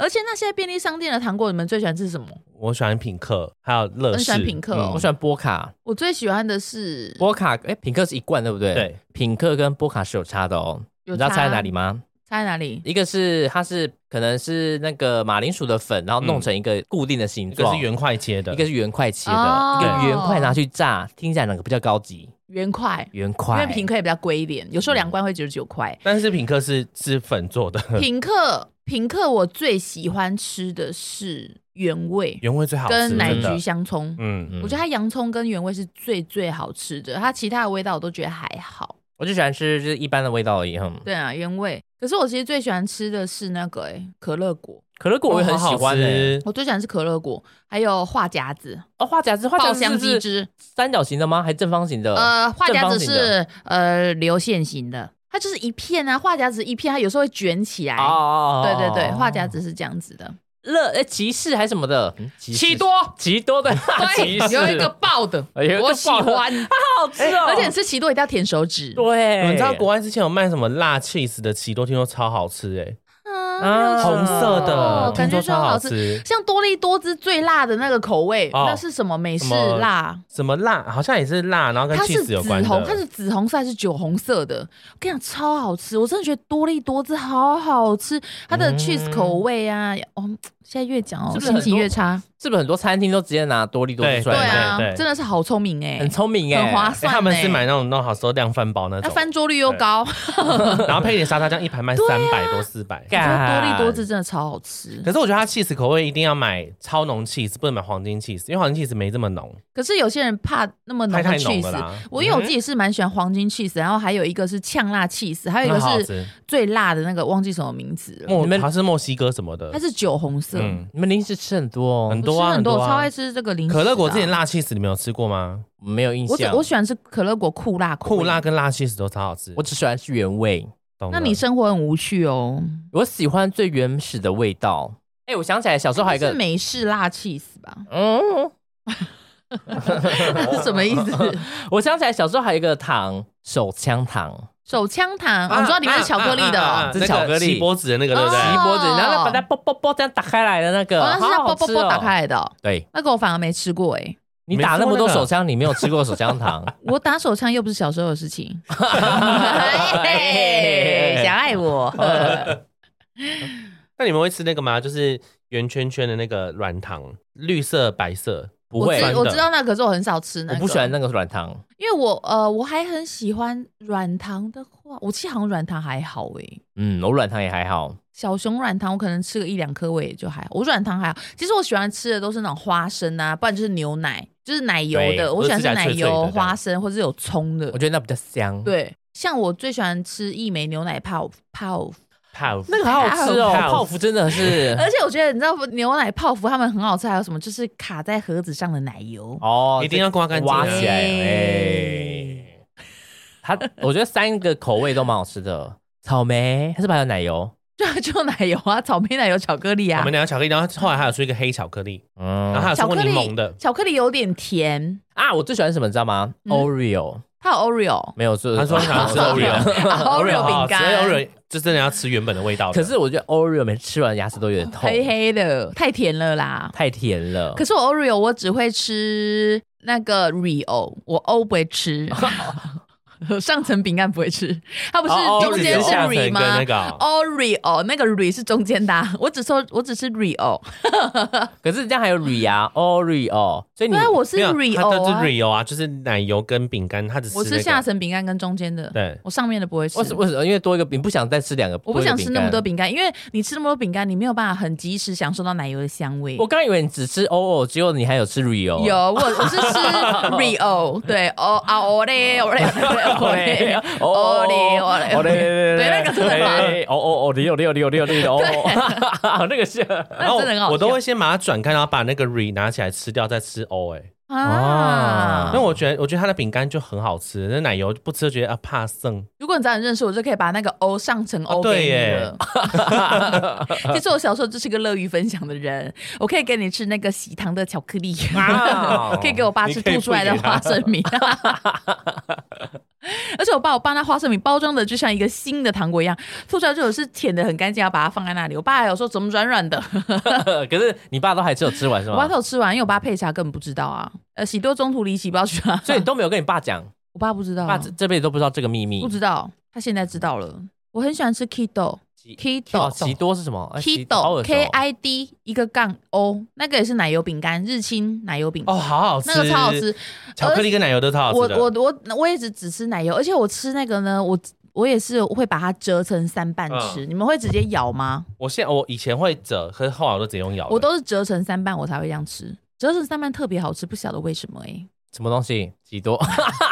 Speaker 2: 而且那些便利商店的糖果，你们最喜欢吃什么？
Speaker 4: 我喜欢品客，还有乐
Speaker 2: 很
Speaker 4: 事，嗯
Speaker 2: 喜欢品客哦
Speaker 3: 嗯我喜欢波卡，
Speaker 2: 我最喜欢的是
Speaker 3: 波卡哎，品客是一罐对不对？，
Speaker 4: 对，
Speaker 3: 品客跟波卡是有差的哦。
Speaker 2: 有
Speaker 3: 你知道
Speaker 2: 差啊
Speaker 3: 差在哪里吗？
Speaker 2: 猜哪里？
Speaker 3: 一个是它是可能是那个马铃薯的粉，然后弄嗯成一个固定的形
Speaker 4: 一个
Speaker 3: 状，
Speaker 4: 是圆块切的，
Speaker 3: 一个是圆块切的，
Speaker 2: 哦
Speaker 3: 一个圆块拿去炸，听起来哪个比较高级？
Speaker 2: 圆块，
Speaker 3: 圆
Speaker 2: 因
Speaker 3: 块，
Speaker 2: 为品客也比较贵一点，有时候两罐会九十九块。
Speaker 4: 但是品客是是粉做的，
Speaker 2: 品客，品客，我最喜欢吃的是原味
Speaker 4: 原味最好吃，
Speaker 2: 跟奶
Speaker 4: 真的
Speaker 2: 橘香葱。
Speaker 4: 嗯，
Speaker 3: 嗯
Speaker 2: 我觉得它洋葱跟原味是最最好吃的，它其他的味道我都觉得还好。
Speaker 3: 我就喜欢吃就是一般的味道而已。哼，
Speaker 2: 对啊，原味。可是我其实最喜欢吃的是那个、欸、可乐果，
Speaker 3: 可乐果我也很喜欢欸诶。
Speaker 4: 吃。
Speaker 2: 我最喜欢吃欸可乐果，还有画夹子、
Speaker 3: 哦，花甲子，花
Speaker 2: 爆
Speaker 3: 甲子
Speaker 2: 香鸡
Speaker 3: 是不是
Speaker 2: 汁。
Speaker 3: 三角形的吗？还是正方形的？
Speaker 2: 呃，画夹子
Speaker 3: 正方形的
Speaker 2: 是呃流线型的，它就是一片啊，画夹子一片，它有时候会卷起来。
Speaker 3: 哦哦哦哦
Speaker 2: 对对对，
Speaker 3: 哦
Speaker 2: 画夹子是这样子的。
Speaker 3: 乐呃歧视还是什么的，嗯歧视
Speaker 2: 奇多，
Speaker 3: 奇多 的
Speaker 2: 对
Speaker 3: 歧，视，
Speaker 2: 有一个爆的，
Speaker 3: 哎有一个
Speaker 2: 我喜
Speaker 3: 爆的
Speaker 2: 欢，哎
Speaker 3: 好吃哦，
Speaker 2: 而且吃奇多一定要舔手指。
Speaker 3: 对，
Speaker 4: 你知道国外之前有卖什么辣 cheese 的奇多，听说超好吃哎、
Speaker 3: 啊
Speaker 4: 红色的
Speaker 2: 嗯哦，
Speaker 4: 听
Speaker 2: 感
Speaker 4: 说
Speaker 2: 觉
Speaker 4: 超
Speaker 2: 超好
Speaker 4: 吃。
Speaker 2: 像多利多汁最辣的那个口味，
Speaker 4: 哦
Speaker 2: 那是什么美式
Speaker 4: 什么
Speaker 2: 辣？
Speaker 4: 什么辣，好像也是辣，然后跟
Speaker 2: 它是
Speaker 4: cheese
Speaker 2: 紫
Speaker 4: 有关的。
Speaker 2: 红，它是紫红色还是酒红色的？我跟你讲，超好吃！我真的觉得多利多汁好好吃，它的
Speaker 4: 嗯
Speaker 2: cheese 口味啊，哦，现在越讲哦
Speaker 3: 是，不是
Speaker 2: 心
Speaker 3: 很
Speaker 2: 情
Speaker 3: 多
Speaker 2: 越差。
Speaker 3: 是不是很多餐厅都直接拿多利多
Speaker 4: 对
Speaker 3: 出
Speaker 2: 对
Speaker 3: 来卖？
Speaker 2: 啊
Speaker 4: 对对，
Speaker 2: 真的是好聪明哎
Speaker 3: 很，聪明哎、
Speaker 2: 很划
Speaker 4: 哎
Speaker 2: 算。
Speaker 4: 他们是买，那种弄好时候量饭包那
Speaker 2: 那
Speaker 4: 种，
Speaker 2: 欸翻桌率又高，
Speaker 4: 然后配一点沙茶酱，一盘卖三百
Speaker 2: 啊
Speaker 4: 多四百。
Speaker 3: 干
Speaker 2: 多利多汁真的超好吃
Speaker 4: 可。是我觉得它 cheese 口味一定要买超浓 cheese，不能买黄金 cheese，因为黄金 cheese 没这么浓，
Speaker 2: 可是有些人怕那么浓
Speaker 4: 太
Speaker 2: 的
Speaker 4: 太浓
Speaker 2: cheese，
Speaker 4: 了啦。嗯
Speaker 2: 我因为我自己是蛮喜欢黄金 cheese，然后还有一个是呛辣 cheese，还有一
Speaker 4: 那
Speaker 2: 个
Speaker 4: 好好
Speaker 2: 是
Speaker 4: 吃
Speaker 2: 最辣的那个忘记什么名字了，
Speaker 4: 墨
Speaker 3: 你们
Speaker 4: 好像是墨西哥什么的
Speaker 2: 它，是酒红色，
Speaker 4: 嗯，
Speaker 3: 你们零食吃很多哦
Speaker 4: 很，
Speaker 2: 我
Speaker 4: 多啊
Speaker 2: 吃很多，
Speaker 4: 很多
Speaker 2: 我
Speaker 4: 啊
Speaker 2: 超爱吃这个零食的啊。
Speaker 4: 可乐果之前辣 cheese 你们有吃过吗？
Speaker 3: 没有印
Speaker 2: 我只
Speaker 3: 象。
Speaker 2: 我喜欢吃可乐果酷辣口味
Speaker 4: 酷辣，跟辣 cheese 都超好吃。
Speaker 3: 我只喜欢吃原味，
Speaker 4: 懂了
Speaker 2: 那你生活很无趣哦。
Speaker 3: 我喜欢最原始的味道。哎、我想起来小时候还有一
Speaker 2: 是
Speaker 3: 个，
Speaker 2: 美式辣 cheese 吧？
Speaker 3: 嗯，
Speaker 2: 那是什么意 思？
Speaker 3: 我想起来小时候还有一个糖，手枪糖，
Speaker 2: 手枪糖，哦
Speaker 4: 啊
Speaker 2: 我知道里面是巧克力的
Speaker 4: 啊啊
Speaker 2: 哦
Speaker 4: 啊啊，
Speaker 3: 这是巧克力
Speaker 4: 那个起波子的那个，对不
Speaker 3: 一
Speaker 4: 对？
Speaker 2: 哦
Speaker 3: 波子，然后把它啵啵啵这样打开来的那个，
Speaker 2: 哦那
Speaker 3: 好
Speaker 2: 是要
Speaker 3: 好
Speaker 2: 啵啵
Speaker 3: 吃
Speaker 2: 啵
Speaker 3: 哦。
Speaker 2: 打开来的哦。
Speaker 3: 对
Speaker 2: 那个我反而没吃过哎，
Speaker 3: 你
Speaker 4: 没
Speaker 3: 打
Speaker 4: 吃
Speaker 3: 那
Speaker 4: 过
Speaker 3: 么多
Speaker 4: 那个
Speaker 3: 手枪，你没有吃过手枪 糖，
Speaker 2: 我打手枪又不是小时候的事 情。
Speaker 3: 哎
Speaker 2: 嘿想爱我？
Speaker 4: 那你们会吃那个吗？就是圆圈圈的那个软糖，绿色、白色。
Speaker 3: 不会
Speaker 2: 我
Speaker 4: 酸
Speaker 2: 知
Speaker 4: 的
Speaker 2: 我知道那个，可是我很少吃那
Speaker 3: 我
Speaker 2: 个。
Speaker 3: 不喜欢，那个软糖。
Speaker 2: 因为我呃，我还很喜欢软糖的话，我其实好像软糖还好欸诶、
Speaker 3: 嗯，我软糖也还好。
Speaker 2: 小熊软糖我可能吃个一两颗，我也就还好。我软糖还好，其实我喜欢吃的都是那种花生啊，不然就是牛奶，就是奶油
Speaker 4: 对
Speaker 2: 的。我喜欢吃奶
Speaker 4: 都是吃起来脆脆的
Speaker 2: 油、
Speaker 4: 这样
Speaker 2: 花生或者是有葱的
Speaker 3: 我。觉得那比较香。，
Speaker 2: 对，像我最喜欢吃一枚牛奶泡泡
Speaker 4: 泡
Speaker 3: 那个好好吃哦，
Speaker 4: 泡芙
Speaker 3: 泡芙真的 是
Speaker 4: 嗯
Speaker 2: 而且我觉得你知道牛奶泡芙他们很好吃，还有什么就是卡在盒子上的奶油，
Speaker 3: 哦，
Speaker 4: 一定要刮干净啊
Speaker 3: 挖起来。哎
Speaker 2: 哎，
Speaker 3: 它我觉得三个口味都蛮好吃的，草莓它是不是还有奶油？
Speaker 2: 就 就奶油啊，草莓奶油巧克力
Speaker 4: 我
Speaker 2: 啊
Speaker 4: 们，两个巧克力，然后后来还有出一个黑巧克力，
Speaker 3: 嗯，
Speaker 4: 然后还有出
Speaker 2: 巧
Speaker 4: 过
Speaker 2: 克
Speaker 4: 柠
Speaker 2: 力
Speaker 4: 檬的，
Speaker 2: 啊巧克力有点甜，
Speaker 3: 啊，我最喜欢什么你知道吗
Speaker 2: 嗯
Speaker 3: ？Oreo
Speaker 2: 它有 Oreo
Speaker 3: 没有说，
Speaker 4: 他说想要 吃 Oreo，
Speaker 2: 啊 Oreo 饼干
Speaker 4: ，Oreo 就真的要吃原本的味道的。
Speaker 3: 可是我觉得 Oreo 每次吃完牙齿都有点痛，
Speaker 2: 哦黑黑的，太甜了啦。
Speaker 3: 太甜了。
Speaker 2: 可是我 Oreo 我只会吃那个 Rio，我 O 不会 吃，上层饼干不会吃，它不是
Speaker 3: 哦
Speaker 2: 中
Speaker 4: 只
Speaker 2: 间
Speaker 4: 是
Speaker 2: 是
Speaker 4: 下层
Speaker 2: Re
Speaker 4: 跟
Speaker 2: 吗？哦
Speaker 4: 那个啊
Speaker 2: Oreo 那个 Re 是中间的啊、我只说我只是 Rio，
Speaker 3: 可是这样还有 Ria 啊 Oreo，所以你
Speaker 2: 对啊，我是
Speaker 4: 嗯没有
Speaker 2: Rio
Speaker 4: 它都是
Speaker 2: 啊
Speaker 4: Rio 啊，就是奶油跟饼干，它只吃
Speaker 2: 我
Speaker 4: 那
Speaker 2: 吃
Speaker 4: 个
Speaker 2: 下层饼干跟中间的，
Speaker 4: 对，
Speaker 2: 我上面的不会吃
Speaker 3: 为。什为什么？因为多一个饼，不想再吃两个，
Speaker 2: 我不想
Speaker 3: 多一
Speaker 2: 吃那
Speaker 3: 个饼干
Speaker 2: 么多。饼干，因为你吃那么多饼干，你没有办法很及时享受到奶油的香味。
Speaker 3: 我刚以为你只吃 OO，结果你还有吃 Rio。
Speaker 2: 有我我是吃 Rio，对哦啊哦嘞哦嘞哦嘞哦嘞哦嘞
Speaker 3: 哦嘞，
Speaker 2: 对那个真的很好
Speaker 3: 哦哦哦六六六六六哦， 那个是
Speaker 4: 然后
Speaker 2: 真的很好
Speaker 4: 我都
Speaker 2: 笑
Speaker 4: 会先把它转开，然后把那个 Re 拿起来吃掉，再吃 O 哎。
Speaker 3: 啊
Speaker 2: 啊
Speaker 4: 因为！我觉得，我觉得它的饼干就很好吃，那奶油不吃就觉得啊怕剩。
Speaker 2: 如果你早点认识我，就可以把那个 O 上成 O
Speaker 4: 哦对
Speaker 2: 给你
Speaker 4: 耶
Speaker 2: 了。 其实我小时候就是个乐于分享的人，我可以给你吃那个喜糖的巧克力，
Speaker 3: 哇 哦
Speaker 2: 可以给我爸吃
Speaker 4: 你可以
Speaker 2: 吐出来的
Speaker 4: 不给他
Speaker 2: 花生米。 而且我爸我爸那花生米包装的就像一个新的糖果一样，吐出来就是舔的很干净，要把它放在那里。我爸还有说怎么软软的，
Speaker 3: 可是你爸都还是有吃完是
Speaker 2: 我爸
Speaker 3: 吗
Speaker 2: 都？有吃完，因为我爸配茶根本不知道啊。呃，喜多中途离席，不要去啊。
Speaker 3: 所以你都没有跟你爸讲，
Speaker 2: 我爸不知道啊，
Speaker 3: 爸这这辈子都不知道这个秘密。
Speaker 2: 不知道，他现在知道了。我很喜欢吃 Kido
Speaker 3: 奇哦，奇
Speaker 2: Kido
Speaker 3: 多是什么哎奇好
Speaker 2: Kido
Speaker 3: 耳熟
Speaker 2: K I D 一个杠 O，那个也是奶油饼干，日清奶油饼干
Speaker 4: 哦，好好吃，
Speaker 2: 那个超好吃，。
Speaker 4: 巧克力跟奶油都超好
Speaker 2: 我
Speaker 4: 吃的。
Speaker 2: 我我我也只只吃奶油，而且我吃那个呢，我我也是会把它折成三瓣
Speaker 4: 嗯
Speaker 2: 吃。你们会直接咬吗？
Speaker 4: 我现在我以前会折，可是后来我都直接用咬的。
Speaker 2: 我都是折成三瓣，我才会这样吃。折成三瓣特别好吃，不晓得为什么哎、
Speaker 3: 什么东西？奇多，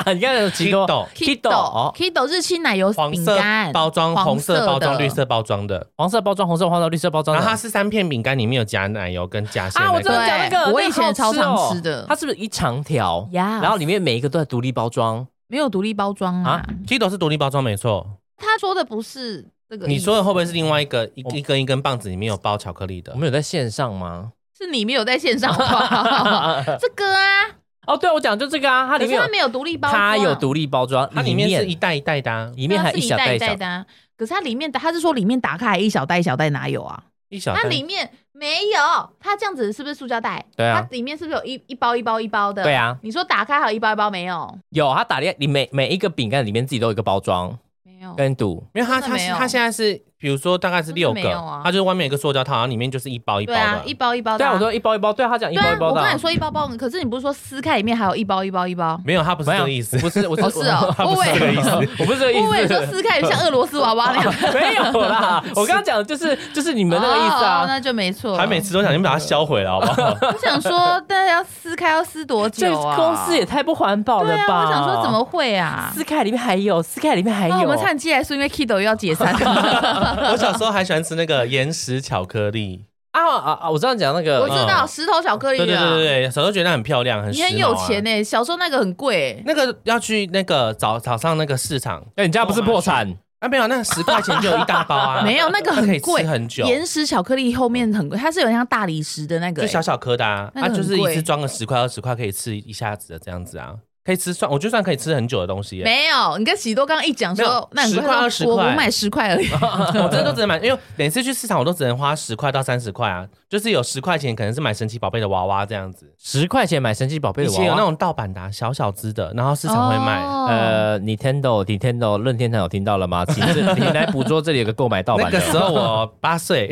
Speaker 3: 你刚才有奇多
Speaker 4: Kido
Speaker 3: Kido，哦
Speaker 2: Kido 日清奶油
Speaker 4: 黄
Speaker 2: 饼
Speaker 4: 色
Speaker 2: 干，
Speaker 4: 包装、红色包装、
Speaker 2: 的
Speaker 4: 绿色包装的，
Speaker 3: 黄色包装、红色包装、绿色包装
Speaker 4: 然
Speaker 3: 的。
Speaker 4: 后它是三片饼干，里面有夹奶油跟夹馅
Speaker 3: 啊，我
Speaker 4: 那
Speaker 3: 知道
Speaker 4: 个。
Speaker 2: 对
Speaker 3: 讲那个，
Speaker 2: 我
Speaker 3: 那个
Speaker 2: 以前
Speaker 3: 好
Speaker 2: 超常
Speaker 3: 哦
Speaker 2: 吃的
Speaker 3: 它是不是一长条？
Speaker 2: 呀
Speaker 3: 然后里面每一个都在独立包装
Speaker 2: 没有独立包装啊
Speaker 3: 啊。
Speaker 4: Kido 是独立包装没错，
Speaker 2: 他说的不是这个
Speaker 4: 你
Speaker 2: 意思
Speaker 4: 说的会不会是另外一个一
Speaker 3: 我
Speaker 4: 一根一根棒子里面有包巧克力的
Speaker 3: 我？们有在线 上吗？
Speaker 2: 是你没有在线上吧？ 这个啊，
Speaker 3: 哦，对，我讲就这个啊，它
Speaker 2: 可
Speaker 3: 里
Speaker 2: 是
Speaker 3: 面
Speaker 2: 它
Speaker 3: 有
Speaker 2: 没有独立包装，啊
Speaker 3: 它有独立包装，
Speaker 4: 它里面是一袋一袋的、啊，
Speaker 3: 里面还
Speaker 2: 它
Speaker 3: 一
Speaker 2: 是一
Speaker 3: 小
Speaker 2: 袋
Speaker 3: 袋
Speaker 2: 一袋
Speaker 3: 小
Speaker 2: 的啊。可是它里面，它是说里面打开还一小袋一小袋，哪有啊？
Speaker 4: 一小袋
Speaker 2: 它。里面没有，它这样子是不是塑胶袋？
Speaker 3: 对啊
Speaker 2: 它里面是不是有一一包一包一包的？
Speaker 3: 对。啊，
Speaker 2: 你说打开好一包一包没有？
Speaker 3: 有它打里每每一个饼干里面自己都有一个包装
Speaker 2: 没有。
Speaker 3: 跟毒，
Speaker 4: 因为
Speaker 2: 真
Speaker 4: 它
Speaker 2: 的
Speaker 4: 它
Speaker 2: 没
Speaker 4: 是
Speaker 2: 有
Speaker 4: 它现在是，比如说大概是
Speaker 2: 真的
Speaker 4: 六
Speaker 2: 没
Speaker 4: 个，
Speaker 2: 有啊
Speaker 4: 它就是外面有一个塑胶套，然后里面就是一包一包
Speaker 2: 对
Speaker 4: 的
Speaker 2: 啊
Speaker 4: 啊，，
Speaker 2: 一包一包的、
Speaker 3: 对啊，我说一包一包，对啊，他讲一
Speaker 2: 对
Speaker 3: 包一
Speaker 2: 啊，
Speaker 3: 包
Speaker 2: 我
Speaker 3: 的啊，
Speaker 2: 刚才说一包包，可是你不是说撕开里面还有一包一包一包？
Speaker 4: 没有，它不是
Speaker 3: 没
Speaker 4: 这
Speaker 3: 有
Speaker 4: 个意思，
Speaker 3: 不是，我
Speaker 2: 哦，是 哦，
Speaker 4: 不
Speaker 2: 我
Speaker 4: 是这个
Speaker 2: 以
Speaker 4: 意思。
Speaker 3: 我不是这个意
Speaker 2: 我以为说
Speaker 3: 思，
Speaker 2: 撕开像俄罗斯娃娃那样，
Speaker 3: 没有啦，我刚刚讲的就是就是你们那个意
Speaker 2: 哦
Speaker 3: 思啊，
Speaker 2: 那就没错。
Speaker 4: 他每次都想你们把它销毁了，好不好？
Speaker 2: 我想 说，但是要撕开要撕多
Speaker 3: 这
Speaker 2: 久啊？
Speaker 3: 公司也太不环保
Speaker 2: 对
Speaker 3: 了
Speaker 2: 啊，
Speaker 3: 吧？
Speaker 2: 我想说怎么会啊？
Speaker 3: 撕开里面还有，撕开里面还有，
Speaker 2: 啊我们唱寄来是因为 Kido 又要解 散，
Speaker 4: 我小时候还喜欢吃那个岩石巧克力，
Speaker 3: 啊啊啊！我知道你讲那
Speaker 2: 我
Speaker 3: 个，
Speaker 2: 知道石头巧克力
Speaker 4: 对
Speaker 2: 啊，
Speaker 4: 对对对对，小时候觉得那很漂亮，很
Speaker 2: 你很有钱
Speaker 4: 呢。
Speaker 2: 呢、小时候那个很贵、
Speaker 4: 那个要去那个早早上那个市场，
Speaker 3: 哎，你家不是破产？
Speaker 4: 啊没有，那十块钱就有一大包啊，
Speaker 2: 没有那个
Speaker 4: 可以
Speaker 2: 很贵，
Speaker 4: 吃很久，
Speaker 2: 岩石巧克力后面很贵，它是有点像大理石的那个、
Speaker 4: 就小小颗的啊，
Speaker 2: 那个
Speaker 4: 啊
Speaker 2: 很
Speaker 4: 就是一次
Speaker 2: 贵
Speaker 4: 装个十块二十块可以吃一下子的这样子啊，可以吃算我就算可以吃很久的东西耶，
Speaker 2: 没有，你跟喜多刚刚一讲
Speaker 4: 没
Speaker 2: 说
Speaker 4: 有，
Speaker 2: 那很贵
Speaker 4: 10块
Speaker 2: 他说
Speaker 4: 20
Speaker 2: 我
Speaker 4: 块
Speaker 2: 我买十块而 已，
Speaker 4: 我真的都只能买，因为每次去市场我都只能花十块到三十块啊，就是有十块钱可能是买神奇宝贝的娃娃这样子，
Speaker 3: 十块钱买神奇宝贝
Speaker 4: 以
Speaker 3: 的
Speaker 4: 前有
Speaker 3: 娃
Speaker 4: 那
Speaker 3: 娃，
Speaker 4: 种盗版的啊、小小只的，然后市场会卖。
Speaker 2: 哦
Speaker 3: 呃，Nintendo Nintendo 任天堂有听到了吗？请这你来捕捉这里有个购买盗
Speaker 4: 那
Speaker 3: 版
Speaker 4: 个
Speaker 3: 的。
Speaker 4: 时候我 八岁，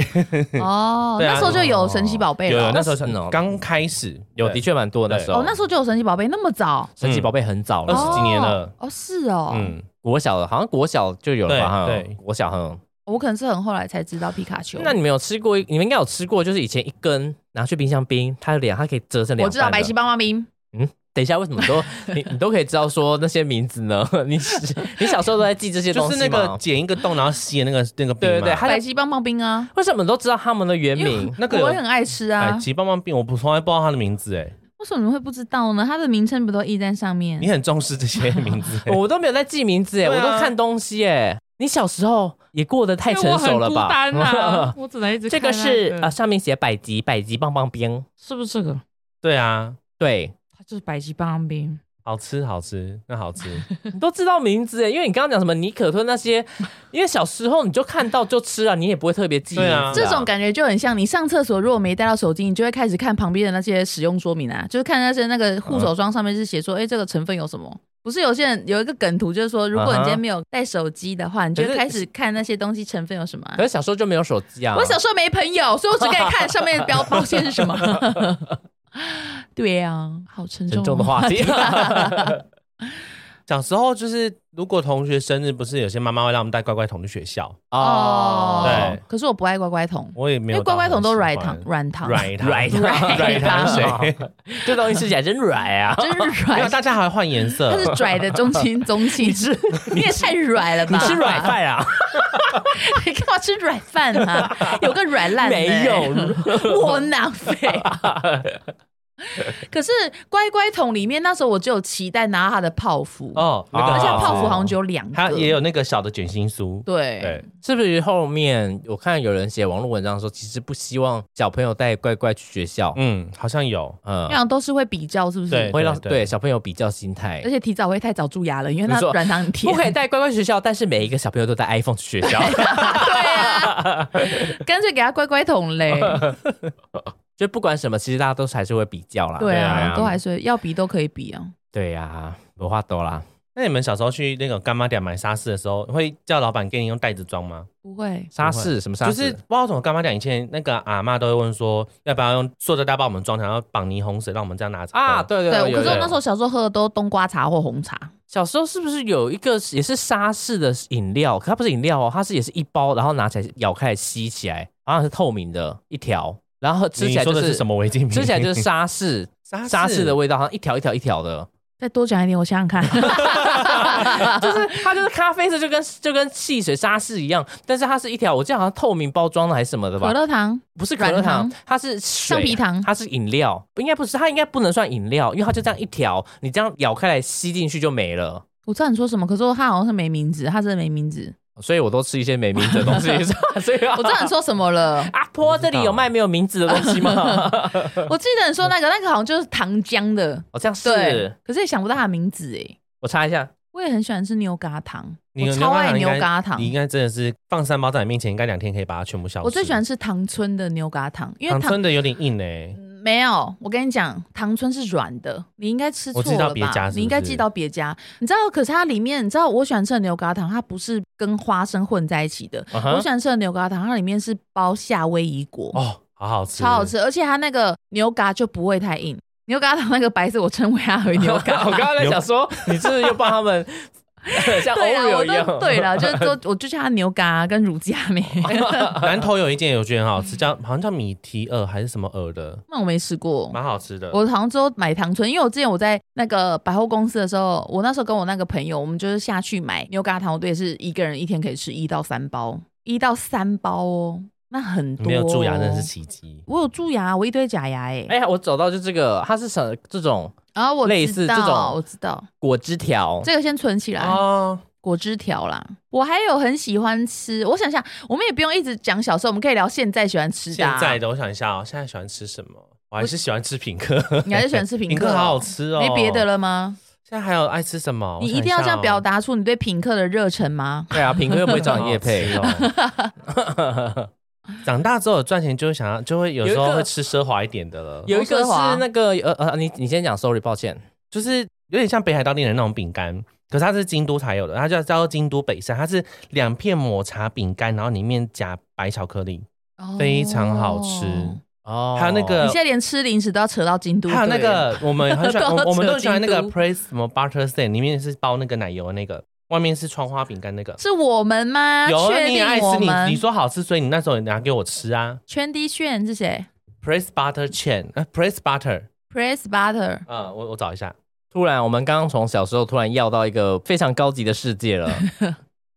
Speaker 2: 哦，
Speaker 4: 对啊
Speaker 2: 那时候就有神奇宝贝
Speaker 4: 有
Speaker 2: 了。
Speaker 4: 有那时候
Speaker 3: 是哦
Speaker 4: 是刚开始，
Speaker 3: 有
Speaker 4: 对嗯
Speaker 3: 的确蛮多的那时候，
Speaker 2: 哦，那时候就有神奇宝贝，那么早，
Speaker 3: 神奇宝贝很早
Speaker 4: 二
Speaker 3: 了，
Speaker 4: 十几年了
Speaker 2: 哦。哦，是哦，
Speaker 4: 嗯，
Speaker 3: 国小了，好像国小就有了吧？哈
Speaker 4: 对对
Speaker 3: 国小很。
Speaker 2: 我可能是很后来才知道皮卡丘。
Speaker 3: 那你们有吃过？你们应该有吃过，就是以前一根拿去冰箱冰，它有两，它可以折成两。
Speaker 2: 我知道白皙。帮妈咪，
Speaker 3: 等一下，为什么都 你你都可以知道说那些名字呢？你你小时候都在记这些
Speaker 4: 就
Speaker 3: 东
Speaker 4: 是
Speaker 3: 西
Speaker 4: 那个
Speaker 3: 吗？
Speaker 4: 剪一个洞，然后吸的那个那个饼
Speaker 3: 对对对，
Speaker 4: 嘛
Speaker 3: 它
Speaker 2: 白皙帮棒冰啊，
Speaker 3: 为什么都知道他们的原
Speaker 2: 因
Speaker 3: 名
Speaker 2: 为？
Speaker 4: 那个有
Speaker 2: 我也很爱吃啊
Speaker 4: 百，吉棒棒冰，我不从来不知道它的名字哎，
Speaker 2: 为什么你会不知道呢？它的名称不都印在上面
Speaker 4: 你？很重视这些名字欸，
Speaker 3: 我都没有在记名字哎，
Speaker 4: 对
Speaker 3: 我
Speaker 4: 啊
Speaker 3: 都看东西哎。你小时候也过得太成熟了吧？
Speaker 2: 因为我很孤单 啊我只能一直
Speaker 3: 这
Speaker 2: 看
Speaker 3: 个
Speaker 2: 那
Speaker 3: 是
Speaker 2: 个
Speaker 3: 啊，上面写百吉，百吉棒棒冰。
Speaker 2: 是不是这个？
Speaker 4: 对啊，
Speaker 3: 对，
Speaker 2: 它就是白皙帮棒冰，
Speaker 4: 好吃好吃，那好吃，
Speaker 3: 你都知道名字哎，因为你刚刚讲什么尼可吞那 些，因为小时候你就看到就吃啊，你也不会特别记名字、
Speaker 4: 对啊
Speaker 2: 这种感觉就很像你上厕所如果没带到手机，你就会开始看旁边的那些使用说明啊，就是看那些那个护手霜上面是写
Speaker 3: 啊
Speaker 2: 说，哎、这个成分有什么。不是有些人有一个梗图，就是说，如果你今天没有带手机的话，你就
Speaker 3: 啊可
Speaker 2: 会
Speaker 3: 是
Speaker 2: 开始看那些东西成分有什么啊、
Speaker 3: 可是小时候就没有手机啊。
Speaker 2: 我小时候没朋友，所以我只可以看上面的标标签是什么。 对啊，好沉重哦
Speaker 3: 沉重的话题，
Speaker 4: 小时候就是如果同学生日，不是有些妈妈会让我们带乖乖桶去学校，
Speaker 2: 哦。
Speaker 4: 对，
Speaker 2: 可是我不爱乖乖桶，
Speaker 4: 我也没
Speaker 2: 因
Speaker 4: 有
Speaker 2: 为乖
Speaker 4: 到
Speaker 2: 乖
Speaker 4: 很
Speaker 2: 桶都
Speaker 4: 喜
Speaker 2: 软
Speaker 4: 欢
Speaker 2: 糖，软糖，
Speaker 4: 软糖
Speaker 3: 软糖
Speaker 4: 软糖水，
Speaker 3: 这东西吃起来真软 啊！
Speaker 2: 真
Speaker 4: 没有
Speaker 2: 软，
Speaker 4: 大家还会换颜色
Speaker 2: 它，是拽的中 心中心，你也太软了吧？
Speaker 3: 你吃软，饭啊？
Speaker 2: 你干嘛吃软饭啊？有个软烂的
Speaker 3: 没有，
Speaker 2: 窝囊废。可是乖乖桶里面那时候我只有期待拿到它的泡芙，
Speaker 4: 哦，那个
Speaker 2: 而且
Speaker 4: 很好吃
Speaker 2: 泡芙好像只有两
Speaker 4: 它
Speaker 2: 个，
Speaker 4: 也有那个小的卷心酥，
Speaker 2: 对
Speaker 4: 对，
Speaker 3: 是不是后面我看有人写网络文章说，其实不希望小朋友带乖乖去学校，
Speaker 4: 嗯，好像有。
Speaker 3: 嗯，
Speaker 2: 那样都是会比较，是不是
Speaker 4: 对？
Speaker 3: 会让
Speaker 4: 对
Speaker 3: 对小朋友比较心态
Speaker 2: 而。且提早会太早蛀牙了，因为它
Speaker 3: 你说
Speaker 2: 软糖很甜。
Speaker 3: 不可以带乖乖去学校，但是每一个小朋友都带 iPhone 去学校，
Speaker 2: 对啊，干脆给他乖乖桶 嘞。
Speaker 3: 就不管什么，其实大家都还是会比较啦。
Speaker 2: 对
Speaker 4: 对
Speaker 2: 啊
Speaker 4: 啊，
Speaker 2: 都还是要比都可以比啊。
Speaker 3: 对呀，没话多啦。
Speaker 4: 那你们小时候去那个干妈店买沙士的时候，会叫老板给你用袋子装吗？
Speaker 2: 不会，
Speaker 3: 沙士什么沙
Speaker 4: 就
Speaker 3: 士？
Speaker 4: 是不知道为什么干妈店以前那个阿嬷都会问说，要不要用塑胶袋帮我们装起来，然后绑霓虹水让我们这样拿着喝嗯
Speaker 3: 啊，，对对
Speaker 2: 对，
Speaker 3: 对，
Speaker 2: 可是
Speaker 3: 有
Speaker 2: 我
Speaker 3: 有
Speaker 2: 那时候小时候喝的都冬瓜茶或红茶，
Speaker 3: 小时候是不是有一个也是沙士的饮料？可它不是饮料哦，它是也是一包，然后拿起来咬开来吸起来，好像是透明的一条，然后吃
Speaker 4: 你
Speaker 3: 起来
Speaker 4: 说
Speaker 3: 就
Speaker 4: 的
Speaker 3: 是
Speaker 4: 是什么违禁品？
Speaker 3: 吃起来就是沙士，
Speaker 4: 沙
Speaker 3: 沙士的味道，好像一条一条一 条的，
Speaker 2: 再多讲一点，我想想看。
Speaker 3: 就是它就是咖啡色，就跟就跟汽水沙士一样，但是它是一条，我记得好像透明包装的还是什么的吧
Speaker 2: 可？乐糖
Speaker 3: 不是可乐
Speaker 2: 软
Speaker 3: 糖
Speaker 2: 糖，
Speaker 3: 它是橡
Speaker 2: 橡皮糖
Speaker 3: 它是饮料，应该不是，它应该不能算饮料，因为它就这样一条，你这样咬开来吸进去就没了。
Speaker 2: 我知道你说什么，可是它好像是没名字，它真的没名字。
Speaker 3: 所以我都吃一些没名字的 东西，是吧所以，
Speaker 2: 我知道你说什么了
Speaker 3: 阿婆这里有卖没有名字的东西吗？
Speaker 2: 我记得你说那个那个好像就是糖浆的，
Speaker 3: 好像
Speaker 2: 对
Speaker 3: 是，，
Speaker 2: 可是也想不到它的名字哎。
Speaker 3: 我查 一下，
Speaker 2: 我也很喜欢吃牛轧糖，
Speaker 4: 你
Speaker 2: 我
Speaker 4: 牛
Speaker 2: 超爱牛轧
Speaker 4: 轧糖应该，
Speaker 2: 糖
Speaker 4: 你。应该真的是放三包在你面前，应该两天可以把它全部消失。
Speaker 2: 我最喜欢吃糖村的牛轧糖，因为
Speaker 4: 糖
Speaker 2: 糖嗯
Speaker 4: 村的有点硬哎，
Speaker 2: 没有，我跟你讲，糖村是软的，你应该吃错
Speaker 4: 我寄到
Speaker 2: 了
Speaker 4: 别家是
Speaker 2: 吧
Speaker 4: 不？是
Speaker 2: 你应该寄到别家。你知道，可是它里面，你知道我喜欢吃的牛轧糖，它不是跟花生混在一起的。
Speaker 4: 啊
Speaker 3: 嗯哼
Speaker 2: 我喜欢吃的牛轧糖，它里面是包夏威夷果，
Speaker 4: 哦，好好吃，
Speaker 2: 超好。吃，而且它那个牛轧就不会太硬。牛轧糖那个白色，我称为它为牛
Speaker 3: 我
Speaker 2: 轧
Speaker 3: 刚我
Speaker 2: 糖。
Speaker 3: 刚刚在想说，你是不是又帮 他们像
Speaker 2: 对啊，
Speaker 3: Oreo
Speaker 2: 我
Speaker 3: 一样？
Speaker 2: 都对了， 就是说，我就叫它牛轧啊跟乳加梅。
Speaker 4: 南头有一间我觉得很好 吃，叫好像叫米提尔还是什么尔的，
Speaker 2: 那我没试过，
Speaker 4: 蛮好吃的。
Speaker 2: 我好像只有买糖醇，因为我之前我在那个百货公司的时候，我那时候跟我那个朋友，我们就是下去买牛轧糖，我对是一个人一天可以吃一到三包，一到三包哦，那很多、
Speaker 4: 没有蛀牙真的是。奇迹。
Speaker 2: 我有蛀牙，我一堆假牙哎、
Speaker 3: 哎呀，我找到就这个，它是什这种
Speaker 2: 然后我知道
Speaker 3: 类似这种
Speaker 2: 我知道
Speaker 3: 果汁条，
Speaker 2: 这个先存起来。
Speaker 4: 哦，
Speaker 2: 果汁条啦，我还有很喜欢吃。我想想，我们也不用一直讲小时候，我们可以聊现在喜欢吃的、
Speaker 4: 现
Speaker 2: 啊。
Speaker 4: 在的我想一下哦，现在喜欢吃什么？我还是喜欢吃品客，
Speaker 2: 你还是喜欢 吃品
Speaker 4: 品
Speaker 2: 客哦
Speaker 4: 好好吃哦。
Speaker 2: 没别的。了吗？
Speaker 4: 现在还有爱吃什么？
Speaker 2: 你一定要这样表
Speaker 4: 达。
Speaker 2: 达出你对品客的热忱吗？
Speaker 3: 对啊，品客又不会找
Speaker 4: 长
Speaker 3: 你 叶配，哦
Speaker 4: 哦。 长大之后有赚钱就会想要，就会有时
Speaker 3: 有一
Speaker 4: 候
Speaker 3: 个
Speaker 4: 会吃奢华一点的了，
Speaker 3: 有一个
Speaker 2: 多奢华
Speaker 3: 是那个呃呃，你你先讲，sorry，抱歉。
Speaker 4: 就是有点像北海道恋人那种饼干，可是它是京都才有的，它叫叫做京都北山，它是两片抹茶饼干，然后里面夹白巧克力，非常好吃。
Speaker 2: 哦
Speaker 3: 哦
Speaker 4: 还有那个
Speaker 2: 你现在连吃零食都要扯到京都，
Speaker 4: 呃还有那个我们很 喜欢，
Speaker 2: 都要
Speaker 4: 我我们
Speaker 2: 扯
Speaker 4: 都很喜欢那
Speaker 2: 京
Speaker 4: 个
Speaker 2: 都
Speaker 4: Praise 什么 Butter Stain，里面是包那个奶油的那个，外面是窗花饼干那个。
Speaker 2: 是我们吗？
Speaker 4: 有啊
Speaker 2: 确
Speaker 4: 你也爱
Speaker 2: 定我
Speaker 4: 吃你，
Speaker 2: 们？
Speaker 4: 你说好吃，所以你那时候也拿给我吃啊。
Speaker 2: 圈地炫是谁
Speaker 4: Praise Butter Chain，呃，Praise Butter，
Speaker 2: ？Press Butter，
Speaker 4: 啊、我我找一下
Speaker 3: 突然，我们刚刚从小时候突然要到一个非常高级的世 界了。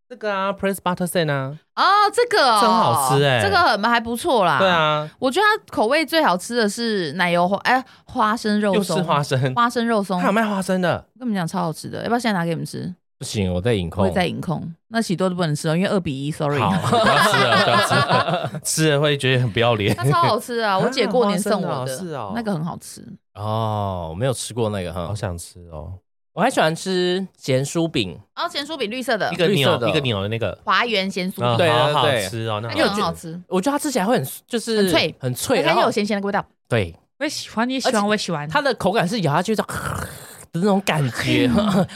Speaker 4: 这个啊，Praise Butter Chain 啊，
Speaker 2: 哦，这个哦
Speaker 4: 真好吃欸
Speaker 2: 这个很还不错啦。
Speaker 4: 对，啊，
Speaker 2: 我觉得它口味最好吃的是奶油花哎花生肉
Speaker 4: 又是
Speaker 2: 松，
Speaker 4: 花生，
Speaker 2: 花生肉松，
Speaker 4: 它有
Speaker 2: 我
Speaker 4: 卖花生的。
Speaker 2: 跟你们讲超好吃的，要不要现在拿给你们吃？
Speaker 3: 不行，我在隐
Speaker 2: 我
Speaker 3: 控
Speaker 2: 也。在饮控，那喜多都不能吃哦，因为二比一，sorry。
Speaker 4: 好，不要吃了，不要吃了，吃了会觉得很不要脸
Speaker 2: 它。超好吃 啊！我姐过年
Speaker 4: 花生
Speaker 2: 送
Speaker 4: 的哦
Speaker 2: 我
Speaker 4: 是哦
Speaker 2: 那个很好吃。
Speaker 3: 哦，我没有吃过那个哈
Speaker 4: 好，想吃哦，
Speaker 3: 我还喜欢吃咸酥饼。
Speaker 2: 然后咸酥啊饼绿色的
Speaker 4: 一，个
Speaker 3: 绿色
Speaker 4: 钮
Speaker 3: 的
Speaker 4: 一个钮的那个，
Speaker 2: 华园咸酥饼
Speaker 4: 嗯，
Speaker 3: 对
Speaker 4: 好
Speaker 3: 对
Speaker 4: 好
Speaker 3: 对
Speaker 4: 吃哦，那
Speaker 2: 那个
Speaker 4: 好吃
Speaker 2: 很好吃，
Speaker 3: 我觉得它吃起来会很就是
Speaker 2: 很脆
Speaker 3: 很脆，
Speaker 2: 而且
Speaker 3: 然
Speaker 2: 又有
Speaker 3: 后
Speaker 2: 咸咸的味道。
Speaker 3: 对
Speaker 2: 我也喜欢，你喜
Speaker 3: 而
Speaker 2: 欢，
Speaker 3: 且
Speaker 2: 我也喜欢。
Speaker 3: 它的口感是咬下去的 的那种感 觉，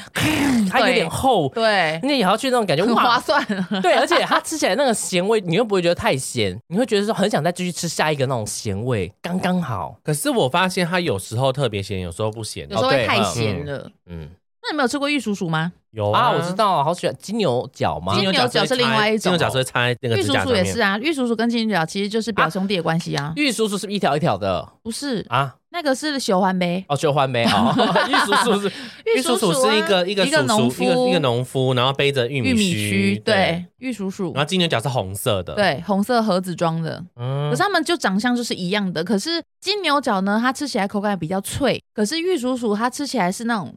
Speaker 3: 它有点厚，
Speaker 2: 对，
Speaker 3: 那咬下去那种感觉
Speaker 2: 很划
Speaker 3: 哇。
Speaker 2: 算。
Speaker 3: 对，而且它吃起来那个咸味，你又不会觉得太咸，你会觉得说很想再继续吃下一个那种咸味，刚刚好。
Speaker 4: 可是我发现它有时候特别咸，有时候不咸
Speaker 2: 有。时候
Speaker 3: 哦对
Speaker 2: 会太
Speaker 3: 嗯
Speaker 2: 咸了。
Speaker 3: 嗯，
Speaker 2: 那你们有吃过玉蜀黍吗？
Speaker 4: 有
Speaker 3: 啊，我知。道，好喜欢金牛角吗？
Speaker 2: 金牛角是另外一种哦
Speaker 4: 金牛角是会插在那个
Speaker 2: 玉
Speaker 4: 指
Speaker 2: 蜀
Speaker 4: 甲上
Speaker 2: 黍也
Speaker 4: 面
Speaker 2: 是。啊，玉蜀黍跟金牛角其实就是表兄弟的关系啊。
Speaker 3: 玉叔叔是不是一条一条的
Speaker 2: 不是，
Speaker 3: 啊？
Speaker 2: 那个是球环呗。
Speaker 3: 哦，就换没哦，玉叔叔 是
Speaker 4: 玉蜀黍
Speaker 2: 啊
Speaker 4: 是一个一个
Speaker 2: 一
Speaker 4: 叔叔
Speaker 2: 个农
Speaker 4: 一个
Speaker 2: 夫，
Speaker 4: 一个农夫，然后背着玉
Speaker 2: 玉
Speaker 4: 米
Speaker 2: 米须，
Speaker 4: 须，
Speaker 2: 对，玉蜀
Speaker 4: 然后
Speaker 2: 黍，
Speaker 4: 金牛角是红色的，，
Speaker 2: 对，红色盒子装的。可
Speaker 3: 嗯
Speaker 2: 是，它们就长相就是一样的。可是金牛角呢，它吃起来口感比较脆，可是玉蜀黍它吃起来是那种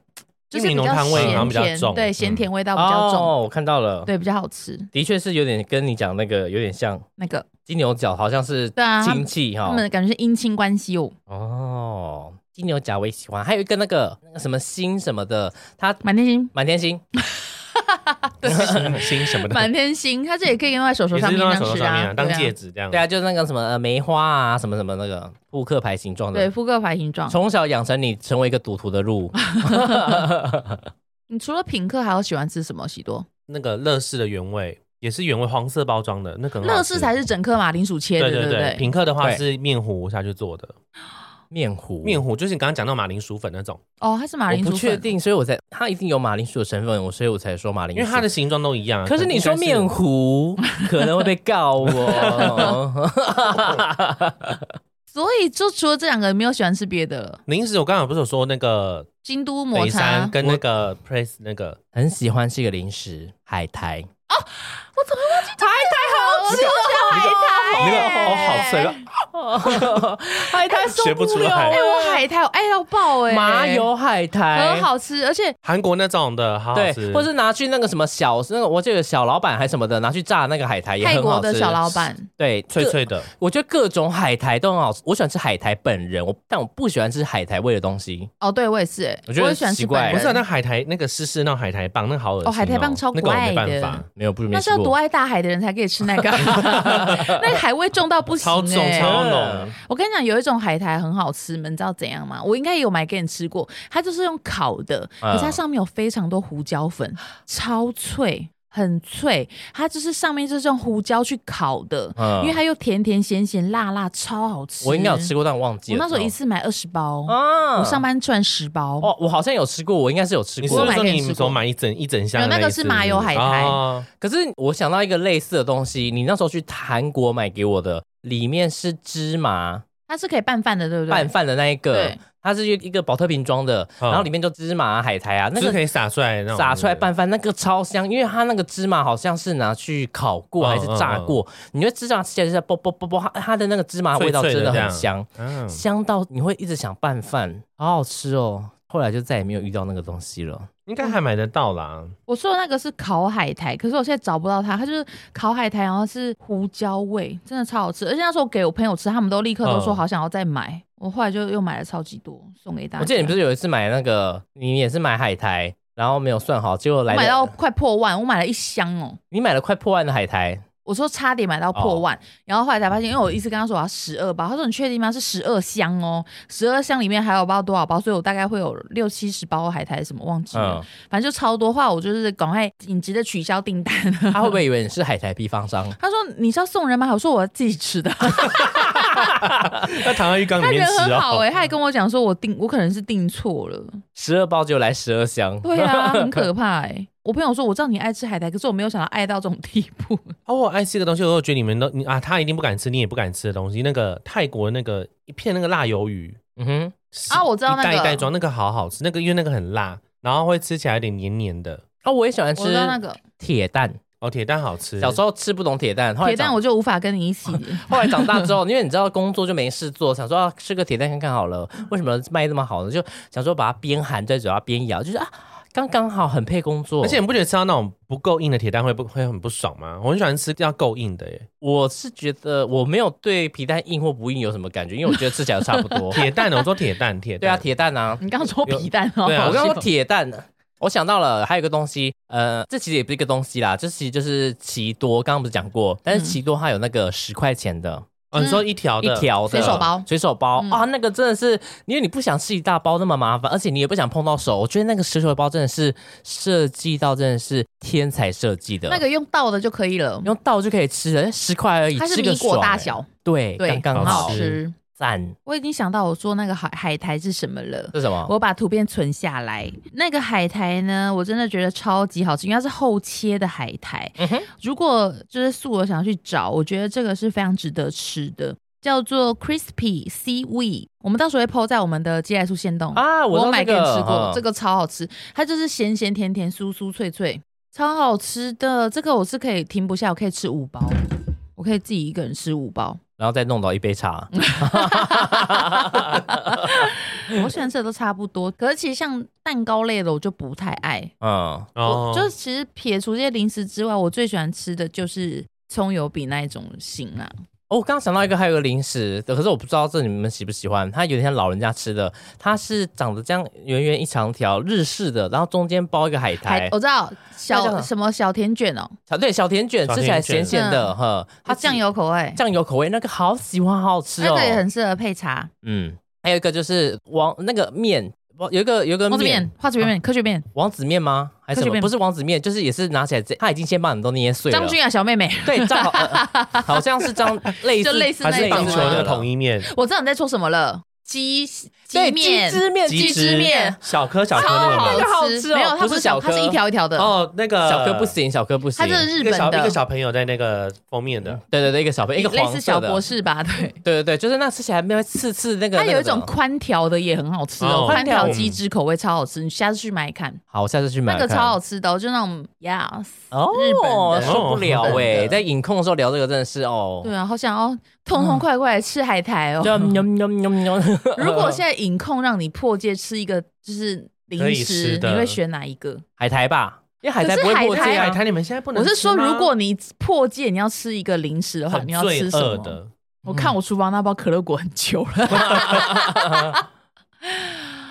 Speaker 2: 就是
Speaker 4: 玉
Speaker 2: 比
Speaker 4: 米浓
Speaker 2: 较
Speaker 4: 汤味然后
Speaker 2: 咸
Speaker 4: 比较
Speaker 2: 甜，
Speaker 4: 重
Speaker 2: 对，
Speaker 4: 嗯
Speaker 2: 咸甜味道比较重，
Speaker 3: 哦，我看到了，
Speaker 2: 对，比较好吃。
Speaker 3: 的确是有点跟你讲那个有点像
Speaker 2: 那个
Speaker 3: 金牛角，好像是
Speaker 2: 对啊
Speaker 3: 亲戚
Speaker 2: 他
Speaker 3: 哈
Speaker 2: 们。的感觉是姻亲关系哦，
Speaker 3: 哦，金牛角我也喜欢，还有一个那个那个什么星什么的，它
Speaker 2: 满天 星。
Speaker 3: 满天星，
Speaker 4: 心什么的，
Speaker 2: 满天星，它这也可以用在手手
Speaker 4: 也
Speaker 2: 上
Speaker 4: 是
Speaker 2: 面
Speaker 4: 弄在
Speaker 2: 当
Speaker 4: 手头
Speaker 2: 饰
Speaker 4: 上面
Speaker 2: 啊，
Speaker 4: 啊，当戒
Speaker 2: 指。
Speaker 4: 指这样。
Speaker 3: 对啊，就是那个什么呃梅花啊，什么什么那个扑克牌形状
Speaker 2: 对，
Speaker 3: 的。
Speaker 2: 扑克牌形状。
Speaker 3: 从小养成你成为一个赌徒 的路，
Speaker 2: 你除了品客，还有喜欢吃什么？喜多
Speaker 4: 那个乐事的原味也是原味黄色包装的，那个很好
Speaker 2: 乐
Speaker 4: 吃
Speaker 2: 事才是整颗马铃薯切的，
Speaker 4: 对
Speaker 2: 对不
Speaker 4: 对对，
Speaker 2: 对？
Speaker 4: 品客的话
Speaker 3: 对嗯
Speaker 4: 是面糊下去做的，
Speaker 3: 面糊
Speaker 4: 面糊就是你刚刚讲到马铃薯粉那种，
Speaker 2: 哦，它是马
Speaker 3: 我
Speaker 2: 铃薯
Speaker 3: 不
Speaker 2: 粉
Speaker 3: 确，定，所以我才它一定有马铃薯的成分，我所以我才说马铃薯。
Speaker 4: 因为它的形状都一样啊。
Speaker 3: 可是你说
Speaker 4: 应该是
Speaker 3: 面糊可能会被告哦。
Speaker 2: 所以就除了这两个，没有喜欢吃别的了。
Speaker 4: 零食，我刚刚不是有说那个
Speaker 2: 京都抹
Speaker 4: 北
Speaker 2: 茶
Speaker 4: 山，跟那个 Press 那个
Speaker 3: 很喜欢这个零食海苔，
Speaker 2: 我怎么忘记海苔好吃？我就想海苔
Speaker 4: 那个哦，好吃，
Speaker 3: 海苔受
Speaker 4: 学不出
Speaker 3: 了啊
Speaker 4: 来
Speaker 2: 哎，我海苔我爱到爆哎，
Speaker 3: 麻油海苔
Speaker 2: 很好吃，而且
Speaker 4: 韩国那种的，好好吃，
Speaker 3: 对，或是拿去那个什么小那个，我记得小老板还什么的，拿去炸那个海苔也
Speaker 2: 泰
Speaker 3: 很
Speaker 2: 国
Speaker 3: 好吃。
Speaker 2: 的小老板
Speaker 3: 对，
Speaker 4: 脆
Speaker 3: 各，
Speaker 4: 脆的，
Speaker 3: 我觉得各种海苔都很好吃。我喜欢吃海苔本人，我但我不喜欢吃海苔味的东西。
Speaker 2: 哦，对我也是哎，
Speaker 3: 我觉得
Speaker 2: 也喜欢吃
Speaker 3: 奇怪
Speaker 2: 本
Speaker 3: 不
Speaker 4: 我
Speaker 2: 人
Speaker 4: 是有啊那海苔那个湿湿那种海苔棒，那个好恶心、
Speaker 2: 哦海苔棒超
Speaker 4: 那个我没
Speaker 2: 怪的
Speaker 4: 办法，
Speaker 3: 没有，不是没
Speaker 2: 那
Speaker 3: 吃
Speaker 2: 是要
Speaker 3: 过
Speaker 2: 多爱大海的人才可以吃 那个，那个海味重到不行、
Speaker 4: 超
Speaker 2: 欸，
Speaker 4: 重超浓，
Speaker 2: 我跟你讲，有一种海苔很好吃，你们知道怎样吗？我应该也有买给你吃过，它就是用烤的，可
Speaker 3: 嗯
Speaker 2: 是它上面有非常多胡椒粉，超脆。很脆，它就是上面就是用胡椒去烤的，
Speaker 3: 嗯
Speaker 2: 因为它又甜甜咸咸辣辣，超好吃。
Speaker 3: 我应该有吃过，但我忘记
Speaker 2: 我
Speaker 3: 了。嗯
Speaker 2: 那时候一次买二十包，
Speaker 3: 啊
Speaker 2: 我上班赚十包。
Speaker 3: 哦，我好像有吃过，我应该是有吃
Speaker 4: 你是
Speaker 3: 过
Speaker 4: 不
Speaker 2: 我
Speaker 4: 是
Speaker 2: 买
Speaker 4: 说
Speaker 2: 给你
Speaker 4: 你
Speaker 2: 吃
Speaker 4: 总
Speaker 2: 过
Speaker 4: 买一整一整箱的
Speaker 2: 没有那
Speaker 4: 一
Speaker 2: 个
Speaker 4: 次？
Speaker 2: 是麻油海苔
Speaker 4: 哦
Speaker 3: 可是我想到一个类似的东西，你那时候去韩国买给我的，里面是芝麻
Speaker 2: 它是可以拌饭的，对不对？
Speaker 3: 拌饭的那一个
Speaker 2: 对，
Speaker 3: 它是一个保特瓶装的，
Speaker 4: 嗯
Speaker 3: 然后里面就芝麻海苔啊，那
Speaker 4: 就是可
Speaker 3: 个
Speaker 4: 以撒出来那种，
Speaker 3: 撒出来拌饭，那个超香，因为它那个芝麻好像是拿去烤过
Speaker 4: 嗯
Speaker 3: 还是炸过，你会芝麻吃起来就是啵啵啵啵，它它的那个芝麻味道
Speaker 4: 脆
Speaker 3: 真
Speaker 4: 脆的
Speaker 3: 的
Speaker 4: 这
Speaker 3: 很
Speaker 4: 样
Speaker 3: 香，
Speaker 4: 嗯，
Speaker 3: 香到你会一直想拌饭，好好吃哦。后来就再也没有遇到那个东西了。
Speaker 4: 应该还买得到啦。
Speaker 2: 我说的那个是烤海苔，可是我现在找不到它，它就是烤海苔，然后是胡椒味，真的超好吃。而且那时候给我朋友吃，他们都立刻都说
Speaker 4: 嗯
Speaker 2: 好想要再买，我后来就又买了超级多送给大家。
Speaker 3: 我记得你不是有一次买那个，你也是买海苔，然后没有算好，结果
Speaker 2: 我
Speaker 3: 来了
Speaker 2: 买到快破万，我买了一箱哦。
Speaker 3: 你买了快破万的海苔，
Speaker 2: 我说差点买到破
Speaker 3: 哦
Speaker 2: 万，然后后来才发现，因为我一直跟他说我要十二包，他说你确定吗？是十二箱哦，十二箱里面还有包多少包，所以我大概会有六七十包海苔什么忘记了，
Speaker 3: 嗯，
Speaker 2: 反正就超多。后来我就是赶快紧急的取消订单。
Speaker 3: 他会不会以为你是海苔批发商？
Speaker 2: 他说你是要送人吗？我说我要自己吃的。
Speaker 4: 那躺到浴缸
Speaker 2: 他
Speaker 4: 里面
Speaker 2: 人
Speaker 4: 吃
Speaker 2: 很好
Speaker 4: 哦
Speaker 3: 欸
Speaker 2: 哎、，他还跟我讲说我订我可能是订错了，
Speaker 3: 十二包就来十二箱，
Speaker 2: 对啊，很可怕哎、我朋友说我知道你爱吃海苔，可是我没有想到爱到这种地 步。
Speaker 4: 哦，我爱吃一个东西，我都觉得你们都你啊，他一定不敢吃，你也不敢吃的东西，那个泰国那个一片那个辣鱿鱼
Speaker 3: 嗯哼，
Speaker 2: 啊我知道那个
Speaker 4: 一袋一袋装，那个好好吃，那个因为那个很辣，然后会吃起来有点黏黏的。
Speaker 3: 哦，我也喜欢
Speaker 2: 我
Speaker 3: 吃
Speaker 2: 知道那个
Speaker 3: 铁蛋，
Speaker 4: 哦，铁蛋好吃，
Speaker 3: 小时候吃不懂铁蛋，后来
Speaker 2: 铁
Speaker 3: 长
Speaker 2: 蛋，我就无法跟你一起。
Speaker 3: 后来长大之后，因为你知道工作就没事做，想说、啊、吃个铁蛋看看好了，为什么卖这么好呢？就想说把它边含在嘴巴边咬，就是啊，刚刚好，很配工作。
Speaker 4: 而且你不觉得吃到那种不够硬的铁蛋会不会很不爽吗？我很喜欢吃要够硬的耶。。
Speaker 3: 我是觉得我没有对皮蛋硬或不硬有什么感觉，因为我觉得吃起来都差不 多
Speaker 4: 铁蛋，我说铁蛋，铁蛋，
Speaker 3: 哦对啊，铁蛋啊，
Speaker 2: 你刚刚说皮蛋哦、
Speaker 4: 有对啊
Speaker 3: 我刚
Speaker 2: 好
Speaker 3: 刚
Speaker 2: 奇
Speaker 3: 说
Speaker 2: 哦
Speaker 3: 铁蛋呢，我想到了，还有一个东西，呃，这其实也不是一个东西啦，这其实就是奇多，刚刚不是讲过，但是奇多它有那个十块钱的、
Speaker 4: 哦，你说一条的
Speaker 3: 一条的
Speaker 2: 随手包
Speaker 3: 随手包、
Speaker 2: 嗯
Speaker 3: 啊，那个真的是，因为你不想吃一大包那么麻烦，而且你也不想碰到手，我觉得那个十手包真的是设计到真的是天才设计的，
Speaker 2: 那个用倒的就可以了，
Speaker 3: 用倒就可以吃了，十块而已，
Speaker 2: 它是
Speaker 3: 吃个
Speaker 2: 米果
Speaker 3: 爽
Speaker 2: 大
Speaker 3: 欸，
Speaker 2: 小，
Speaker 3: 对，
Speaker 2: 对，
Speaker 3: 刚
Speaker 2: 很
Speaker 3: 刚
Speaker 2: 好
Speaker 3: 好，
Speaker 2: 吃。
Speaker 3: 赞，
Speaker 2: 我已经想到我做那个海海苔是什么了。
Speaker 3: 这是什么？
Speaker 2: 我把图片存下来。那个海苔呢，我真的觉得超级好吃，因为它是厚切的海苔。
Speaker 3: 嗯
Speaker 2: 如果就是素我想要去找，我觉得这个是非常值得吃的，叫做 crispy seaweed。我们到时候会 PO 在我们的鸡来素限动
Speaker 3: 啊我知道
Speaker 2: 有买给
Speaker 3: 这
Speaker 2: 你
Speaker 3: 个
Speaker 2: 吃过
Speaker 3: 嗯，
Speaker 2: 这个超好吃，它就是咸咸甜甜、酥酥脆脆，超好吃的。这个我是可以停不下，我可以吃五包，我可以自己一个人吃五包。
Speaker 3: 然后再弄到一 杯茶，
Speaker 2: 我喜欢吃的都差不多，可是其实像蛋糕类的我就不太爱，
Speaker 3: 嗯，
Speaker 2: 我，
Speaker 4: 哦
Speaker 2: 就是其实撇除这些零食之外，我最喜欢吃的就是葱油饼那一种型啊。
Speaker 3: 哦，我刚刚想到一个，还有个零食，可是我不知道这你们喜不喜欢。它有点像老人家吃的，它是长得这样圆圆一长条日式的，然后中间包一个海
Speaker 2: 还
Speaker 3: 苔，
Speaker 2: 我知道
Speaker 3: 那
Speaker 2: 小
Speaker 3: 叫什么
Speaker 2: 什么小甜卷哦，
Speaker 3: 小对小甜卷，
Speaker 4: 小
Speaker 3: 吃起来
Speaker 4: 甜
Speaker 3: 咸
Speaker 4: 卷
Speaker 3: 咸的，呵，
Speaker 2: 它
Speaker 3: 它
Speaker 2: 嗯酱
Speaker 3: 是
Speaker 2: 油口味，
Speaker 3: 酱油口味，那个好喜欢，好好吃
Speaker 2: 那
Speaker 3: 哦。
Speaker 2: 个也很适合配茶。
Speaker 3: 嗯，还有一个就是王那个面，王有一个有一个
Speaker 2: 王子哦
Speaker 3: 面啊
Speaker 2: 面、花子面面、科学面、
Speaker 3: 王子面吗？还是什
Speaker 2: 科学
Speaker 3: 么？
Speaker 2: 面
Speaker 3: 不是王子面，就是也是拿起来直接，他已经先把你都捏碎了。
Speaker 2: 张君雅小妹妹，
Speaker 3: 对，张好、 呃好像是张类似
Speaker 2: 就类似
Speaker 4: 还
Speaker 2: 那
Speaker 4: 是
Speaker 2: 种
Speaker 4: 棒球那个
Speaker 3: 统
Speaker 4: 统一面，
Speaker 2: 我知道你在说什么了。鸡
Speaker 3: 对
Speaker 2: 鸡
Speaker 3: 鸡
Speaker 2: 面，
Speaker 3: 汁面
Speaker 2: 鸡汁面
Speaker 4: 小颗小颗
Speaker 2: 超
Speaker 4: 那
Speaker 2: 好
Speaker 4: 个吗
Speaker 3: 那个好
Speaker 2: 吃，
Speaker 3: 吃哦
Speaker 2: 没有，它
Speaker 3: 不
Speaker 2: 不
Speaker 3: 是
Speaker 2: 是
Speaker 3: 小
Speaker 2: 它是
Speaker 3: 颗
Speaker 2: 一条一条的，
Speaker 4: 哦，那个
Speaker 3: 小颗不，行，小颗不行
Speaker 2: 它。这是
Speaker 4: 一
Speaker 2: 日
Speaker 4: 个
Speaker 2: 本
Speaker 4: 小一
Speaker 2: 的嗯
Speaker 4: 个，小朋友在那个封面的，哎
Speaker 3: 对对对，一个小杯，一个
Speaker 2: 类
Speaker 3: 黄
Speaker 2: 似
Speaker 3: 色
Speaker 2: 小
Speaker 3: 的，
Speaker 2: 博士吧，对。
Speaker 3: 对对对，就是那吃起来没有刺刺那个。
Speaker 2: 它有一
Speaker 3: 那个
Speaker 2: 种
Speaker 3: 的
Speaker 2: 宽条的也很好吃
Speaker 4: 哦
Speaker 2: 哦，宽条
Speaker 3: 宽条
Speaker 2: 鸡汁口味超好吃，你下次去买看，
Speaker 3: 好，我下次去买
Speaker 2: 那个
Speaker 3: 看
Speaker 2: 超好吃的哦，就那种 yes，
Speaker 3: 哦，
Speaker 2: 日本的
Speaker 3: 受不了
Speaker 2: 哦日本
Speaker 3: 哎、
Speaker 2: 的
Speaker 3: 在影控的时候聊这个真的是哦，
Speaker 2: 对啊，好想要痛痛快快地吃海苔哦。
Speaker 3: 就呃喵喵喵喵。
Speaker 2: 如果现在影控让你破戒吃一个就是
Speaker 4: 可
Speaker 2: 零
Speaker 4: 以吃
Speaker 2: 食，
Speaker 4: 的
Speaker 2: 你会选哪一个？
Speaker 3: 海苔吧，因为海苔
Speaker 2: 可是
Speaker 3: 不会过界
Speaker 2: 海
Speaker 4: 海
Speaker 3: 啊。
Speaker 4: 苔你们现在不能
Speaker 2: 我
Speaker 4: 吃吗，
Speaker 2: 是说，如果你破戒，你要吃一个零食的话，
Speaker 4: 很
Speaker 2: 你要
Speaker 4: 罪
Speaker 2: 吃什
Speaker 4: 恶
Speaker 2: 么？
Speaker 4: 的，
Speaker 2: 我
Speaker 3: 嗯
Speaker 2: 看我厨房那包可乐果很久了，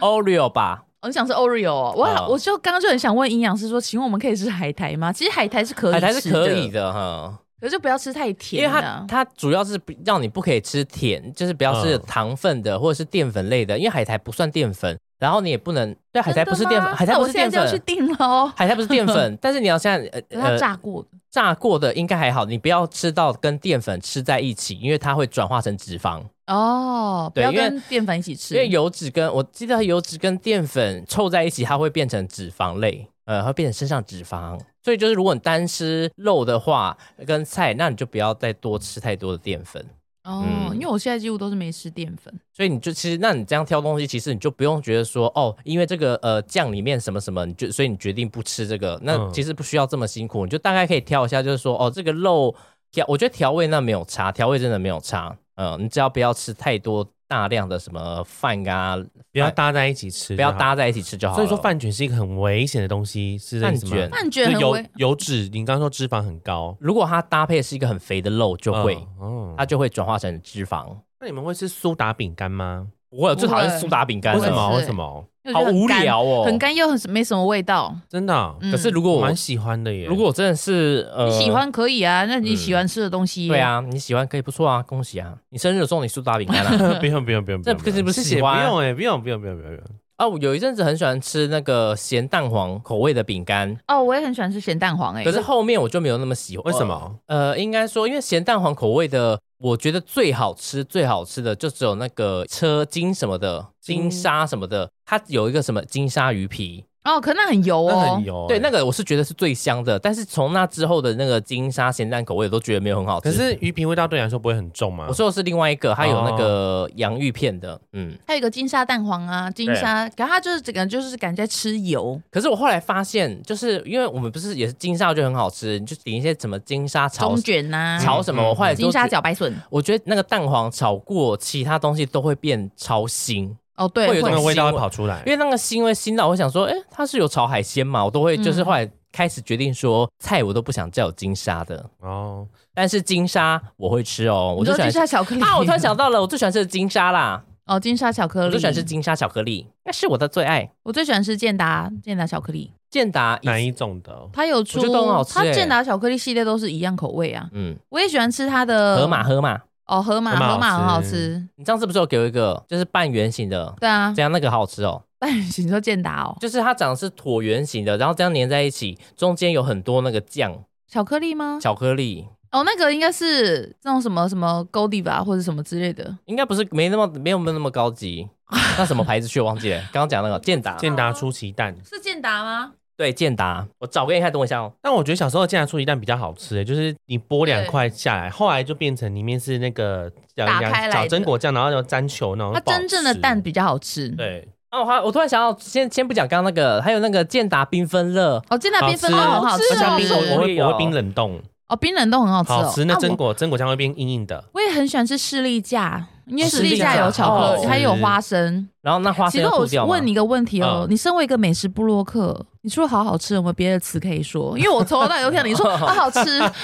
Speaker 3: Oreo 吧，
Speaker 2: 我想吃 Oreo 哦。我
Speaker 3: 哦
Speaker 2: 我就刚刚就很想问营养师说，请问我们可以吃海苔吗？其实海苔是可以，
Speaker 3: 海苔是可以
Speaker 2: 的，
Speaker 3: 的哈，
Speaker 2: 可是就不要吃太
Speaker 3: 因为
Speaker 2: 甜啊
Speaker 3: 它
Speaker 2: 的。
Speaker 3: 它主要是不让你不可以吃甜，就是不要吃
Speaker 4: 嗯
Speaker 3: 糖分的或者是淀粉类的，因为海苔不算淀粉，然后你也不能对海苔不是淀
Speaker 2: 真的
Speaker 3: 粉，
Speaker 2: 吗
Speaker 3: 海苔
Speaker 2: 那
Speaker 3: 不
Speaker 2: 我
Speaker 3: 是
Speaker 2: 现
Speaker 3: 淀
Speaker 2: 在就要去
Speaker 3: 粉。
Speaker 2: 订喽。
Speaker 3: 海苔不是淀粉， 但是你要现在呃
Speaker 2: 它
Speaker 3: 呃
Speaker 2: 炸过的，
Speaker 3: 炸过的应该还好，你不要吃到跟淀粉吃在一起，因为它会转化成脂肪。
Speaker 2: 哦，不
Speaker 3: 对
Speaker 2: 要
Speaker 3: 因为
Speaker 2: 跟淀粉一起吃，
Speaker 3: 因为油脂跟我记得油脂跟淀粉凑在一起，它会变成脂肪类，呃，会变成身上脂肪。所以就是，如果你单吃肉的话，跟菜，那你就不要再多吃太多的淀粉。
Speaker 2: 哦，
Speaker 3: 嗯
Speaker 2: 因为我现在几乎都是没吃淀粉，
Speaker 3: 所以你就其实，那你这样挑东西，其实你就不用觉得说哦，因为这个呃酱里面什么什么，你就所以你决定不吃这个，那
Speaker 4: 嗯
Speaker 3: 其实不需要这么辛苦，你就大概可以挑一下，就是说哦，这个肉调，我觉得调味那没有差，调味真的没有差，嗯、你只要不要吃太多大量的什么饭啊，
Speaker 4: 不要搭在一起吃，
Speaker 3: 不要。搭在一起吃就好了。
Speaker 4: 所以说饭卷是一个很危险的东西，是这意思吗
Speaker 3: 饭卷
Speaker 2: 饭
Speaker 4: 就
Speaker 2: 卷很
Speaker 4: 油
Speaker 2: 微
Speaker 4: 油脂，你刚刚说脂肪很高，
Speaker 3: 如果它搭配是一个很肥的肉，就会、
Speaker 4: 嗯哦
Speaker 3: 它就会转化成脂肪。
Speaker 4: 那你们会吃苏打饼干吗？
Speaker 3: 我有最讨厌
Speaker 2: 不会
Speaker 3: 苏打饼干
Speaker 4: 为
Speaker 3: 了，
Speaker 4: 什么？
Speaker 2: 我也是
Speaker 4: 为什么？
Speaker 2: 因为
Speaker 3: 好
Speaker 2: 我觉得很
Speaker 3: 无
Speaker 2: 干，
Speaker 3: 聊哦，
Speaker 2: 很。干又很没什么味道。
Speaker 4: 真的哦，
Speaker 2: 嗯
Speaker 3: 可是如果
Speaker 4: 我
Speaker 3: 我
Speaker 4: 蛮喜欢的耶。
Speaker 3: 如果我真的是呃
Speaker 2: 你喜欢可以啊，那你喜欢吃的东西，
Speaker 3: 对，啊，你喜欢可以不错啊，恭喜啊！你生日有送你苏打饼干啊。
Speaker 4: 不用不用不用，
Speaker 3: 这
Speaker 4: 不
Speaker 3: 可是
Speaker 4: 用
Speaker 3: 不
Speaker 4: 谢
Speaker 3: 是
Speaker 4: 谢
Speaker 3: 喜
Speaker 4: 不
Speaker 3: 欢
Speaker 4: 用哎，不用不用不用不用不用。
Speaker 3: 啊，我有一阵子很喜欢吃那个咸蛋黄口味的饼干，
Speaker 2: 哦，我也很喜欢吃咸蛋黄哎，
Speaker 3: 可是后面我就没有那么喜欢。
Speaker 4: 为什？么？
Speaker 3: 呃，应该说，因为咸蛋黄口味的，我觉得最好吃、最好吃的就只有那个车金什么的
Speaker 4: 金
Speaker 3: 金沙什么的，它有一个什么金沙鱼皮，
Speaker 2: 哦，可那很油
Speaker 4: 那
Speaker 2: 哦
Speaker 4: 很，油哎。
Speaker 3: 对，那个我是觉得是最香的。但是从那之后的那个金沙咸蛋口味，我都觉得没有很好吃。
Speaker 4: 可是鱼皮味道对你来说不会很重吗？
Speaker 3: 我说的是另外一个，它有那个洋芋片的，嗯。
Speaker 2: 还有一个金沙蛋黄啊，金沙，可它就是整个就是感觉在吃油，
Speaker 3: 可是我后来发现，就是因为我们不是也是金沙，我觉得很好吃，你就点一些什么金沙炒
Speaker 2: 中卷呐，
Speaker 3: 炒什么，
Speaker 4: 嗯
Speaker 3: 我后来
Speaker 2: 金
Speaker 3: 都
Speaker 2: 沙
Speaker 3: 觉
Speaker 2: 茭白笋，
Speaker 3: 我觉得那个蛋黄炒过其他东西都会变超腥，
Speaker 2: 哦对，
Speaker 3: 会有一
Speaker 4: 那
Speaker 3: 种
Speaker 4: 个
Speaker 2: 会
Speaker 4: 味道会跑出来
Speaker 3: 因。为那个腥会腥到我想说，哎，它是有炒海鲜嘛？我都会就是
Speaker 2: 嗯
Speaker 3: 后来开始决定说，菜我都不想叫有金沙的，
Speaker 4: 哦，
Speaker 3: 但是金沙我会吃哦，我
Speaker 2: 你
Speaker 3: 就
Speaker 2: 说
Speaker 3: 喜欢
Speaker 2: 金
Speaker 3: 吃
Speaker 2: 沙巧克力
Speaker 3: 啊！我突然想到了，我最喜欢吃的金沙啦，
Speaker 2: 哦，金沙巧克
Speaker 3: 我
Speaker 2: 力，
Speaker 3: 最喜欢吃金沙巧克力，那是我的最爱。
Speaker 2: 我最喜欢吃健达健达巧克力，
Speaker 3: 健达
Speaker 4: 哪
Speaker 3: 一，
Speaker 4: 一种的？
Speaker 2: 它有出
Speaker 3: 我觉得都很好，吃
Speaker 2: 它
Speaker 3: 欸
Speaker 2: 健达巧克力系列都是一样口味啊，
Speaker 3: 嗯，
Speaker 2: 我也喜欢吃它的
Speaker 3: 河马河马，
Speaker 2: 哦，河马
Speaker 4: 河马好
Speaker 2: 河马很好
Speaker 4: 吃
Speaker 2: 吃，
Speaker 3: 你上次不是有给我一个就是半圆形的，
Speaker 2: 对啊
Speaker 3: 这，样那个好好吃哦，
Speaker 2: 半圆形说健达哦，
Speaker 3: 就是它长得是椭圆形的，然后这样粘在一起，中间有很多那个酱
Speaker 2: 巧克力吗？
Speaker 3: 巧克力。
Speaker 2: 哦，那个应该是那种什么什么 Goldiva 或者什么之类的。
Speaker 3: 应该不是没那么没有那么高级，那什么牌子去我忘记了，刚刚讲那个健达，
Speaker 4: 健达出奇蛋。
Speaker 2: 是健达吗？
Speaker 3: 对健达，我找给你看，等我一下哦。
Speaker 4: 但我觉得小时候的健达出奇蛋比较好吃、欸，就是你剥两块下来，后来就变成里面是那个小
Speaker 2: 打开来的
Speaker 4: 小榛果酱，然后有沾球那种。
Speaker 2: 它真正的蛋比较好吃。，
Speaker 4: 对，
Speaker 3: 哦，还我突然想到，先先不讲刚刚那个，还有那个健达缤纷乐，
Speaker 2: 哦，健达
Speaker 4: 好
Speaker 2: 缤
Speaker 4: 吃，
Speaker 2: 纷都很好吃
Speaker 4: 而且它
Speaker 2: 哦，
Speaker 4: 冰
Speaker 3: 手
Speaker 4: 我
Speaker 3: 工
Speaker 4: 会我会冰冷冻，
Speaker 2: 哦，冰冷冻很好吃哦。
Speaker 4: 好吃。那
Speaker 2: 啊
Speaker 4: 榛
Speaker 2: 我
Speaker 4: 果榛果酱会变硬硬的，
Speaker 2: 我也很喜欢吃士力架，因为
Speaker 4: 哦
Speaker 2: 士力架有巧
Speaker 3: 士
Speaker 2: 克
Speaker 3: 力
Speaker 2: 力，
Speaker 3: 架
Speaker 2: 还有花生。
Speaker 3: 然后那花
Speaker 2: 其实
Speaker 3: 生要吐
Speaker 2: 我
Speaker 3: 掉吗
Speaker 2: 问你一个问题哦
Speaker 4: 嗯，
Speaker 2: 你身为一个美食部落客，你除了好好吃，有没有别的词可以 说？因为我从头到尾都听到你说啊好吃，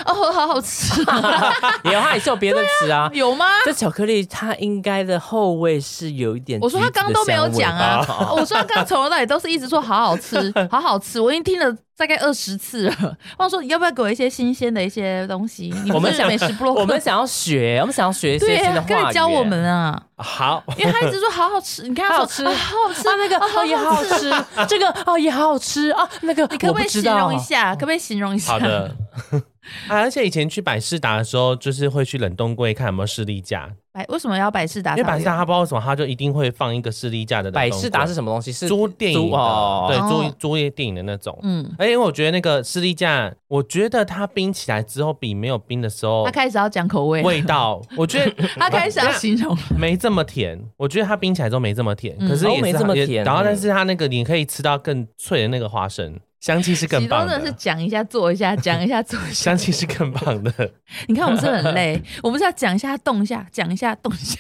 Speaker 2: 哦好好 吃，
Speaker 3: 也有它也是有别的词啊。
Speaker 2: 有吗？
Speaker 3: 这巧克力它应该的后味是有一点，
Speaker 2: 我说他刚刚都没有讲啊，
Speaker 3: 哦
Speaker 2: 我说他刚刚从头到尾都是一直说好好 吃，好好吃，我已经听了大概二十次了。 我说你要不要给我一些新鲜的一些东西？你
Speaker 3: 我们
Speaker 2: 不是
Speaker 3: 想
Speaker 2: 美食部落客，
Speaker 3: 哦我们想要学，我们想要学一些
Speaker 2: 对
Speaker 3: 新的
Speaker 2: 啊，
Speaker 3: 话
Speaker 2: 可
Speaker 3: 语，
Speaker 2: 以教我们啊，
Speaker 4: 好，
Speaker 2: 因为他一直说好好吃，你看他
Speaker 3: 好
Speaker 2: 说
Speaker 3: 吃
Speaker 2: 啊好好吃，
Speaker 3: 啊 那个哦也好好吃，这个哦也好好吃啊，那个
Speaker 2: 可不
Speaker 3: 我
Speaker 2: 可
Speaker 3: 不
Speaker 2: 以
Speaker 3: 知
Speaker 2: 形
Speaker 3: 道
Speaker 2: 容一下？可不可以形容一下？
Speaker 4: 好的。啊，而且以前去百事达的时候，就是会去冷冻柜看有没有士力架，
Speaker 2: 百为什么要百事达？
Speaker 4: 因为百事达他不知道为什么，他就一定会放一个士力架的那
Speaker 3: 百
Speaker 4: 种
Speaker 3: 事达
Speaker 4: 柜
Speaker 3: 是什么东西？是
Speaker 4: 租电影的，
Speaker 3: 哦
Speaker 4: 对，
Speaker 2: 哦
Speaker 4: 租租业电影的那种。
Speaker 2: 嗯，
Speaker 4: 而且我觉得那个士力架，我觉得它冰起来之后比没有冰的时候
Speaker 2: 他开始要讲口味，
Speaker 4: 味道，我觉得
Speaker 2: 他开始要形容了，
Speaker 4: 没这么甜。我觉得它冰起来之后没这么甜，
Speaker 2: 嗯
Speaker 4: 可是也
Speaker 3: 哦
Speaker 4: 是
Speaker 3: 没这么甜
Speaker 4: 也然后但是它那个你可以吃到更脆的那个花生，香气是更
Speaker 2: 形容
Speaker 4: 棒
Speaker 2: 真的是讲一下做一下，讲一下做一下
Speaker 4: 香。气是更棒的。
Speaker 2: 你看我们是不是很累，我们是要讲一下动一下，讲一下动一下。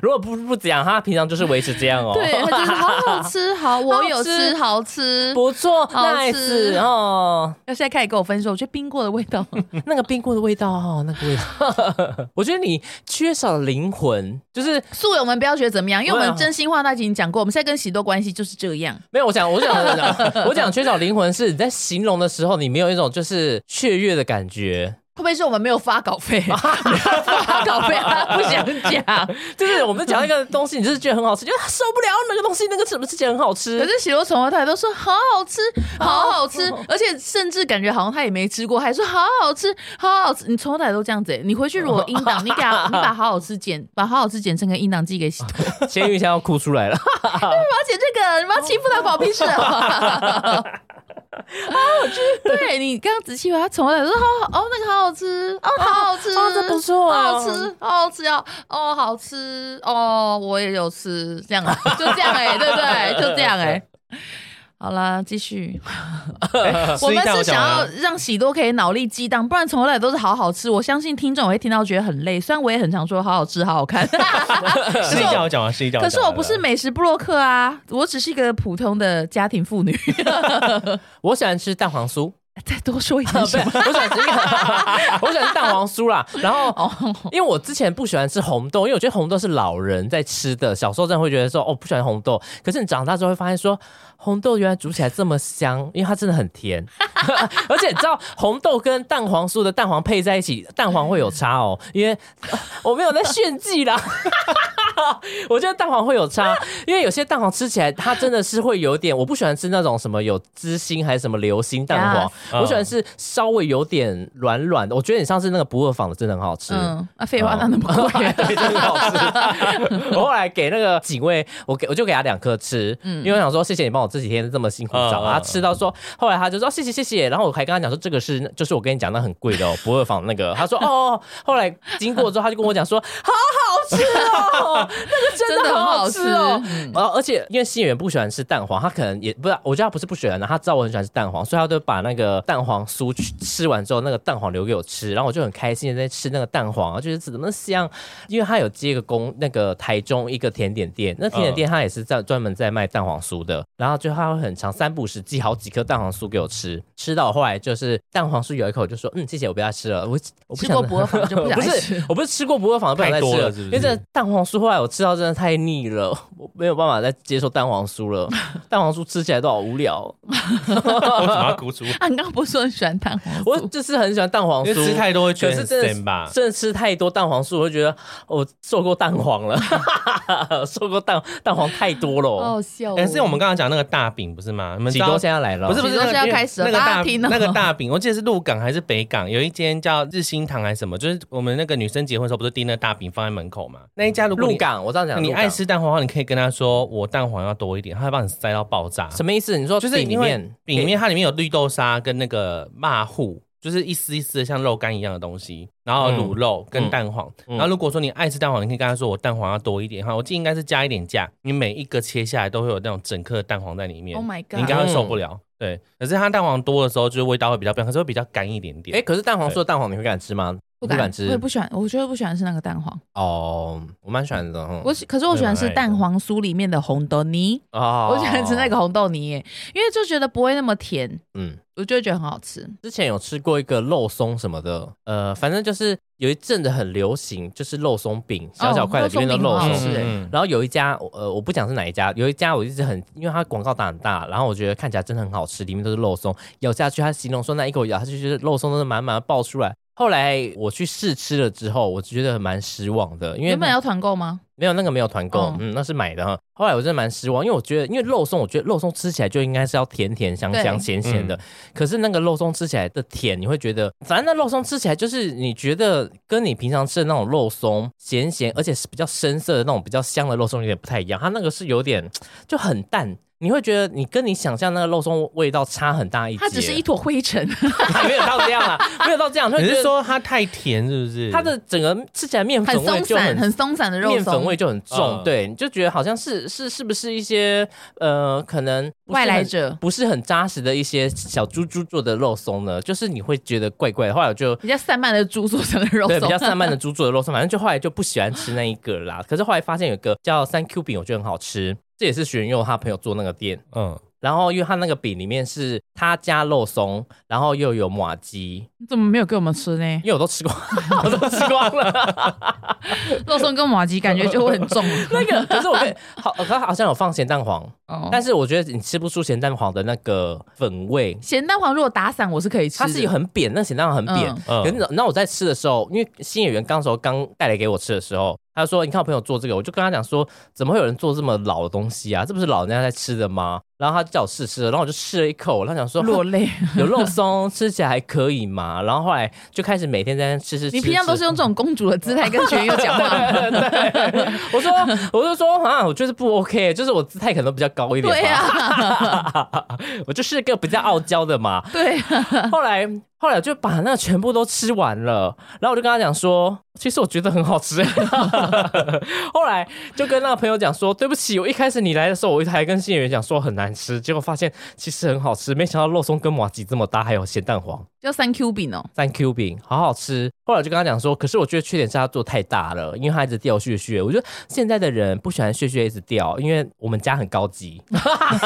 Speaker 3: 如果不不讲，他平常就是维持这样哦。
Speaker 2: 对，他就是好好吃，好，我有吃，好吃。
Speaker 3: 不错
Speaker 2: 好吃
Speaker 3: ，nice 哦，
Speaker 2: 要现在开始跟我分手，我觉得冰过的味道。
Speaker 3: 那个冰过的味道哦，那个味道， 我觉得你缺少灵魂，就是
Speaker 2: 素友我们不要觉得怎么样，因为我
Speaker 3: 对
Speaker 2: 们
Speaker 3: 啊
Speaker 2: 真心话那集已经讲过，我们现在跟喜多关系就是这样。
Speaker 3: 没有。我讲，我讲，我 讲，我讲缺少灵魂是你在形容的时候，你没有一种就是雀跃的感觉，
Speaker 2: 会不会是我们没有发稿费？没有发稿费，他不想讲。
Speaker 3: 就是我们讲一个东西，你就是觉得很好吃，就是啊受不了那个东西，那个什么事情很好吃，
Speaker 2: 可是许多宠物台都说好好吃，
Speaker 3: 哦
Speaker 2: 好好 吃，而且甚至感觉好像他也没吃过，还说好好吃，好好吃。你从头到尾都这样子、欸，你回去如果音 档，你给他，你把好好吃剪，把好好吃剪成个音档寄给喜多，你
Speaker 3: 咸鱼现在要哭出来 了，
Speaker 2: 要剪这个，你不要欺负他，关我屁事啊！ 啊，我觉得 对你刚刚仔细把他从头到尾说好好哦，那个好好吃哦，好好吃，
Speaker 3: 哦这不错哦
Speaker 2: 好好吃，好好吃哦，哦好吃哦，我也有吃，这样 就这样哎、欸，对不对？就这样哎、欸。好啦，继续。
Speaker 4: 哎
Speaker 2: 我
Speaker 4: 士力
Speaker 2: 们
Speaker 4: 架
Speaker 2: 是
Speaker 4: 讲
Speaker 2: 想
Speaker 4: 完
Speaker 2: 要
Speaker 4: 了
Speaker 2: 让喜多可以脑力激荡，不然从头到尾都是好好吃。我相信听众也会听到觉得很累，虽然我也很常说好好吃、好好看，
Speaker 4: 士力架我讲完，啊士力架
Speaker 2: 可是
Speaker 4: 讲
Speaker 2: 我
Speaker 4: 完
Speaker 2: 不是
Speaker 4: 了
Speaker 2: 美食布洛克啊，我只是一个普通的家庭妇女。
Speaker 3: 我喜欢吃蛋黄酥，
Speaker 2: 再多说一
Speaker 3: 呃
Speaker 2: 点
Speaker 3: 不
Speaker 2: 什
Speaker 3: 是
Speaker 2: 么？
Speaker 3: 我喜欢吃那个， 我喜欢吃蛋黄酥啦，然后
Speaker 2: 哦，
Speaker 3: 因为我之前不喜欢吃红豆，因为我觉得红豆是老人在吃的，小时候真的会觉得说哦不喜欢红豆，可是你长大之后会发现说红豆原来煮起来这么香，因为它真的很甜， 而且你知道红豆跟蛋黄酥的蛋黄配在一起，蛋黄会有差哦，因为、 呃我没有在炫技啦。 我觉得蛋黄会有差，因为有些蛋黄吃起来，它真的是会有点，我不喜欢吃那种什么有芝心还是什么流心蛋黄
Speaker 2: Yes
Speaker 3: 我喜欢吃稍微有点软软的。我觉得你上次那个不二坊的真的很好吃，啊
Speaker 2: 嗯，啊，废话，那那么贵，
Speaker 3: 真的
Speaker 4: 啊
Speaker 3: 好吃。 我后来给那个警卫，我给我就给他两颗吃，因为我想说谢谢你帮我这几天这么辛苦找，
Speaker 4: 嗯嗯
Speaker 3: 他吃到说，后来他就说哦谢谢谢谢，然后我还跟他讲说这个是就是我跟你讲那很贵的哦，不二坊那个，他说哦，后来经过之后他就跟我讲说好好吃 哦，那个真
Speaker 2: 真的
Speaker 3: 的
Speaker 2: 很
Speaker 3: 很
Speaker 2: 好
Speaker 3: 好
Speaker 2: 吃
Speaker 3: 吃哦。然后而且因为新演员不喜欢吃蛋黄，他可能也不是，我觉得他不是不喜欢的，他知道我很喜欢吃蛋黄，所以他就把那个蛋黄酥去吃完之后，那个蛋黄留给我吃，然后我就很开心的在吃那个蛋黄，就是怎么香，因为他有接一个工那个台中一个甜点店，
Speaker 4: 嗯
Speaker 3: 那甜点店他也是在专门在卖蛋黄酥的，然后就他会很长三不五时寄好几颗蛋黄酥给我吃，吃到我后来就是蛋黄酥有一口我就说嗯谢谢我不要吃了，我我不
Speaker 2: 吃
Speaker 3: 想
Speaker 2: 过不 二坊就不
Speaker 3: 我
Speaker 2: 想
Speaker 3: 不
Speaker 2: 再
Speaker 3: 是
Speaker 2: 吃，。
Speaker 3: 我不是吃过不二坊，不想再
Speaker 4: 太
Speaker 3: 吃
Speaker 4: 多
Speaker 3: 了，
Speaker 4: 了是不是
Speaker 3: 因为这蛋黄酥后来我吃到真的太腻了， 我没有办法再接受蛋黄酥 了。蛋黄酥吃起来都好无聊，
Speaker 4: 我怎么要哭出？
Speaker 2: 啊，你刚刚不是说很喜欢蛋黄酥？
Speaker 3: 我就是很喜欢蛋黄
Speaker 4: 因为
Speaker 3: 酥，
Speaker 4: 吃太多会觉
Speaker 3: 可
Speaker 4: 得
Speaker 3: 是
Speaker 4: 很
Speaker 3: 真
Speaker 4: 咸
Speaker 3: 的
Speaker 4: 吧？
Speaker 3: 真的吃太多蛋黄酥，我就觉得我受够蛋黄了， 受够蛋蛋黄太多了。
Speaker 2: 好好笑哦，
Speaker 4: 但是我们刚刚讲那个大饼不是吗？你们
Speaker 3: 几
Speaker 4: 知
Speaker 3: 多
Speaker 4: 道
Speaker 3: 现在来了，
Speaker 4: 不是不是
Speaker 2: 几周
Speaker 4: 那
Speaker 2: 是
Speaker 4: 个
Speaker 2: 要
Speaker 4: 因为
Speaker 2: 开始了
Speaker 4: 那个
Speaker 2: 大家
Speaker 4: 大
Speaker 2: 听哦了
Speaker 4: 那个大饼，我 记得是鹿港还是北港，有一间叫日新堂还是什么，就是我们那个女生结婚的时候不是订那大饼放在门口嘛？那一家如果你
Speaker 3: 鹿，港，我这样讲，
Speaker 4: 你
Speaker 3: 鹿港
Speaker 4: 爱吃蛋黄的话，你可以跟她说我蛋黄要多一点，她会帮你塞到爆炸。
Speaker 3: 什么意思？你说
Speaker 4: 就是
Speaker 3: 饼里
Speaker 4: 因为
Speaker 3: 面
Speaker 4: 饼里面它里面有绿豆沙跟那个麻糊，就是一丝一丝的像肉干一样的东西，然后卤肉跟蛋黄。
Speaker 3: 嗯嗯嗯
Speaker 4: 然后如果说你爱吃蛋黄，你可以跟他说我蛋黄要多一点哈，我记得应该是加一点价，你每一个切下来都会有那种整颗的蛋黄在里面。
Speaker 2: Oh my god
Speaker 4: 你应该会受
Speaker 3: 嗯
Speaker 4: 不了。对，可是它蛋黄多的时候，就是味道会比较变，可是会比较干一点点。
Speaker 3: 哎，可是蛋黄酥的蛋黄你会敢吃吗？
Speaker 2: 不
Speaker 3: 敢
Speaker 2: 敢
Speaker 3: 吃
Speaker 2: 我也不喜欢，我觉得不喜欢吃那个蛋黄。
Speaker 3: 哦，我蛮喜欢的。嗯
Speaker 2: 我喜可是我喜欢吃
Speaker 4: 我也蛮爱的
Speaker 2: 蛋黄酥里面的红豆泥，
Speaker 3: 哦
Speaker 2: 我喜欢吃那个，红豆泥耶，因为就觉得不会那么甜，
Speaker 3: 嗯。
Speaker 2: 我就会觉得很好吃。
Speaker 3: 之前有吃过一个肉松什么的，呃，反正就是有一阵子很流行，就是肉松饼，小小块的里面的肉
Speaker 2: 哦肉松
Speaker 3: 松。
Speaker 2: 饼好吃哎
Speaker 3: 然后有一家，呃，我不讲是哪一家，有一家我一直很，因为它广告打很大，然后我觉得看起来真的很好吃，里面都是肉松，咬下去，它形容说那一口咬下去就是肉松都是满满的爆出来。后来我去试吃了之后，我觉得蛮失望的，因为
Speaker 2: 原本要团购吗？
Speaker 3: 没有那个没有团购，
Speaker 2: 哦
Speaker 3: 嗯，那是买的哈。后来我真的蛮失望，因为我觉得，因为肉松，我觉得肉松吃起来就应该是要甜甜香香、
Speaker 2: 对嗯
Speaker 3: 咸咸的，可是那个肉松吃起来的甜，你会觉得，反正那肉松吃起来就是你觉得跟你平常吃的那种肉松咸咸，而且是比较深色的那种比较香的肉松有点不太一样，它那个是有点就很淡。你会觉得你跟你想象那个肉松味道差很大一截，
Speaker 2: 它只是一坨灰尘，
Speaker 3: 没有到这 样啦，没有到这样，就会
Speaker 4: 你
Speaker 3: 觉
Speaker 4: 是
Speaker 3: 得
Speaker 4: 说它太甜是不是？
Speaker 3: 它的整个吃起来面粉
Speaker 2: 很
Speaker 3: 味
Speaker 2: 松
Speaker 3: 就
Speaker 2: 散，很松散的肉
Speaker 3: 面粉
Speaker 2: 松
Speaker 3: 味。就很重，
Speaker 4: 嗯
Speaker 3: 对，你就觉得好像是是是不是一些呃，可能不是
Speaker 2: 外来
Speaker 3: 很
Speaker 2: 者
Speaker 3: 不是很扎实的一些小猪猪做的肉松呢，就是你会觉得怪怪的。后来我就
Speaker 2: 比较散漫的猪做成的肉
Speaker 3: 对
Speaker 2: 松，
Speaker 3: 比较散漫的猪做的肉松，反正就后来就不喜欢吃那一个啦。可是后来发现有个叫三 Q 饼，我觉得很好吃，这也是玄佑他朋友做那个店。
Speaker 4: 嗯，
Speaker 3: 然后，因为他那个饼里面是他加肉松，然后又有马鸡，
Speaker 2: 你怎么没有给我们吃呢
Speaker 3: 因？为我都吃光，我都吃光了。
Speaker 2: 肉松跟马吉感觉就会很重。那个
Speaker 3: 可是我被好，他好像有放咸蛋黄，
Speaker 2: 哦，
Speaker 3: 但是我觉得你吃不出咸蛋黄的那个粉味，
Speaker 2: 咸蛋黄如果打散，我是可以吃的。
Speaker 3: 它是很扁，那咸蛋黄很扁。
Speaker 2: 嗯
Speaker 4: 嗯
Speaker 3: 可是你那我在吃的时候，因为新演员刚时候刚带来给我吃的时候，他说：“你看我朋友做这个，我就跟他讲说，怎么会有人做这么老的东西啊？这不是老人家在吃的吗？”然后他就叫我试吃了，然后我就试了一口，他想说
Speaker 2: 落泪。
Speaker 3: 有肉松，吃起来还可以嘛。然后后来就开始每天在那吃吃吃。
Speaker 2: 你平常都
Speaker 3: 吃
Speaker 2: 是用这种公主的姿态跟学友 讲话，
Speaker 3: 我说，我就说啊，我就是不 OK，就是我姿态可能都比较高一点。
Speaker 2: 对
Speaker 3: 啊， 我就是个比较傲娇的嘛。
Speaker 2: 对啊，
Speaker 3: 后来，后来我就把那全部都吃完了，然后我就跟他讲说，其实我觉得很好吃。 后来就跟那个朋友讲说，对不起，我一开始你来的时候，我还跟新演员讲说很难吃，结果发现其实很好吃，没想到肉松跟麻吉这么搭，还有咸蛋黄。
Speaker 2: 叫三 Q 饼哦。
Speaker 3: 三 Q 饼，好好吃。后来我就跟他讲说，可是我觉得缺点是他做太大了，因为他一直掉屑屑。我觉得现在的人不喜欢屑屑一直掉，因为我们家很高级，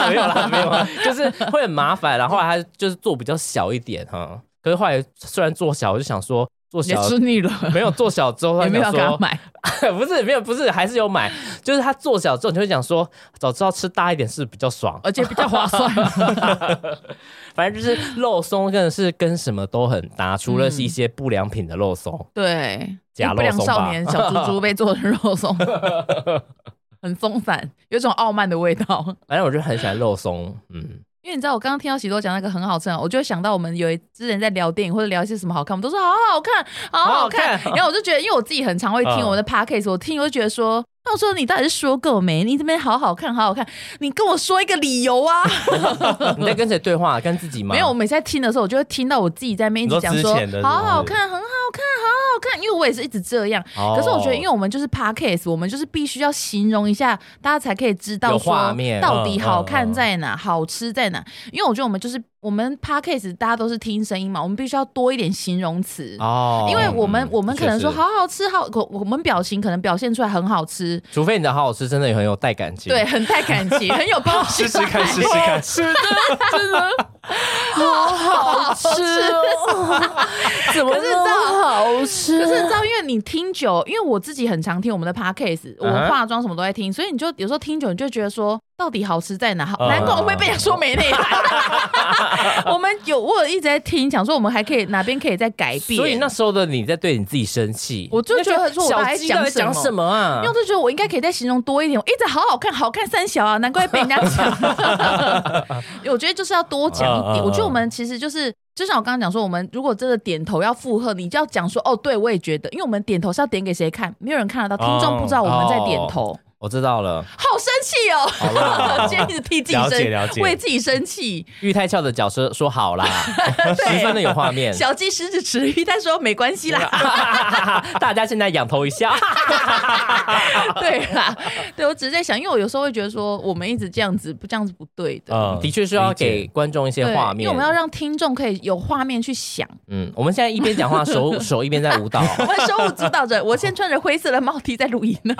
Speaker 3: 没有啦，没有啦，就是会很麻烦。然后后来他就是做比较小一点哈，可是后来虽然做小，我就想说做
Speaker 2: 也
Speaker 3: 小。
Speaker 2: 吃腻了，
Speaker 3: 没有做小 之后，
Speaker 2: 也没有
Speaker 3: 他
Speaker 2: 要给
Speaker 3: 想
Speaker 2: 他
Speaker 3: 说
Speaker 2: 买。
Speaker 3: 不是没有不是还是有买，就是他做小之后你会想说，早知道吃大一点是比较爽。
Speaker 2: 而且比较划算。
Speaker 3: 反正就是肉松真的是跟什么都很搭，除
Speaker 2: 嗯
Speaker 3: 了是一些不良品的肉松。
Speaker 2: 对，
Speaker 3: 假肉松吧
Speaker 2: 不良少年小猪猪被做成肉松，很松散，有一种傲慢的味道。
Speaker 3: 反正我就很喜欢肉松，嗯，
Speaker 2: 因为你知道，我刚刚听到喜多讲那个很好吃啊，我就会想到我们有一之前在聊电影或者聊一些什么好看，我们都说好好看，好好看。
Speaker 3: 好好 看
Speaker 2: 然后我就觉得，因为我自己很常会听
Speaker 4: 嗯
Speaker 2: 我们的 podcast，我听我就觉得说，那我说你到底是说够没？你这边好好看，好好看，你跟我说一个理由啊！
Speaker 3: 你在跟谁对话？跟自己吗？
Speaker 2: 没有，我，每次在听的时候，我就会听到我自己在那边一直
Speaker 4: 你说
Speaker 2: 讲
Speaker 4: 之
Speaker 2: 说，
Speaker 4: 前的是不是
Speaker 2: 好好看，很好看，好好看，因为我也是一直这样。
Speaker 3: 哦
Speaker 2: 可是我觉得，因为我们就是 podcast，我们就是必须要形容一下，大家才可以知道
Speaker 3: 有
Speaker 2: 说
Speaker 3: 画面
Speaker 2: 到底
Speaker 4: 嗯
Speaker 2: 好
Speaker 4: 嗯
Speaker 2: 看
Speaker 4: 嗯
Speaker 2: 在哪，好吃在哪。因为我觉得我们就是我们 podcast，大家都是听声音嘛，我们必须要多一点形容词。
Speaker 3: 哦
Speaker 2: 因为我们、
Speaker 3: 嗯
Speaker 2: 我们可能说
Speaker 3: 确实
Speaker 2: 好好吃好，我我们表情可能表现出来很好吃，
Speaker 3: 除非你的好好吃真的很有带感情，
Speaker 2: 对，，很带感情，很 有包
Speaker 4: 试试看，试试看，
Speaker 2: 真的好好吃哦。
Speaker 3: 怎么
Speaker 2: 那么
Speaker 3: 好吃
Speaker 2: 可是你知道，因为你听久，因为我自己很常听我们的 podcast，我
Speaker 4: 嗯哼
Speaker 2: 化妆什么都在听，所以你就有时候听久，你就觉得说，到底好吃在哪？好
Speaker 3: 啊
Speaker 4: 嗯
Speaker 2: 难怪我会被人说没内涵。 我们有，我有一直在听，想说我们还可以哪边可以再改变。
Speaker 3: 所以那时候的你在对你自己生气，
Speaker 2: 我就觉得说我
Speaker 3: 小
Speaker 2: 爸在
Speaker 3: 鸡到底
Speaker 2: 讲
Speaker 3: 讲
Speaker 2: 什么
Speaker 3: 什么啊
Speaker 2: 因为？我就觉得我应该可以再形容多一点，我一直好好看，好看三小啊，难怪被人家 讲。我觉得就是要多讲一
Speaker 4: 嗯嗯
Speaker 2: 点。
Speaker 4: 嗯
Speaker 2: 我觉得我们其实就是，就像我刚刚讲说，我们如果真的点头要附和，你就要讲说，哦，对我也觉得，因为我们点头是要点给谁看，没有人看得到，听众不知道我们在点头，
Speaker 3: 我知道了，
Speaker 2: 好生气哦！
Speaker 4: 哦好啦
Speaker 2: 今天一直替自己
Speaker 4: 了解
Speaker 2: 生，
Speaker 4: 了解
Speaker 2: 为自己生气。
Speaker 3: 玉太翘的角色说 好啦，十分的有画面。
Speaker 2: 小鸡食指迟疑，他说没关系 啦。
Speaker 3: 大家现在仰头一笑，
Speaker 2: 对啦，对我只是在想，因为我有时候会觉得说，我们一直这样子不这样子不对的。
Speaker 4: 嗯
Speaker 3: 的确是要给
Speaker 4: 理解
Speaker 3: 观众一些
Speaker 2: 对
Speaker 3: 画，面。
Speaker 2: 因为我们要让听众可以有画面去 想。
Speaker 3: 嗯，我们现在一边讲话，手 手一边在舞蹈。
Speaker 2: 我们手舞足蹈着，我现在穿着灰色的帽 T 在录音 呢。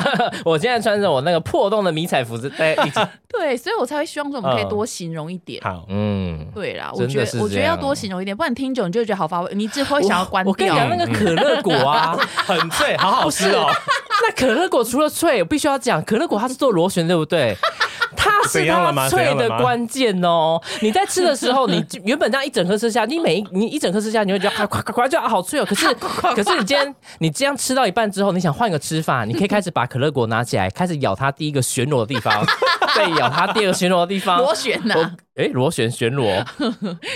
Speaker 3: 我现在穿着我那个破洞的迷彩服， 在一起。
Speaker 2: 对，所以我才会希望说我们可以多形容一点。
Speaker 4: 好，
Speaker 3: 嗯，
Speaker 2: 对啦，我
Speaker 3: 真
Speaker 2: 觉
Speaker 3: 的是
Speaker 2: 得我觉
Speaker 3: 这
Speaker 2: 得
Speaker 3: 样
Speaker 2: 要多形容一点，不然听久你就会觉得好乏味，你只会想要关
Speaker 3: 我跟你讲，那
Speaker 2: 掉。
Speaker 3: 个可乐果 啊，
Speaker 4: 很脆，好好吃哦。
Speaker 3: 那可乐果除了脆，我必须要讲，可乐果它是做螺旋，对不对？它是
Speaker 4: 怎样了吗
Speaker 3: 它脆
Speaker 4: 怎样
Speaker 3: 的
Speaker 4: 了吗
Speaker 3: 关键哦。你在吃的时候，你就原本这样一整颗吃下，你每一你一整颗吃下，你会觉得啊，夸夸夸就啊好脆哦。可是可是你今天你这样吃到一半之后，你想换个吃法，你可以开始把可乐果拿起来，开始咬它第一个旋螺的地 方，再咬它第二个旋螺的地方。
Speaker 2: 螺旋啊呐、
Speaker 3: 我哎，螺旋旋螺，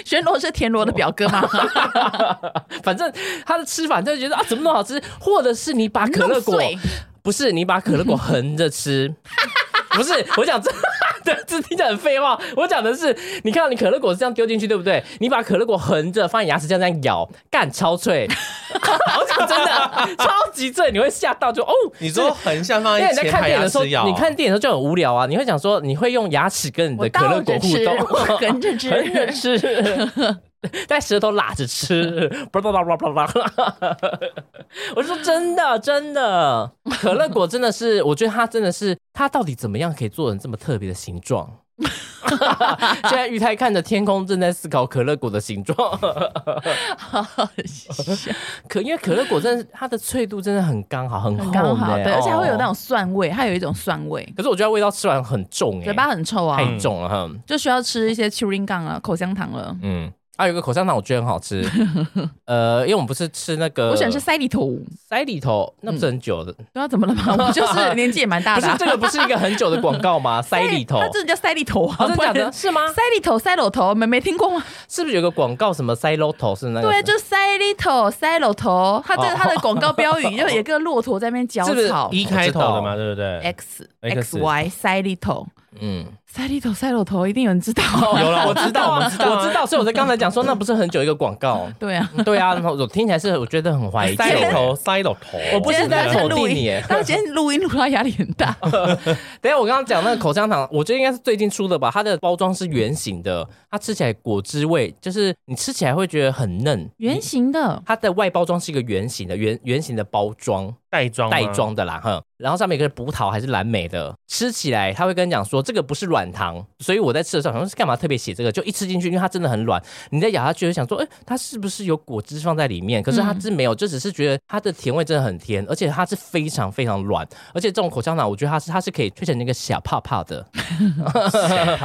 Speaker 2: 旋螺是田螺的表哥吗？
Speaker 3: 反正它的吃法，你就觉得啊，怎么那么好吃？或者是你把可乐果
Speaker 2: 弄碎
Speaker 3: 不是你把可乐果横着吃， 不是我讲这。 对，这听起来很废话。我讲的是，你看到你可乐果是这样丢进去，对不对？你把可乐果横着放在牙齿这样这样咬，干超脆， 好讲真的，超级脆，你会吓到就哦。
Speaker 4: 你说横向放
Speaker 3: 因为你
Speaker 4: 在
Speaker 3: 在
Speaker 4: 前
Speaker 3: 看
Speaker 4: 排
Speaker 3: 电影
Speaker 4: 牙哦
Speaker 3: 的时候，
Speaker 4: 齿咬，
Speaker 3: 你看电影的时候就很无聊啊，你会想说，你会用牙齿跟你的
Speaker 2: 我
Speaker 3: 可乐
Speaker 2: 倒
Speaker 3: 果
Speaker 2: 着
Speaker 3: 互
Speaker 2: 吃，
Speaker 3: 动，
Speaker 2: 我横着吃，
Speaker 3: 横着 吃，在舌头拉着吃，叭叭叭叭叭叭。 我说真的，真的，可乐果真的是， 我觉得它真的是，它到底怎么样可以做成这么特别的形状？ 现在玉泰看着天空，正在思考可乐果的形状。可因为可乐果真的是它的脆度真的很刚好，很厚
Speaker 2: 很刚好，
Speaker 3: 呢
Speaker 2: 对，而且它会有那。
Speaker 3: 哦
Speaker 2: 种蒜味，它有一种蒜味，
Speaker 3: 可是我觉得味道吃完很重哎、
Speaker 2: 嘴巴很臭啊，
Speaker 3: 太重了哈。
Speaker 2: 就需要吃一些 chewing gum 了，口香糖了。
Speaker 3: 嗯，啊，有个口香糖我觉得很好 吃，呃，因为我们不是吃那个，
Speaker 2: 我喜欢吃塞里头，
Speaker 3: 塞里头，那不是很久的，
Speaker 2: 对啊，怎么了 嘛？我就是年纪也蛮大
Speaker 3: 不
Speaker 2: 的
Speaker 3: 是
Speaker 2: 啊、
Speaker 3: 这个不是一个很久的广告吗？塞里头
Speaker 2: 它，这叫塞里头啊，
Speaker 3: 哦真的假
Speaker 2: 不
Speaker 3: 的？
Speaker 2: 然
Speaker 3: 是吗？
Speaker 2: 塞里头，塞老头，没没听过吗？
Speaker 3: 是不是有个广告什么塞骆头是那个？
Speaker 2: 对，就塞里头，塞老头，它这
Speaker 3: 哦
Speaker 2: 个它的广告标语就有一个骆驼在那边嚼
Speaker 3: 是不是
Speaker 2: 草
Speaker 4: 一开头的
Speaker 3: 我
Speaker 4: 嘛，对不对？
Speaker 2: ，X
Speaker 4: X
Speaker 2: X Y 塞里头，
Speaker 3: 嗯，
Speaker 2: 塞里头，塞老头，一定有人知道。
Speaker 4: 有了，我 知道，我
Speaker 3: 我
Speaker 4: 知
Speaker 3: 知
Speaker 4: 道
Speaker 3: 道，
Speaker 4: 啊，
Speaker 3: 我知道，所以我在刚才讲说那不是很久一个广告，
Speaker 2: 对啊，
Speaker 3: 对啊，然后我听起来是我觉得很怀疑，
Speaker 4: 塞了头，塞了头，
Speaker 3: 我不是在
Speaker 2: 今天
Speaker 3: 否
Speaker 2: 录
Speaker 3: 定你
Speaker 2: 音
Speaker 3: 耶，
Speaker 2: 但今天录音录到压力很大。
Speaker 3: 等一下，我刚刚讲那个口香糖，我觉得应该是最近出的吧。它的包装是圆形的，它吃起来果汁味，就是你吃起来会觉得很嫩。
Speaker 2: 圆形的，
Speaker 3: 它的外包装是一个圆形的圆圆形的包装
Speaker 4: 袋装吗
Speaker 3: 袋，装的啦，哼，然后上面有个葡萄还是蓝莓的，吃起来它会跟你讲说这个不是软糖，所以我在吃的时候想说是干嘛特别写这个，就一吃进去，因为它真的很软，你在咬下去就想说，哎、它是不是有果汁放在里面？可是它
Speaker 2: 嗯
Speaker 3: 是没有，就只是觉得它的甜味真的很甜，而且它是非常非常软，而且这种口香糖我觉得它是它是可以吹成那个小泡泡的，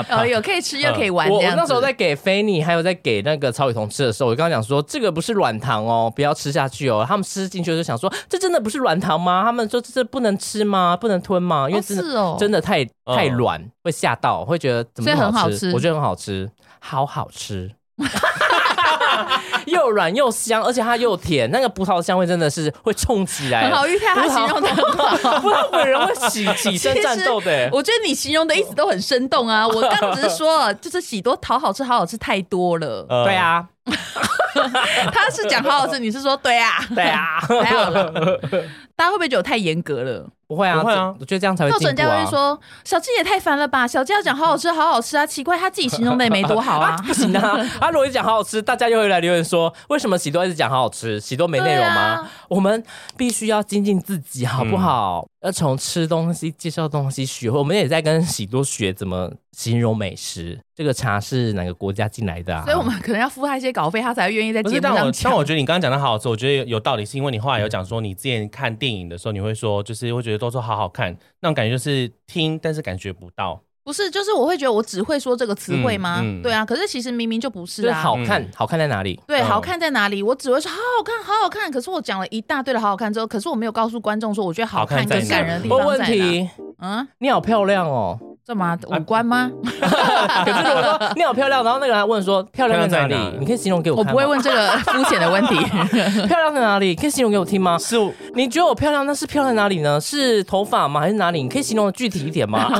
Speaker 2: 哦，有可以吃又可以玩这
Speaker 3: 我我
Speaker 2: 样子。
Speaker 3: 那时候在给菲尼，还有在给那个曹雨桐吃的时候，我就跟他讲说，这个不是软糖哦，不要吃下去哦。他们吃进去就想说，这真的不是软糖吗？他们说这这不能吃吗？不能吞吗？因为
Speaker 2: 哦
Speaker 3: 真的、
Speaker 2: 是哦
Speaker 3: 真的太
Speaker 4: 嗯
Speaker 3: 太软，会吓到，会觉得怎么
Speaker 2: 所以
Speaker 3: 那么
Speaker 2: 很好
Speaker 3: 吃？
Speaker 2: 吃
Speaker 3: 我觉得很好吃，好好吃。 又软又香，而且它又甜，那个葡萄的香味真的是会冲起来。
Speaker 2: 很好，玉泰他形容的很好。
Speaker 3: 葡萄本人会起起身
Speaker 2: 其实
Speaker 3: 战斗的、
Speaker 2: 我觉得你形容的一直都很生动 啊！我刚只是说，就是喜多讨好吃好好吃太多了。
Speaker 4: 呃
Speaker 3: 对，啊，
Speaker 2: 他是讲好好吃，你是说对 啊？
Speaker 3: 对， 啊，
Speaker 2: 还好了。大家会不会觉得我太严格了？
Speaker 3: 不会啊，
Speaker 4: 不会啊
Speaker 3: 这我觉得这样 才会
Speaker 2: 到
Speaker 3: 进
Speaker 2: 时候
Speaker 3: 步啊。
Speaker 2: 人家会说小鸡也太烦了吧？小鸡要讲好好吃好好吃啊，奇怪他自己形容的也没多好啊。
Speaker 3: 不行啊！啊，如果一讲好好吃，大家又会来留言说，为什么喜多一直讲好好吃，喜 多没内容吗？
Speaker 2: 对啊
Speaker 3: 我们必须要精进自己，好不好？
Speaker 2: 嗯
Speaker 3: 要从吃东西、介绍东西学会。我们也在跟喜多学怎么形容美食。这个茶是哪个国家进来的、啊？
Speaker 2: 所以我们可能要付他一些稿费，他才会愿意在
Speaker 4: 不
Speaker 2: 节
Speaker 4: 是，
Speaker 2: 目
Speaker 4: 但
Speaker 2: 上
Speaker 4: 我但我
Speaker 2: 讲。
Speaker 4: 觉得你刚刚讲的好好吃，我觉得有有道理，是因为你后来有讲说，你之前看电影的时候，你会说，就是会觉得都说好好看，那种感觉就是听，但是感觉不到。
Speaker 2: 不是，就是我会觉得我只会说这个词汇吗
Speaker 4: 嗯嗯？
Speaker 2: 对啊，可是其实明明就不是
Speaker 3: 就是
Speaker 2: 啊。
Speaker 3: 好看，好看在哪里？
Speaker 2: 对，
Speaker 4: 嗯
Speaker 2: 好看在哪里？我只会说好好看，好好看。可是我讲了一大堆的好好看之后，可是我没有告诉观众说我觉得好
Speaker 4: 好
Speaker 2: 看
Speaker 4: 看在
Speaker 2: 跟
Speaker 4: 哪
Speaker 2: 感人的地
Speaker 3: 问
Speaker 2: 方
Speaker 3: 哦问
Speaker 2: 在哪。
Speaker 3: 题，
Speaker 2: 嗯，
Speaker 3: 你好漂 亮哦！
Speaker 2: 干嘛
Speaker 4: 嗯啊
Speaker 2: 五官吗？
Speaker 3: 可是我说你好漂亮，然后那个人还问说漂亮在哪
Speaker 4: 漂亮在哪
Speaker 3: 里？你可以形容给我
Speaker 2: 我
Speaker 3: 看吗
Speaker 2: 不会问这个肤浅的问 题。
Speaker 3: 漂亮在哪里，可以形容给我听吗？
Speaker 4: 是，
Speaker 3: 你觉得我漂亮，那是漂亮在哪里呢？是头发吗？还是哪里？你可以形容的具体一点吗？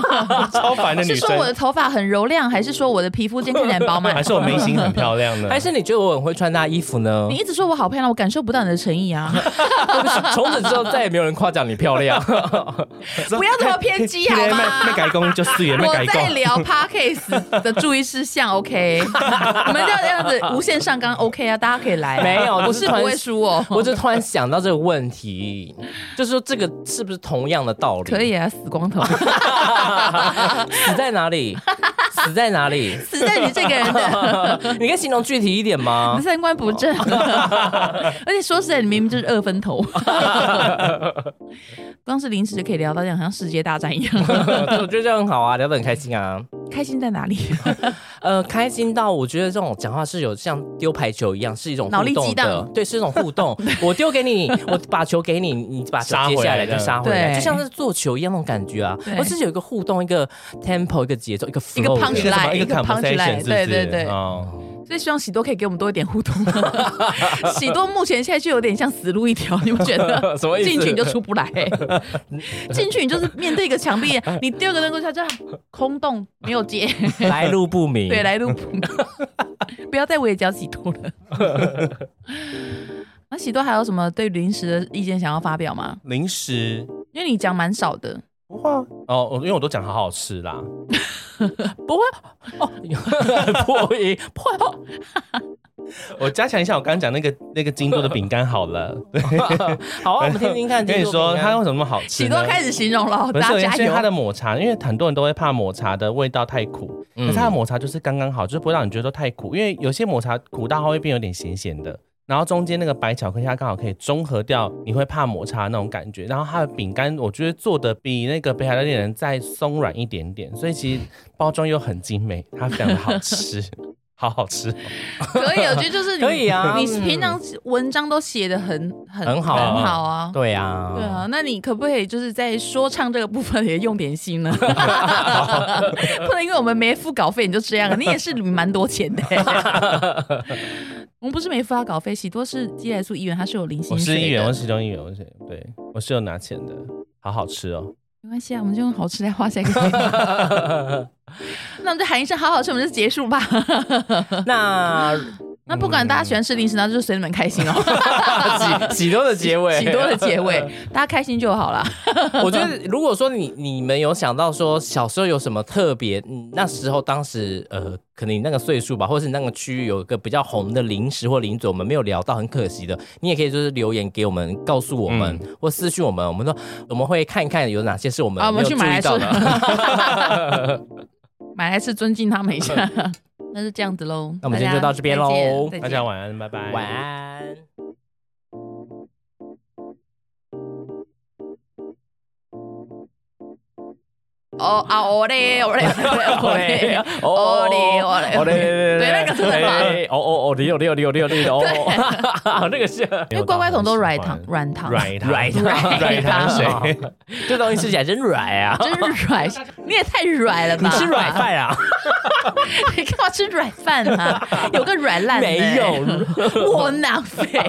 Speaker 4: 超凡的
Speaker 2: 是
Speaker 4: 女生
Speaker 2: 说，我的头发很柔亮，还是说我的皮肤健康很饱满
Speaker 4: 还？是我眉形很漂亮 呢？
Speaker 3: 还是你觉得我很会穿搭衣服呢
Speaker 2: 你？一直说我好漂亮，我感受不到你的诚意啊！
Speaker 3: 从此之后再也没有人夸奖你漂亮。
Speaker 2: 不要这么偏 激好
Speaker 4: 那
Speaker 2: 吗？
Speaker 4: 改工就是 也没
Speaker 2: 我
Speaker 4: 改
Speaker 2: 在
Speaker 4: 工。
Speaker 2: 聊 podcast 的注意事项，OK？我 们就这样子无限上纲，OK 啊？大家可以来啊、
Speaker 3: 没有
Speaker 2: 我
Speaker 3: 就是
Speaker 2: 是不
Speaker 3: 很
Speaker 2: 会输哦。
Speaker 3: 我就突然想到这个问题，就是说这个是 不是同样的道 理？
Speaker 2: 可以啊，死光头。
Speaker 3: 死在哪里？死死在哪里？
Speaker 2: 死在你这个人的
Speaker 3: 你可以形容具体一点吗？
Speaker 2: 三观不正， 而且说实在，你明明就是二分头，光是零食就可以聊到这样，好像世界大战一 样，
Speaker 3: 我觉得这样很好啊，聊得很开心啊。
Speaker 2: 开心在哪里？
Speaker 3: 呃，开心到我觉得这种讲话是有像丢排球一样，是一种
Speaker 2: 脑力
Speaker 3: 互动
Speaker 2: 激
Speaker 3: 的，
Speaker 2: 荡
Speaker 3: 对，是一种 互动。我丢给你，我把球给你，你把球
Speaker 4: 杀
Speaker 3: 接
Speaker 4: 回
Speaker 3: 下
Speaker 4: 来
Speaker 3: 来就
Speaker 4: 的
Speaker 3: 杀回来，
Speaker 2: 对
Speaker 3: 就像是做球一样那种感觉啊
Speaker 2: 对。
Speaker 3: 我是有一个互动，一个 tempo，一个节奏，一个 flow
Speaker 2: 一个
Speaker 3: 的
Speaker 2: punch
Speaker 4: 什么
Speaker 2: line，
Speaker 4: 一
Speaker 2: 一
Speaker 4: 个
Speaker 2: 个 punch line，
Speaker 4: conversation，是不是
Speaker 2: 对对对
Speaker 4: 哦，
Speaker 2: 所以希望喜多可以给我们多一点互动。喜多目前现在就有点像死路一条，你们觉 得？
Speaker 3: 什么意思
Speaker 2: 进去你就出不来、进去你就是面对一个墙壁，你丢个灯过去，它就啊空洞，没有接，
Speaker 3: 来路不明。
Speaker 2: 对，来路不明。不要再围剿喜多了。 那喜多还有什么对零食的意见想要发表吗？
Speaker 4: 零食
Speaker 2: 因为你讲蛮少的，
Speaker 4: 不会啊哦，我因为我都讲好好吃啦，
Speaker 2: 不会
Speaker 3: 破音
Speaker 2: 破
Speaker 4: 我加强一下我刚刚讲那个那个京都的饼干好了。
Speaker 3: 好啊，我们听听看。
Speaker 4: 跟 你
Speaker 3: 听说怎
Speaker 4: 说
Speaker 3: 么样
Speaker 4: 它为什么那么好吃
Speaker 2: 喜
Speaker 4: 呢
Speaker 2: 多？开始形容了，
Speaker 4: 不是，
Speaker 2: 大
Speaker 4: 首
Speaker 2: 家加
Speaker 4: 先是它
Speaker 2: 油。
Speaker 4: 的抹茶，因为很多人都会怕抹茶的味道太苦，
Speaker 3: 嗯
Speaker 4: 可是它的抹茶就是刚刚好，就是不会让你觉得太苦，因为有些抹茶苦到它会变有点咸咸的，然后中间那个白巧克力它刚好可以中和掉你会怕抹茶的那种感觉，然后它的饼干我觉得做的比那个北海道恋人再松软一点点，所以其实包装又很精美，它非常的好吃， 好好吃，
Speaker 2: 可以，我觉得就是你
Speaker 3: 可以啊
Speaker 2: 你
Speaker 3: 嗯
Speaker 2: 平常文章都写的很很
Speaker 3: 很好啊
Speaker 2: 很好啊。
Speaker 3: 对啊，
Speaker 2: 对啊，那你可不可以就是在说唱这个部分也用点心呢？不能因为我们没付稿费你就这样，你也是领蛮多钱的。我们不是没发稿费，喜多是寄来素议员，他是有零薪
Speaker 4: 我
Speaker 2: 水
Speaker 4: 是
Speaker 2: 的
Speaker 4: 一员，我是其中一员，我是对我是有拿钱的，好好吃哦。
Speaker 2: 没关系啊，我们就用好吃来画下一个结尾。那我们就喊一声好好吃，我们就结束吧。
Speaker 3: 那
Speaker 2: 那不管大家喜欢吃零食，那就是随你们开心哦。
Speaker 3: 喜喜多的结尾，
Speaker 2: 喜多的结尾，大家开心就好啦。
Speaker 3: 我觉得，如果说你你们有想到说小时候有什么特别，嗯那时候当时呃，可能你那个岁数吧，或者是你那个区域有一个比较红的零食或零嘴，我们没有聊到，很可惜的，你也可以就是留言给我们，告诉我们、或私讯我们，我们说我们会看一看有哪些是我们
Speaker 2: 啊，我
Speaker 3: 没
Speaker 2: 们
Speaker 3: 有注
Speaker 2: 去买来
Speaker 3: 意
Speaker 2: 吃
Speaker 3: 到的。，
Speaker 2: 买来吃，尊敬他们一下。那就这样子喽，
Speaker 3: 那我们今天就到这边喽
Speaker 2: 大家再见再
Speaker 4: 大家
Speaker 2: 见。
Speaker 4: 晚安，拜拜，
Speaker 3: 晚安。
Speaker 2: 哦啊，我嘞，我嘞，我 嘞，我嘞，我嘞，
Speaker 3: 哦嘞嘞嘞，
Speaker 2: 对那个真的很
Speaker 3: 哦哦哦，六六六六六六，哦，那个是
Speaker 2: 因为乖乖桶都软糖，
Speaker 4: 软
Speaker 2: 软糖，
Speaker 4: 软糖
Speaker 3: 软
Speaker 2: 软
Speaker 4: 软糖水。
Speaker 3: 这东西吃起来真软啊！
Speaker 2: 真软，你也太软了吧？
Speaker 3: 你吃软，饭啊？
Speaker 2: 你干嘛吃 软饭啊？有个软烂的
Speaker 3: 没有，
Speaker 2: 窝囊废。